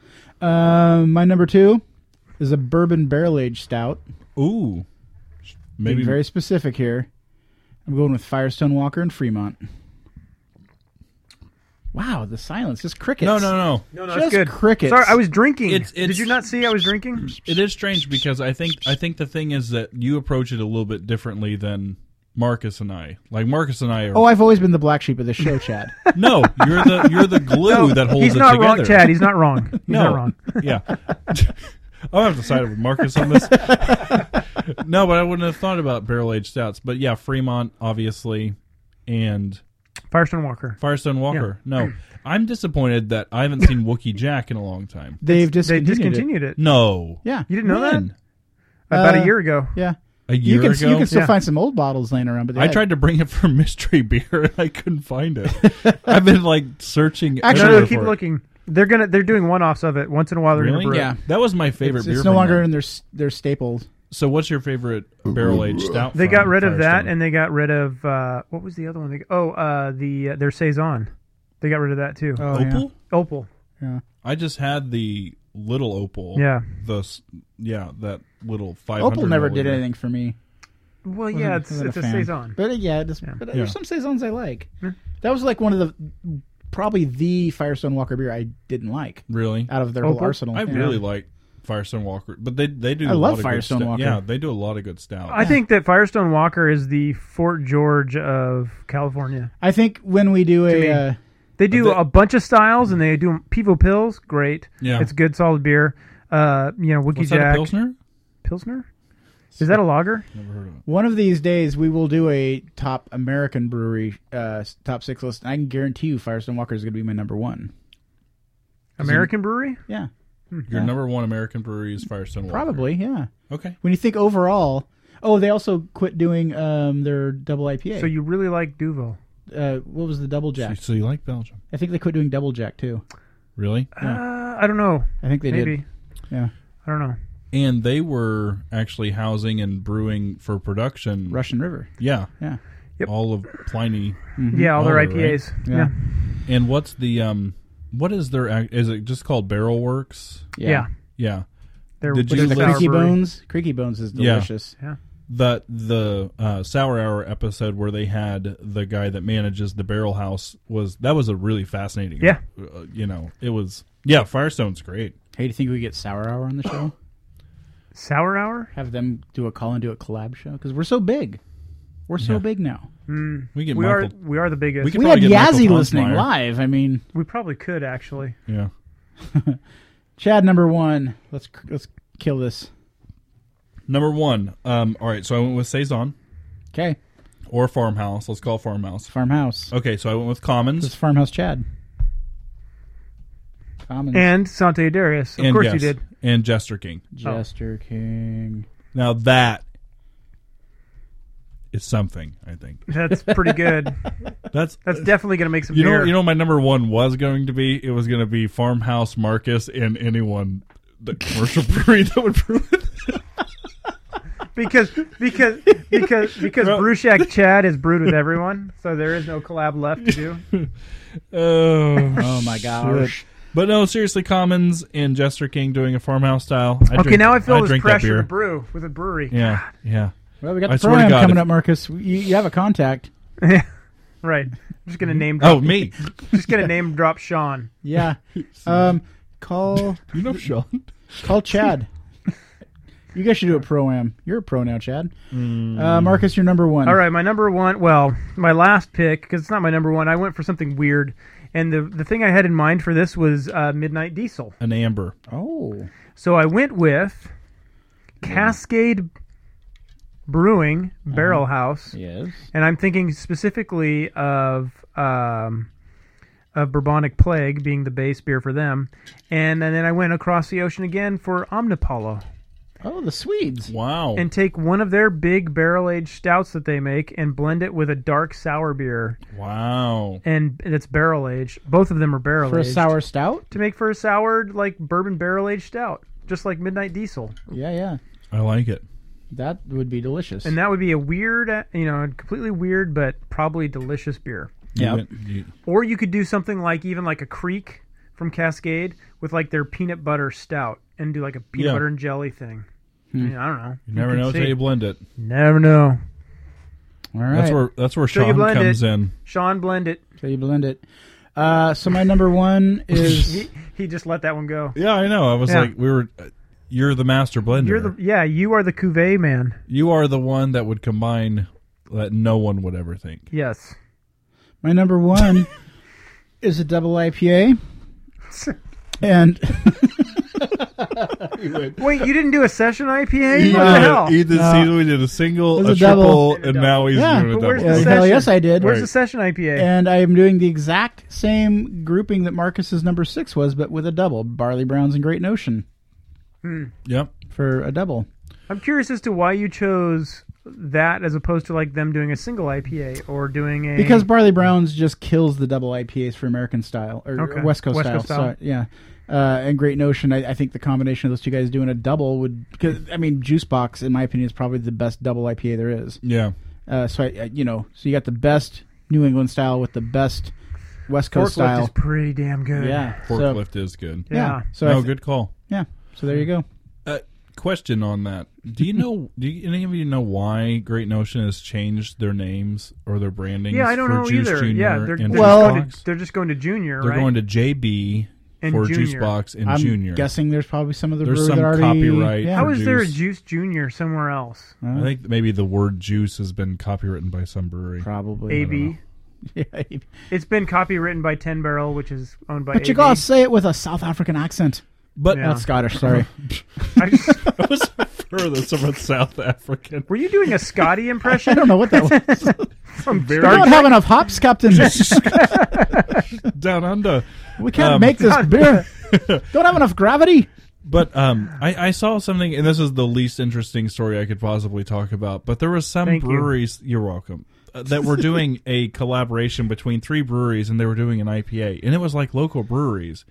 Speaker 4: Um, my number two is a bourbon barrel aged stout.
Speaker 6: Ooh,
Speaker 4: Being
Speaker 6: maybe
Speaker 4: very specific here. I'm going with Firestone Walker and Fremont. Wow, the silence, just crickets.
Speaker 6: no, no, no.
Speaker 5: No,
Speaker 4: Just crickets.
Speaker 5: Sorry, I was drinking.
Speaker 6: It's-
Speaker 5: Did
Speaker 6: it's-
Speaker 5: you not see I was drinking?
Speaker 6: It is strange because I think I think the thing is that you approach it a little bit differently than Marcus and I. Like Marcus and I are.
Speaker 4: Oh, I've always been the black sheep of the show, Chad.
Speaker 6: no, you're the you're the glue that holds
Speaker 5: He's
Speaker 6: it
Speaker 5: not
Speaker 6: together.
Speaker 5: wrong, Chad. He's not wrong. He's
Speaker 6: no,
Speaker 5: not wrong.
Speaker 6: yeah. I'll have to side with Marcus on this. no, but I wouldn't have thought about barrel aged stouts. But yeah, Fremont obviously, and
Speaker 5: Firestone Walker.
Speaker 6: Firestone Walker. No, I'm disappointed that I haven't seen Wookie Jack in a long time.
Speaker 4: They've
Speaker 5: They
Speaker 4: discontinued.
Speaker 5: discontinued it.
Speaker 6: No,
Speaker 4: It. Yeah,
Speaker 5: You didn't know
Speaker 6: When?
Speaker 5: that about
Speaker 4: Uh,
Speaker 5: a year ago.
Speaker 4: yeah.
Speaker 6: a year
Speaker 4: You can
Speaker 6: ago.
Speaker 4: you can still
Speaker 5: Yeah.
Speaker 4: find some old bottles laying around, but they
Speaker 6: I
Speaker 4: had-
Speaker 6: tried to bring it for mystery beer and I couldn't find it. I've been like searching.
Speaker 4: Actually,
Speaker 5: No,
Speaker 6: everywhere
Speaker 5: no, keep
Speaker 6: for it.
Speaker 5: looking. They're gonna they're doing one offs of it once in a while. They're
Speaker 6: Really?
Speaker 5: gonna brew it.
Speaker 4: Yeah.
Speaker 6: That was my favorite
Speaker 4: It's,
Speaker 6: beer.
Speaker 4: it's no
Speaker 6: from
Speaker 4: longer
Speaker 6: them.
Speaker 4: in their s- their staples.
Speaker 6: So, what's your favorite barrel aged stout?
Speaker 5: They
Speaker 6: from
Speaker 5: got rid of that,
Speaker 6: Firestone?
Speaker 5: and they got rid of uh, what was the other one? They, oh, uh, the uh, their saison. They got rid of that too.
Speaker 4: Oh,
Speaker 6: opal.
Speaker 5: Opal.
Speaker 6: I just had the little opal.
Speaker 5: Yeah.
Speaker 6: The s- yeah that little five.
Speaker 4: Yeah. Opal never did anything for me.
Speaker 5: Well, yeah, it's
Speaker 4: Wasn't
Speaker 5: it's a,
Speaker 4: fan.
Speaker 5: saison.
Speaker 4: But uh, yeah, just, but uh,
Speaker 6: Yeah.
Speaker 4: there's some saisons I like. That was like one of the probably the Firestone Walker beer I didn't like
Speaker 6: Really,
Speaker 4: out of their
Speaker 5: Opal?
Speaker 4: whole arsenal.
Speaker 6: I
Speaker 4: Yeah.
Speaker 6: really like Firestone Walker, but they they do.
Speaker 4: I
Speaker 6: a
Speaker 4: love
Speaker 6: lot of
Speaker 4: Firestone
Speaker 6: good stout.
Speaker 4: Walker.
Speaker 6: Yeah, they do a lot of good stout.
Speaker 5: I think that Firestone Walker is the Fort George of California.
Speaker 4: I think when we do
Speaker 5: me.
Speaker 4: a uh,
Speaker 5: They do
Speaker 6: But the-
Speaker 5: a bunch of styles, and they do Pivo Pills. Great.
Speaker 6: Yeah.
Speaker 5: it's good, solid beer. Uh, you know, Wiki
Speaker 6: What's
Speaker 5: Jack
Speaker 6: that a pilsner?
Speaker 5: Pilsner? Is that a lager?
Speaker 6: Never heard of it.
Speaker 4: one of these days, we will do a top American brewery uh, s- top six list, and I can guarantee you Firestone Walker is going to be my number one.
Speaker 5: American brewery?
Speaker 4: Yeah,
Speaker 6: Your number one American brewery is Firestone Walker.
Speaker 4: probably. Yeah,
Speaker 6: Okay.
Speaker 4: when you think overall. Oh, they also quit doing um, their double IPA.
Speaker 5: So you really like Duvel?
Speaker 4: uh, what was the double jack?
Speaker 6: So you like Belgium?
Speaker 4: I think they quit doing double jack too.
Speaker 6: Really?
Speaker 5: Uh, I don't know.
Speaker 4: I think they
Speaker 5: Maybe.
Speaker 4: did. Yeah,
Speaker 5: I don't know.
Speaker 6: and they were actually housing and brewing for production.
Speaker 4: Russian River.
Speaker 6: Yeah,
Speaker 4: Yeah,
Speaker 5: Yep.
Speaker 6: all of Pliny.
Speaker 5: Yeah, all their
Speaker 6: Lager, Mm-hmm. right?
Speaker 5: IPAs. Yeah.
Speaker 4: Yeah.
Speaker 6: And what's the um? What is their? ac- Is it just called Barrel Works?
Speaker 5: Yeah.
Speaker 6: Yeah,
Speaker 5: They're,
Speaker 6: Did
Speaker 5: which
Speaker 6: you
Speaker 5: is a
Speaker 6: list-
Speaker 5: sour
Speaker 4: Creaky
Speaker 5: brewery.
Speaker 4: Bones. Creaky Bones is
Speaker 6: Yeah.
Speaker 4: delicious.
Speaker 6: that the uh, Sour Hour episode where they had the guy that manages the Barrel House was that was a really fascinating.
Speaker 5: Yeah.
Speaker 6: uh, you know it was. Yeah, Firestone's great.
Speaker 4: Hey, do you think we get Sour Hour on the show?
Speaker 5: Sour Hour?
Speaker 4: Have them do a call and do a collab show because we're so big. We're so
Speaker 6: Yeah.
Speaker 4: big now.
Speaker 6: We get
Speaker 5: We
Speaker 6: Michael.
Speaker 5: are we are the biggest.
Speaker 6: We
Speaker 5: We,
Speaker 6: could
Speaker 4: we had
Speaker 6: probably get Michael
Speaker 4: Yazzie listening
Speaker 6: Ponsmeyer.
Speaker 4: live. I mean,
Speaker 5: probably could actually.
Speaker 6: Yeah,
Speaker 4: Chad number one. Let's let's kill this.
Speaker 6: number one. Um, all right, so I went with saison
Speaker 4: Okay,
Speaker 6: or farmhouse. Let's call farmhouse.
Speaker 4: farmhouse.
Speaker 6: Okay, so I went with commons.
Speaker 4: This is farmhouse Chad. Common
Speaker 5: And Sante Darius. Of
Speaker 6: and
Speaker 5: course
Speaker 6: yes,
Speaker 5: you did.
Speaker 6: And Jester King.
Speaker 4: Jester King.
Speaker 6: Now that is something. I think
Speaker 5: That's pretty good.
Speaker 6: that's
Speaker 5: That's definitely going to make some
Speaker 6: you
Speaker 5: beer.
Speaker 6: know you know what my number one was going to be it was going to be farmhouse Marcus and anyone the commercial brewery that would brew it.
Speaker 5: because because because because Brew Shack Chad is brewed with everyone, so there is no collab left to do.
Speaker 6: Oh.
Speaker 4: Oh my gosh.
Speaker 6: But no, seriously, Commons and Jester King doing a farmhouse style. I
Speaker 5: Okay,
Speaker 6: drink-
Speaker 5: now I feel this
Speaker 6: drink that
Speaker 5: pressure to
Speaker 6: beer.
Speaker 5: brew with a brewery.
Speaker 6: Yeah, yeah.
Speaker 4: Well, we got
Speaker 6: I
Speaker 4: the
Speaker 6: swear to
Speaker 4: program
Speaker 6: God,
Speaker 4: coming
Speaker 6: if-
Speaker 4: up, Marcus. You, you have a contact.
Speaker 5: Right. I'm just gonna name drop
Speaker 6: Oh, me.
Speaker 5: just gonna name drop Sean.
Speaker 4: Yeah. Um, call
Speaker 6: You know Sean.
Speaker 4: call Chad. You guys should do a pro am. You're a pro now, Chad. Uh, Marcus, you're number one.
Speaker 5: Mm. All right, my number one. Well, my last pick because it's not my number one. I went for something weird, and the the thing I had in mind for this was uh, Midnight Diesel.
Speaker 6: An amber.
Speaker 4: Oh,
Speaker 5: So I went with
Speaker 4: Mm-hmm.
Speaker 5: Cascade Brewing Barrel House,
Speaker 4: yes.
Speaker 5: and I'm thinking specifically of um, of Bourbonic Plague being the base beer for them, and, and then I went across the ocean again for Omnipollo.
Speaker 4: Oh, the Swedes.
Speaker 6: Wow.
Speaker 5: and take one of their big barrel aged stouts that they make and blend it with a dark sour beer
Speaker 6: wow.
Speaker 5: and it's barrel aged. Both of them are barrel
Speaker 4: For a
Speaker 5: aged
Speaker 4: sour stout?
Speaker 5: to make for a sour like bourbon barrel aged stout, just like Midnight Diesel.
Speaker 4: Yeah, yeah.
Speaker 6: I like it.
Speaker 4: That would be delicious.
Speaker 5: And that would be a weird, uh, you know, completely weird but probably delicious beer.
Speaker 6: You
Speaker 4: Yep.
Speaker 6: went- you-
Speaker 5: Or you could do something like even like a Creek from Cascade with like their peanut butter stout and do like a peanut
Speaker 6: Yeah.
Speaker 5: butter and jelly thing. I, mean, I don't know.
Speaker 6: you never
Speaker 5: can
Speaker 6: know until
Speaker 5: see.
Speaker 6: you blend it.
Speaker 5: Never know.
Speaker 4: All right.
Speaker 6: That's where that's where
Speaker 5: So you
Speaker 6: Sean
Speaker 5: blend
Speaker 6: comes
Speaker 5: it.
Speaker 6: in.
Speaker 5: Sean, blend it.
Speaker 4: So you blend it. Uh, so my number one is
Speaker 5: He, he just let that one go.
Speaker 6: Yeah, I know. I was
Speaker 5: Yeah.
Speaker 6: like, we were. uh, You're the master blender.
Speaker 5: You're the yeah. You are the cuvee man.
Speaker 6: You are the one that would combine that no one would ever think.
Speaker 5: Yes.
Speaker 4: my number one is a double IPA, and
Speaker 5: Wait, you didn't do a session IPA?
Speaker 6: He
Speaker 5: What the hell?
Speaker 6: did a season. We did a single,
Speaker 4: It
Speaker 6: a,
Speaker 4: was a
Speaker 6: triple,
Speaker 4: double.
Speaker 6: and now he's
Speaker 4: Yeah.
Speaker 6: doing a
Speaker 5: But where's
Speaker 6: double.
Speaker 5: the
Speaker 4: uh,
Speaker 5: session?
Speaker 4: hell yes, I did.
Speaker 5: Where's
Speaker 6: Right.
Speaker 5: the session IPA?
Speaker 4: And I am doing the exact same grouping that Marcus's number six was, but with a double barley browns and Great Notion
Speaker 6: Yep.
Speaker 4: for a
Speaker 5: Mm.
Speaker 4: double.
Speaker 5: I'm curious as to why you chose that as opposed to like them doing a single IPA or doing a
Speaker 4: Because barley browns just kills the double IPAs for American style or
Speaker 5: Okay.
Speaker 4: West Coast
Speaker 5: West
Speaker 4: style.
Speaker 5: Coast style.
Speaker 4: Sorry, yeah, uh, and Great Notion. I, I think the combination of those two guys doing a double would. Cause, I mean, Juice Box, in my opinion, is probably the best double IPA there is.
Speaker 6: Yeah.
Speaker 4: Uh, so I, I, you know, so you got the best New England style with the best West
Speaker 5: forklift
Speaker 4: Coast style.
Speaker 5: is pretty damn good.
Speaker 4: yeah, So,
Speaker 6: Forklift is good.
Speaker 5: Yeah.
Speaker 4: yeah. So I
Speaker 6: no,
Speaker 4: th-
Speaker 6: good call.
Speaker 4: Yeah. So there you go.
Speaker 6: Uh, question on that: Do you know? do you, any of you know why Great Notion has changed their names or their branding?
Speaker 5: Yeah, I don't
Speaker 6: for
Speaker 5: know
Speaker 6: Juice
Speaker 5: either.
Speaker 6: Junior
Speaker 5: yeah, they're, they're
Speaker 6: and
Speaker 4: Well-
Speaker 5: just
Speaker 6: Juice
Speaker 5: going
Speaker 6: Box?
Speaker 5: to, they're just going to junior,
Speaker 6: They're
Speaker 5: right?
Speaker 6: going to JB
Speaker 5: And
Speaker 6: for Juice
Speaker 5: Junior.
Speaker 6: Box and
Speaker 4: I'm
Speaker 6: Junior.
Speaker 4: guessing there's probably some of the
Speaker 6: There's
Speaker 4: brewer
Speaker 6: some
Speaker 4: that already.
Speaker 6: copyright.
Speaker 4: Yeah.
Speaker 5: How is there a
Speaker 6: Juice.
Speaker 5: juice junior somewhere else?
Speaker 6: I think that maybe the word juice has been copywritten by some brewery.
Speaker 4: probably.
Speaker 5: AB.
Speaker 4: Yeah, AB.
Speaker 5: It's been copywritten by Ten Barrel, which is owned by.
Speaker 4: But you
Speaker 5: AB.
Speaker 4: gotta say it with a South African accent.
Speaker 6: But
Speaker 5: Yeah.
Speaker 4: Not Scottish, sorry.
Speaker 5: I just-
Speaker 6: I was further someone South African.
Speaker 5: Were you doing a Scotty
Speaker 4: I
Speaker 5: impression
Speaker 4: don't know what that was. I
Speaker 5: from Star
Speaker 4: don't
Speaker 5: Trek?
Speaker 4: have enough hops, Captain.
Speaker 6: Down under.
Speaker 4: We can't
Speaker 6: Um,
Speaker 4: make this beer. Don't have enough gravity.
Speaker 6: But um, I, I saw something, and this is the least interesting story I could possibly talk about. But there was some
Speaker 5: Thank you.
Speaker 6: breweries. You. are welcome. uh, that were doing a collaboration between three breweries, and they were doing an IPA, and it was like local breweries,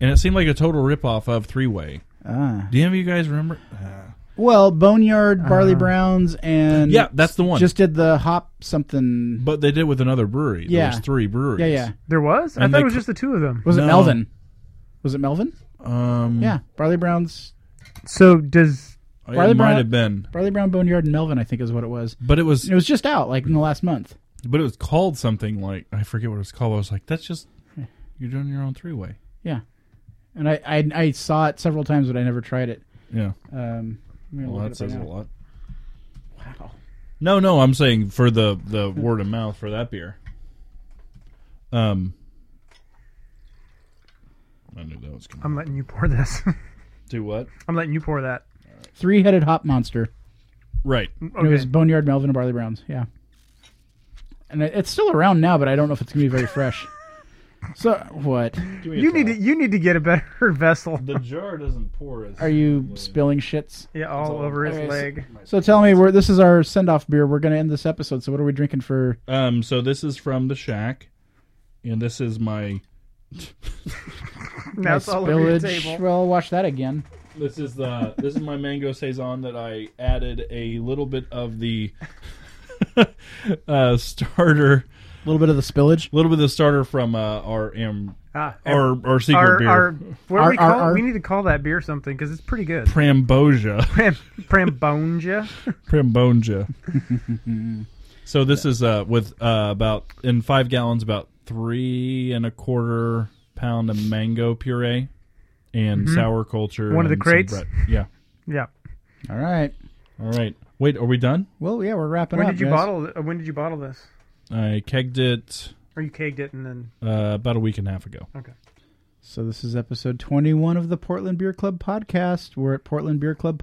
Speaker 6: and it seemed like a total ripoff of Three Way.
Speaker 4: Ah.
Speaker 6: Do any of you guys remember? Ah.
Speaker 4: Well, Boneyard, Barley Browns, and
Speaker 6: yeah, that's the one.
Speaker 4: just did the hop something.
Speaker 6: but they did with another brewery.
Speaker 4: Yeah.
Speaker 6: there was three breweries.
Speaker 4: Yeah, yeah.
Speaker 5: There was? I
Speaker 6: And
Speaker 5: thought
Speaker 6: they
Speaker 5: it was
Speaker 6: cl-
Speaker 5: just the two of them.
Speaker 4: Was it
Speaker 6: No.
Speaker 4: Melvin? Hmm. Was it Melvin?
Speaker 6: Um,
Speaker 4: Yeah, Barley Browns,
Speaker 5: So does
Speaker 6: it
Speaker 4: Barley
Speaker 6: might
Speaker 4: Brown-
Speaker 6: have been,
Speaker 4: Barley Brown, Boneyard, and Melvin. I think is what it was.
Speaker 6: but it was
Speaker 4: It was just out like in the last month.
Speaker 6: But it was called something like I forget what it was called. I was like, that's just you're doing your own three way.
Speaker 4: Yeah, and I, I I saw it several times, but I never tried it.
Speaker 6: Yeah.
Speaker 4: Um, I'm gonna look
Speaker 6: Well, that
Speaker 4: it up
Speaker 6: says
Speaker 4: right
Speaker 6: a
Speaker 4: now.
Speaker 6: lot. No, no, I'm saying for the the word of mouth for that beer. Um. I knew that was coming.
Speaker 5: I'm letting you pour this.
Speaker 6: Do what?
Speaker 5: I'm letting you pour that.
Speaker 4: Three-headed hop monster.
Speaker 6: Right.
Speaker 5: Okay.
Speaker 4: It was Boneyard, Melvin, and Barley Browns. Yeah, and it, it's still around now, but I don't know if it's gonna be very fresh. so what
Speaker 5: you need to you need to get a better vessel.
Speaker 6: The jar doesn't pour as
Speaker 4: are you spilling shits?
Speaker 5: Yeah, all over his
Speaker 4: okay, so-
Speaker 5: leg.
Speaker 4: So tell me, we're, this is our send-off beer. We're gonna end this episode. So what are we drinking for?
Speaker 6: Um. So this is from the shack, and this is my
Speaker 5: Now it's all over the
Speaker 4: spillage.
Speaker 5: table.
Speaker 4: Well, watch that again.
Speaker 6: This is the this is my mango saison that I added a little bit of the uh,
Speaker 4: A
Speaker 6: starter,
Speaker 4: little bit of the spillage.
Speaker 6: a little bit of the starter from uh, our um,
Speaker 5: Ah,
Speaker 6: our our secret
Speaker 5: our,
Speaker 6: beer,
Speaker 5: our what do
Speaker 4: Our-
Speaker 5: we call
Speaker 4: our-
Speaker 5: it?
Speaker 4: our-
Speaker 5: we need to call that beer something because it's pretty good.
Speaker 6: Prambosia.
Speaker 5: Pram, Prambonja.
Speaker 6: Prambonja. so this is uh with uh about in five gallons about three and a quarter pound of mango puree and sour culture.
Speaker 5: Mm-hmm. One of the
Speaker 6: and some
Speaker 5: crates?
Speaker 6: bread. Yeah.
Speaker 5: yeah.
Speaker 4: All right.
Speaker 6: All right. Wait, are we done?
Speaker 4: Well, yeah, we're wrapping
Speaker 5: When
Speaker 4: up.
Speaker 5: did you
Speaker 4: guys.
Speaker 5: bottle? uh, When did you bottle this?
Speaker 6: I kegged it
Speaker 5: Or you kegged it and then
Speaker 6: uh, about a week and a half ago.
Speaker 5: okay.
Speaker 4: So this is episode 21 of the Portland Beer Club podcast. We're at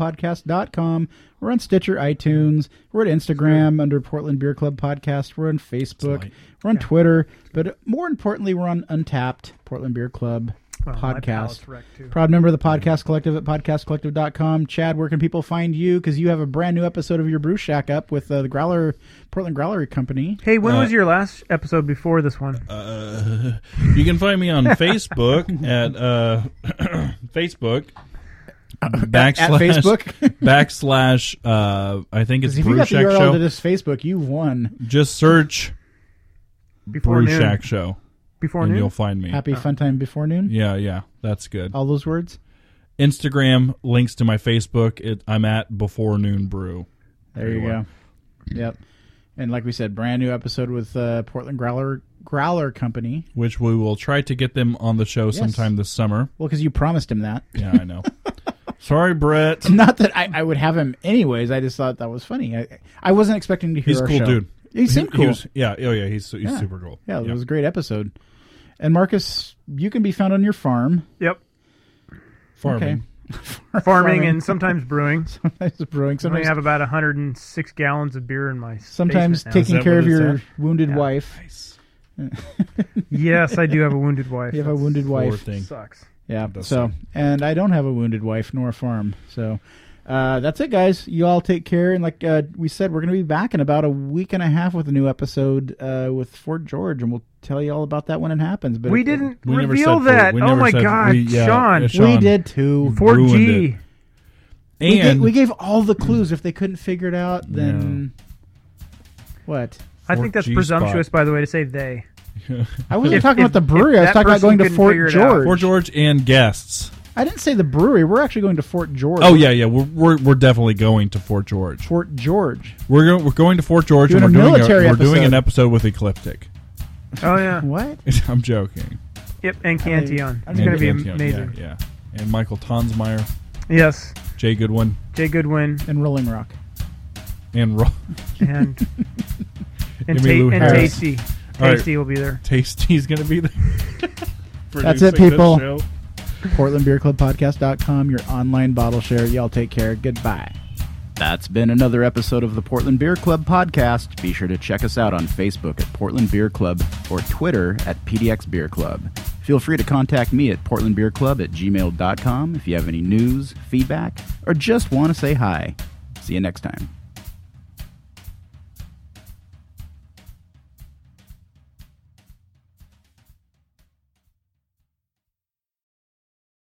Speaker 4: portlandbeerclubpodcast.com. We're on Stitcher, iTunes. We're at Instagram under Portland Beer Club Podcast. We're on Facebook.
Speaker 6: light.
Speaker 4: We're on Twitter. But more importantly, we're on Untapped Portland Beer Club
Speaker 6: Oh,
Speaker 5: Well, my
Speaker 4: podcast.
Speaker 5: palate's wrecked, too.
Speaker 4: Proud member of the Podcast Collective at podcastcollective.com. Chad, where can people find you? Because you have a brand new episode of your Brew Shack up with uh, the Growler, Portland Growlery Company.
Speaker 5: Hey, when
Speaker 6: Uh,
Speaker 5: was your last episode before this one?
Speaker 6: Uh, you can find me on Facebook at uh, Facebook. Backslash,
Speaker 4: Facebook?
Speaker 6: backslash, uh, I think it's
Speaker 4: 'Cause if you
Speaker 6: Brew
Speaker 4: got the
Speaker 6: Shack
Speaker 4: URL
Speaker 6: Show.
Speaker 4: to this Facebook, you've won.
Speaker 6: Just search
Speaker 5: Before
Speaker 6: Brew
Speaker 5: noon.
Speaker 6: Shack Show,
Speaker 5: Before
Speaker 6: and
Speaker 5: noon.
Speaker 6: you'll find me.
Speaker 4: Happy fun time before noon.
Speaker 6: Yeah, yeah, that's good.
Speaker 4: All those words.
Speaker 6: Instagram links to my Facebook. It, I'm at Before Noon Brew.
Speaker 4: There you
Speaker 6: Everyone.
Speaker 4: go. Yep. And like we said, brand new episode with uh, Portland Growler Growler Company.
Speaker 6: Which we will try to get them on the show sometime this summer.
Speaker 4: Well, because you promised him that.
Speaker 6: Yeah, I know. Sorry, Brett.
Speaker 4: Not that I, I would have him anyways. I just thought that was funny. I, I wasn't expecting to hear.
Speaker 6: He's a
Speaker 4: our
Speaker 6: cool
Speaker 4: show.
Speaker 6: dude.
Speaker 4: He seemed
Speaker 6: He- he
Speaker 4: cool.
Speaker 6: was- yeah, oh yeah, he's, he's
Speaker 4: Yeah.
Speaker 6: super cool.
Speaker 4: yeah, it was a great episode. And Marcus, you can be found on your farm.
Speaker 5: Yep.
Speaker 6: farming.
Speaker 4: Okay.
Speaker 5: Farming, and sometimes brewing.
Speaker 4: sometimes brewing.
Speaker 5: I
Speaker 4: Sometimes
Speaker 5: have about 106 gallons of beer in my
Speaker 4: sometimes
Speaker 5: basement now.
Speaker 4: taking
Speaker 6: that
Speaker 4: care
Speaker 6: what
Speaker 4: of
Speaker 6: it's
Speaker 4: your
Speaker 6: at?
Speaker 4: wounded
Speaker 5: Yeah.
Speaker 4: wife.
Speaker 5: Yes, I do have a wounded wife.
Speaker 4: You have a
Speaker 5: That's-
Speaker 4: wounded
Speaker 6: Poor
Speaker 4: wife.
Speaker 6: thing.
Speaker 5: Sucks.
Speaker 4: Yeah.
Speaker 6: does
Speaker 4: So,
Speaker 6: suck.
Speaker 4: and I don't have a wounded wife nor a farm. So, uh, that's it, guys. You all take care. And like uh, we said, we're going to be back in about a week and a half with a new episode uh, with Fort George, and we'll tell you all about that when it happens. But
Speaker 5: We
Speaker 4: it-
Speaker 5: didn't
Speaker 6: We never
Speaker 5: reveal
Speaker 6: said for-
Speaker 5: that.
Speaker 6: we
Speaker 5: Oh
Speaker 6: never
Speaker 5: my
Speaker 6: said-
Speaker 5: god,
Speaker 6: we- yeah,
Speaker 5: Sean.
Speaker 6: yeah,
Speaker 5: Sean.
Speaker 6: Sean.
Speaker 4: We did too.
Speaker 5: 4G.
Speaker 6: And
Speaker 4: We, gave, we gave all the clues. If they couldn't figure it out, then what?
Speaker 5: I think that's
Speaker 6: 4G
Speaker 5: presumptuous,
Speaker 6: spot.
Speaker 5: by the way, to say they.
Speaker 4: I wasn't
Speaker 5: If-
Speaker 4: talking
Speaker 5: if-
Speaker 4: about the brewery. I
Speaker 5: if
Speaker 4: was
Speaker 5: that
Speaker 4: talking about
Speaker 5: person
Speaker 4: going to
Speaker 5: couldn't
Speaker 4: Fort
Speaker 5: figure it out-
Speaker 4: George.
Speaker 6: Fort George and guests.
Speaker 4: I didn't say the brewery. We're actually going to Fort George.
Speaker 6: Oh yeah, yeah. We're we're, we're definitely going to Fort George.
Speaker 4: Fort George.
Speaker 6: We're go, we're going to Fort George,
Speaker 4: Doing
Speaker 6: and
Speaker 4: a
Speaker 6: we're doing
Speaker 4: military
Speaker 6: we're doing
Speaker 4: episode.
Speaker 6: an episode with Ecliptic.
Speaker 5: Oh yeah.
Speaker 4: What?
Speaker 6: I'm joking.
Speaker 5: Yep. And Canteon.
Speaker 4: I
Speaker 5: It's
Speaker 4: mean,
Speaker 5: going to be
Speaker 6: And- yeah,
Speaker 5: amazing.
Speaker 6: Yeah, yeah. And Michael Tonsmeyer,
Speaker 5: Yes.
Speaker 6: Jay Goodwin,
Speaker 5: Jay Goodwin
Speaker 4: And Rolling Rock.
Speaker 6: and Ro-
Speaker 5: and and,
Speaker 6: Give
Speaker 5: ta-
Speaker 6: me Lou
Speaker 5: and
Speaker 6: Harris.
Speaker 5: Tasty.
Speaker 6: All right.
Speaker 5: Tasty will be there.
Speaker 6: Tasty's going to be there.
Speaker 4: That's it,
Speaker 6: Producing this
Speaker 4: people.
Speaker 6: show.
Speaker 4: PortlandBeerClubPodcast.com, your online bottle share. Y'all take care. Goodbye. That's been another episode of the Portland Beer Club podcast. Be sure to check us out on Facebook at Portland Beer Club or Twitter at PDX Beer Club. Feel free to contact me at portlandbeerclub at gmail.com if you have any news, feedback, or just want to say hi. See you next time.